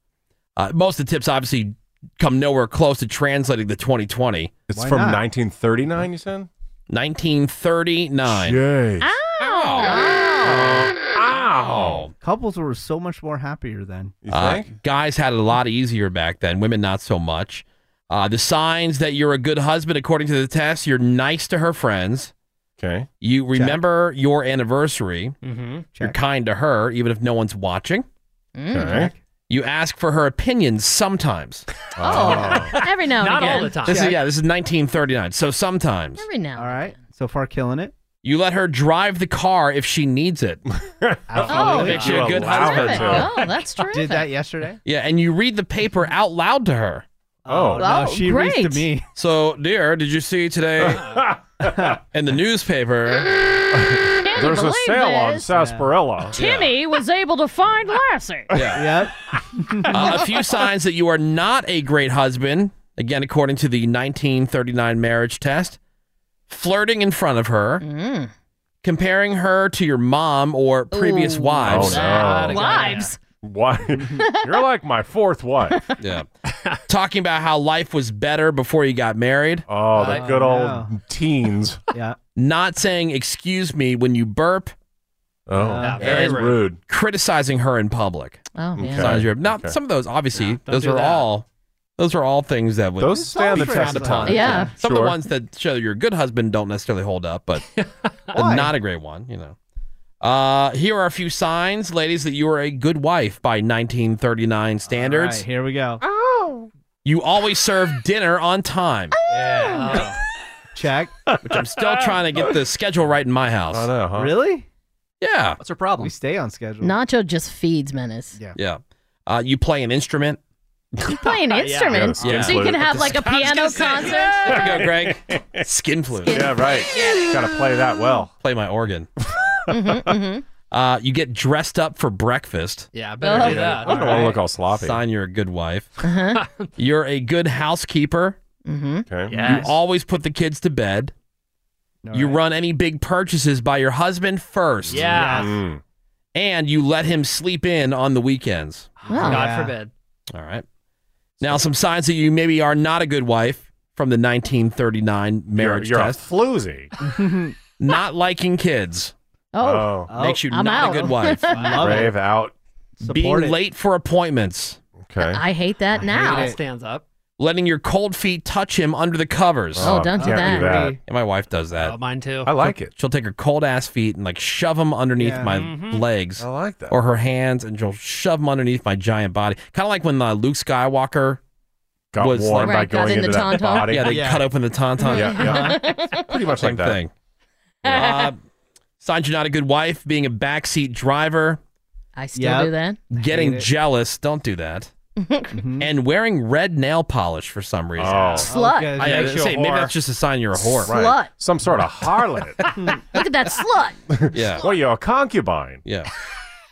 Uh, most of the tips obviously come nowhere close to translating to 2020.
It's Why from not?
1939, you said? 1939.
Oh.
Ow.
Couples were so much more happier then.
Uh, guys had it a lot easier back then, women not so much. Uh, the signs that you're a good husband, according to the test, you're nice to her friends.
Okay.
You remember your anniversary.
Mhm.
You're kind to her, even if no one's watching.
Mm. Okay.
You ask for her opinions sometimes.
Oh, every now and
Not all
again.
the time.
Uh, This is,
Check.
yeah, this is 1939. So sometimes.
Every now. All
right. So far, killing it.
You let her drive the car if she needs it.
Oh,
Makes you a good husband.
Oh, that's terrific.
Did that yesterday?
Yeah, and you read the paper out loud to her.
Oh, no, Mm-hmm. Oh, she reads to great. me.
So, dear, did you see today in the newspaper?
There's a believe sale on this?
sarsaparilla.
Timmy was able to find Lassie.
Yeah. Uh, a few signs that you are not a great husband, again, according to the 1939 marriage test flirting in front of her,
Mm.
comparing her to your mom or previous
Ooh.
wives.
Oh, no. Ah,
Wives.
Why? You're like my fourth wife.
Yeah. Talking about how life was better before you got married.
Oh, the good old teens.
Yeah.
Not saying excuse me when you burp.
Oh,
Uh,
very
and
rude.
Criticizing her in public.
Oh, yeah.
Signs you're- Now,
Okay.
some of those, obviously,
don't
those
do
are
that.
all. Those are all things that would
Those stand the
be
test of
frowned
time.
upon.
Yeah.
Some of
Sure.
the ones that show you're a good husband don't necessarily hold up, but
Why?
not a great one, you know. Uh, here are a few signs, ladies, that you are a good wife by 1939
All
standards.
right, here we go.
Oh.
You always serve dinner on time.
Yeah. Check.
Which I'm still trying to get the schedule right in my house. I
know, huh?
Really?
Yeah.
What's her problem?
We stay on schedule.
Nacho just feeds Menace. Yeah.
Yeah. Uh, you play an instrument.
You play an instrument,
Yeah.
so you can
Flute.
have like a piano concert. Oh.
There you go, Greg. Skin flute.
Yeah, right. Gotta play that well.
Play my organ.
Mm-hmm,
Uh, you get dressed up for breakfast.
Yeah, I better
Oh.
do that.
I don't want to look all sloppy.
Sign you're a good wife. You're a good housekeeper.
Mm-hmm.
Okay.
You always put the kids to bed. You run any big purchases by your husband first.
Yeah. Yes.
Mm.
And you let him sleep in on the weekends.
Oh, God forbid.
All right. Now, some signs that you maybe are not a good wife from the 1939 marriage
you're a
test.
floozy.
not liking kids.
Oh. Oh.
Makes you
I'm
not
out.
a good wife.
Love it. Brave out.
Being
Support it.
late for appointments.
Okay.
I hate that now.
It stands up.
Letting your cold feet touch him under the covers.
Oh, Oh, don't do can't do that. that.
Yeah, my wife does that.
Oh, mine too.
She'll- She'll take her cold ass feet and like shove them underneath
Yeah.
my
Mhm.
legs.
I like that.
Or her hands, and she'll shove them underneath my giant body. Kind of like when uh, Luke Skywalker
Got
was like,
warm by Right, got going in into the that tauntaun. body.
Yeah, they
Yeah.
cut open the tauntaun.
Yeah, Pretty much
Same
like that.
thing. Uh, signs you're not a good wife, being a backseat driver.
I still do that.
Getting jealous. Don't do that.
Mm-hmm.
And wearing red nail polish for some reason.
Oh.
Slut. Okay.
I, I
Makes you a
say, maybe
whore.
that's just a sign you're a whore.
Right. Slut. Some sort of harlot.
Look at that slut.
yeah.
Well, you're a concubine.
Yeah.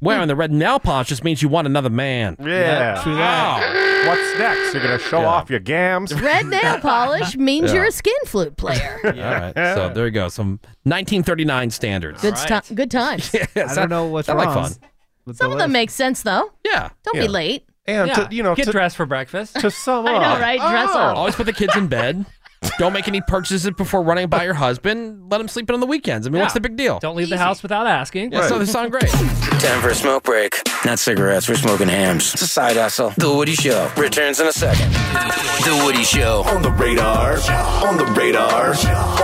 Wearing the red nail polish just means you want another man.
Yeah.
True that.
Wow. What's next? You're gonna show
Yeah.
off your gams.
Red nail polish means
Yeah.
you're a skin flute player.
All right. So there you go. Some 1939 standards.
Good ti- good times.
It's not- not like fun.
Some of them make sense though.
Yeah.
Don't
Yeah.
be late.
And
Yeah.
to- you know,
Get
to-
dressed for breakfast. Oh.
To sum
I know, up- right? Dress up.
Always put the kids in bed. Don't make any purchases before running by your husband. Let him sleep in on the weekends. I mean, what's
Yeah.
the big deal?
Don't leave the house without asking.
Yeah, so they sound great.
Time for a smoke break. Not cigarettes, we're smoking hams. It's a side hustle. The Woody Show returns in a second. The Woody Show.
On the radar. On the radar.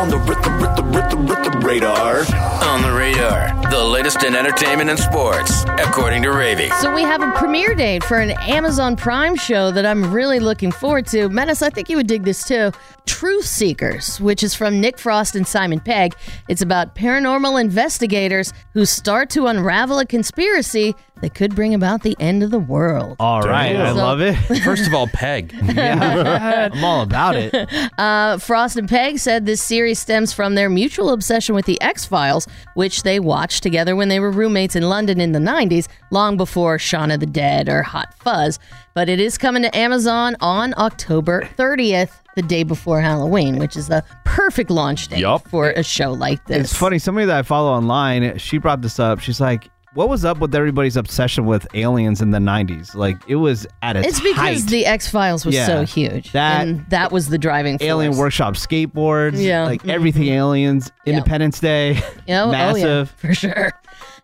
On the rhythm, rhythm, rhythm, rhythm radar.
On the radar. The latest in entertainment and sports, according to Ravy.
So we have a premiere date for an Amazon Prime show that I'm really looking forward to. Menace, I think you would dig this too. Truth Seekers, which is from Nick Frost and Simon Pegg. It's about paranormal investigators who start to unravel a conspiracy that could bring about the end of the world.
All right, I
So-
love it.
First of all, Peg.
yeah, I'm all about it.
Uh, Frost and Peg said this series stems from their mutual obsession with the X Files, which they watched together when they were roommates in London in the 90s, long before Shaun of the Dead or Hot Fuzz. But it is coming to Amazon on October 30th, the day before Halloween, which is the perfect launch date for a show like this.
It's funny. Somebody that I follow online, she brought this up. She's like, "What was up with everybody's obsession with aliens in the '90s? Like, it was at its
It's because
height.
the X Files was
Yeah.
so huge.
That-
and that was the driving force.
Alien Workshop skateboards,
Yeah. Mm-hmm.
like everything aliens, Independence Day,
Oh, oh, yeah,
massive.
for sure.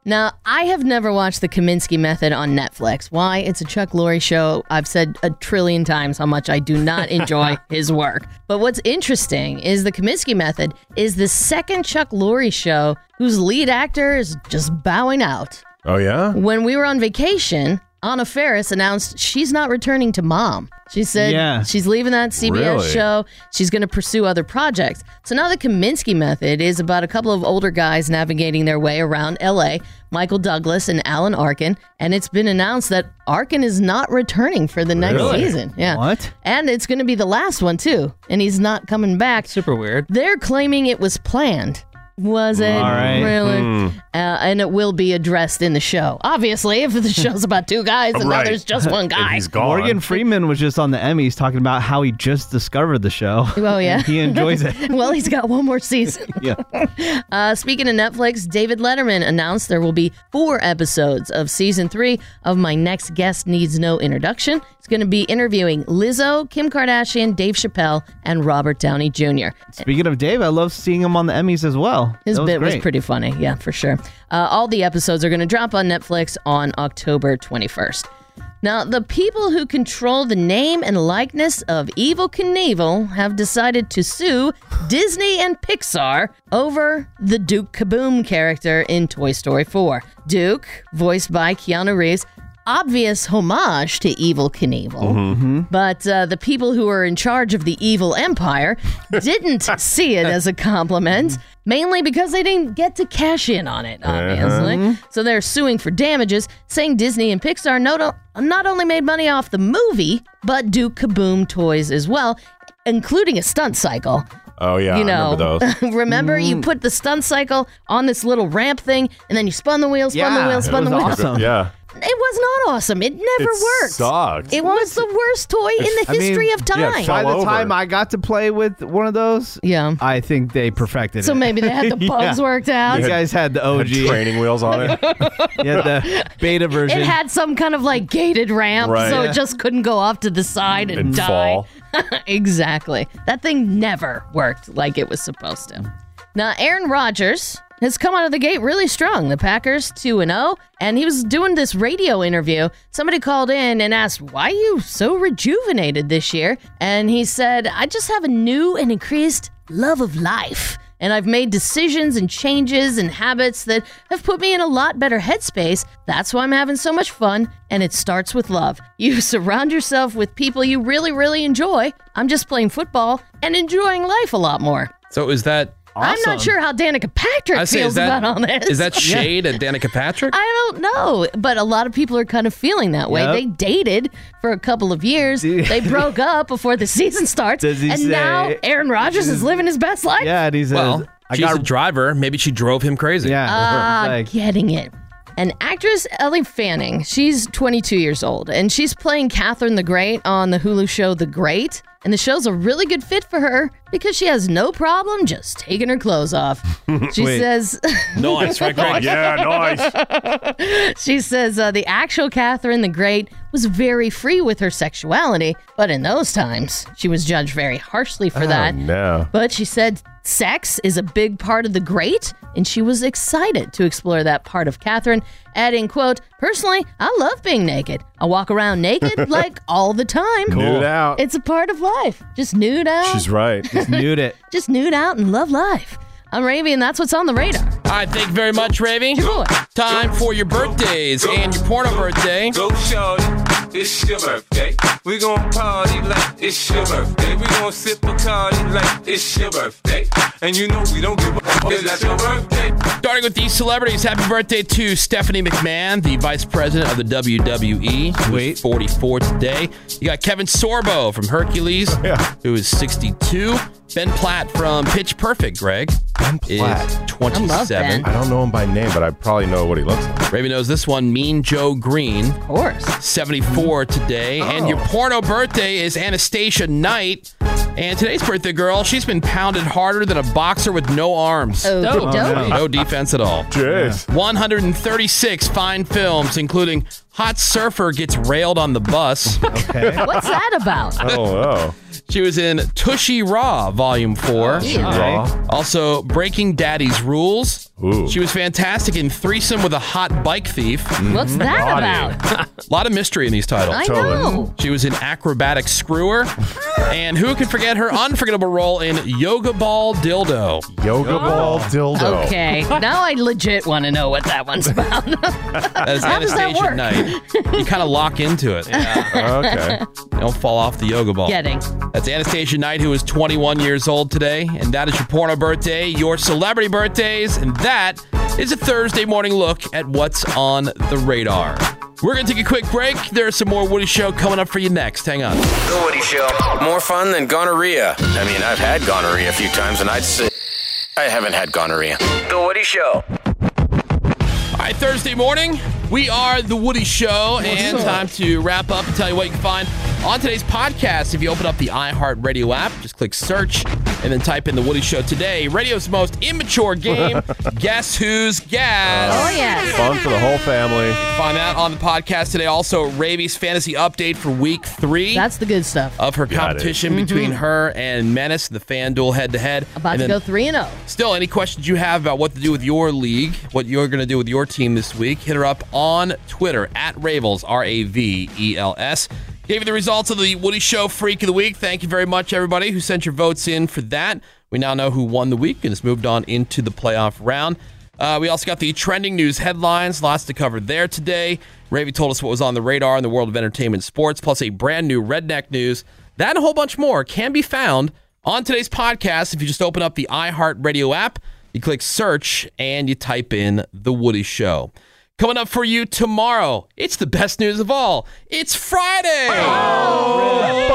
Now, I have never watched The Kaminsky Method on Netflix. Why? It's a Chuck Lorre show. I've said a trillion times how much I do not enjoy his work. But what's interesting is The Kaminsky Method is the second Chuck Lorre show whose lead actor is just bowing out.
Oh yeah.
When we were on vacation, Anna Ferris announced she's not returning to mom. She said
Yeah.
she's leaving that CBS
Really?
show. She's going to pursue other projects. So now the Kaminsky method is about a couple of older guys navigating their way around LA, Michael Douglas and Alan Arkin. And it's been announced that Arkin is not returning for the next
Really?
season. Yeah.
What?
And it's going to be the last one, too. And he's not coming back.
Super weird.
They're claiming it was planned. Was it
All right.
really?
Hmm.
Uh, and it will be addressed in the show. Obviously, if the show's about two guys and now
Right.
there's just one guy.
Morgan Freeman was just on the Emmys talking about how he just discovered the show.
Oh, yeah.
he enjoys it.
well, he's got one more season.
Yeah.
Uh, speaking of Netflix, David Letterman announced there will be four episodes of season three of My Next Guest Needs No Introduction. It's going to be interviewing Lizzo, Kim Kardashian, Dave Chappelle, and Robert Downey Jr.
Speaking of Dave, I love seeing him on the Emmys as well.
His
That
bit was
great.
pretty funny. Yeah, for sure. Uh, all the episodes are going to drop on Netflix on October 21st. Now, the people who control the name and likeness of Evil Knievel have decided to sue Disney and Pixar over the Duke Kaboom character in Toy Story 4. Duke, voiced by Keanu Reeves, obvious homage to Evil Knievel.
Mm-hmm.
But uh, the people who are in charge of the evil empire didn't see it as a compliment, mainly because they didn't get to cash in on it, obviously.
Uh-huh.
So they're suing for damages, saying Disney and Pixar not, not only made money off the movie, but do kaboom toys as well, including a stunt cycle.
Oh yeah.
you
I
know,
remember those.
remember
Mm.
you put the stunt cycle on this little ramp thing, and then you spun the wheel, spun the wheel, spun the wheel.
Yeah.
It was not awesome. It never
It
worked.
sucked.
It was the worst toy in the
I mean,
history of time.
By the time I got to play with one of those,
yeah,
I think they perfected
So
it.
maybe they had the bugs worked out.
You guys had the OG
training wheels on it.
you had the beta version.
it had some kind of like gated ramp,
Right.
so
Yeah.
it just couldn't go off to the side and,
And
die.
fall.
exactly. That thing never worked like it was supposed to. Now, Aaron Rodgers has come out of the gate really strong. The Packers 2 and 0, and he was doing this radio interview. Somebody called in and asked, "Why are you so rejuvenated this year?" And he said, "I just have a new and increased love of life." And I've made decisions and changes and habits that have put me in a lot better headspace. That's why I'm having so much fun, and it starts with love. You surround yourself with people you really, really enjoy. I'm just playing football and enjoying life a lot more.
So is that
I'm not sure how Danica Patrick
I say,
feels
is that,
about all this.
Is that shade at Danica Patrick?
I don't know, but a lot of people are kind of feeling that way.
Yep.
They dated for a couple of years. they broke up before the season starts,
Does he
and now
say-
Aaron Rodgers is living his best life.
and he's
well. she's a driver. Maybe she drove him crazy.
Ah, getting it. And actress Ellie Fanning, she's 22 years old, and she's playing Catherine the Great on the Hulu show The Great. And the show's a really good fit for her because she has no problem just taking her clothes off. She
Wait.
says,
Nice, right, Greg? Yeah,
nice. She says uh, the actual Catherine the Great was very free with her sexuality, but in those times, she was judged very harshly for that.
no.
But she said sex is a big part of the great, and she was excited to explore that part of Catherine, adding, quote, Personally, I love being naked. I walk around naked like all the time.
Nude Cool. out.
It's a part of life. Just nude out.
She's right.
Just nude
it.
Just nude out and love life. I'm Ravi, and that's what's on the radar.
All right, thank you very much, Ravy. Time for your birthdays and your porno birthday.
Go, Charlie. It's your birthday. We gon' party like it's your birthday. We gon' sip a party like it's your birthday. And you know we don't give a fuck. It's not your birthday.
Starting with these celebrities, happy birthday to Stephanie McMahon, the vice president of the E. WWE, who's 44 today. You got Kevin Sorbo from Hercules, who is 62. Ben Platt from Pitch Perfect, Greg. Ben
Platt.
is 27.
I don't know him by name, but I probably know what he looks like.
Raven knows this one, Mean Joe Green. Of
course.
74 today. And your porno birthday is Anastasia Knight. And today's birthday girl, she's been pounded harder than a boxer with no arms.
Oh, Dope. dope.
no. No defense at all.
Jeez.
136 fine films, including Hot Surfer Gets Railed on the Bus. Okay.
What's that about?
oh.
She was in Tushy Raw, Volume 4.
Tushy Raw. Okay.
Also, Breaking Daddy's Rules. She was fantastic in Threesome with a Hot Bike Thief.
Mm-hmm. What's that Naughty.
about? a lot of mystery in these titles.
I Totally. know.
She was an acrobatic screwer. and who can forget her unforgettable role in Yoga Ball Dildo?
Yoga Ball Dildo.
Oh. Okay, now I legit want to know what that one's about.
As
How does that
Anastasia
work?
Knight. You kind of lock into it.
Yeah.
okay. Don't fall off the yoga ball.
Getting.
That's Anastasia Knight, who is 21 years old today. And that is your porno birthday, your celebrity birthdays. And that is a Thursday morning look at what's on the radar. We're going to take a quick break. There's some more Woody Show coming up for you next. Hang on.
The Woody Show. More fun than gonorrhea. I mean, I've had gonorrhea a few times, and I'd say I haven't had gonorrhea. The Woody Show.
All right, Thursday morning, we are The Woody Show, and time to wrap up and tell you what you can find on today's podcast. If you open up the iHeartRadio app, just click search and then type in The Woody Show today. Radio's most immature game, Guess Who's Gas?
Oh, yes. Fun for the whole family.
Find out on the podcast today. Also, Ravi's fantasy update for week three.
That's the good stuff.
of her
Got it.
competition between
Mhm.
her and Menace, the FanDuel head to head.
About to go 3 and oh. 0.
Still, any questions you have about what to do with your league, what you're going to do with your team this week, hit her up on Twitter at Ravels, R A V E L S. Gave you the results of the Woody Show Freak of the Week. Thank you very much, everybody who sent your votes in for that. We now know who won the week and has moved on into the playoff round. Uh, we also got the trending news headlines, lots to cover there today. Ravy told us what was on the radar in the world of entertainment and sports, plus a brand new redneck news. That and a whole bunch more can be found on today's podcast, if you just open up the iHeartRadio app, you click search and you type in The Woody Show. Coming up for you tomorrow, it's the best news of all. It's Friday. Oh,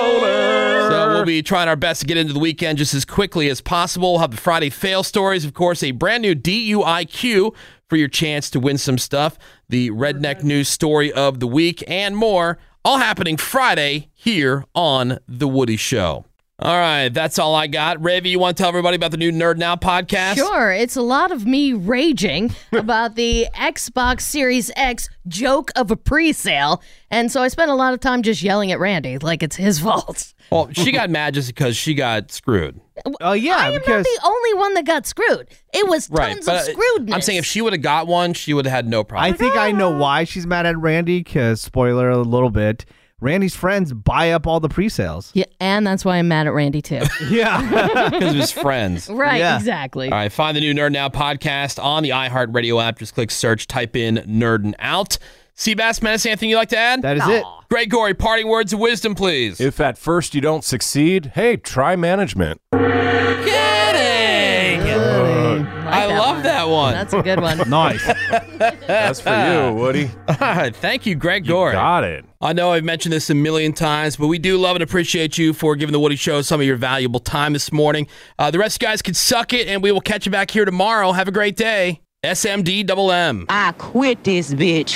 So we'll be trying our best to get into the weekend just as quickly as possible. We'll have the Friday fail stories, of course, a brand new DUIQ for your chance to win some stuff, the redneck news story of the week, and more, all happening Friday here on The Woody Show. All right, that's all I got. Ravi, you want to tell everybody about the new Nerd Now podcast?
Sure, it's a lot of me raging about the Xbox Series X joke of a pre-sale, and so I spent a lot of time just yelling at Randy like it's his fault.
Well, she got mad just because she got screwed.
Oh yeah,
I'm not the only one that got screwed. It was
right.
tons
but
of screwedness.
I'm saying if she would have got one, she would have had no problem.
I think I know why she's mad at Randy. Cause spoiler a little bit, Randy's friends buy up all the pre-sales.
yeah, and that's why I'm mad at Randy too.
Yeah,
because of his friends.
right, exactly.
All right, find the new Nerd Now podcast on the iHeartRadio app. Just click search, type in Nerdin' Out. Seabass Menace, anything you'd like to add? That
is it.
Greg Gory, parting words of wisdom, please.
If at first you don't succeed, hey, try management.
Kidding! that one.
That's a good one.
nice. That's
for you, Woody.
Thank you, Greg Gore. Got
it.
I know I've mentioned this a million times, but we do love and appreciate you for giving the Woody Show some of your valuable time this morning. Uh, the rest of you guys can suck it, and we will catch you back here tomorrow. Have a great day. SMD double M.
I quit this bitch.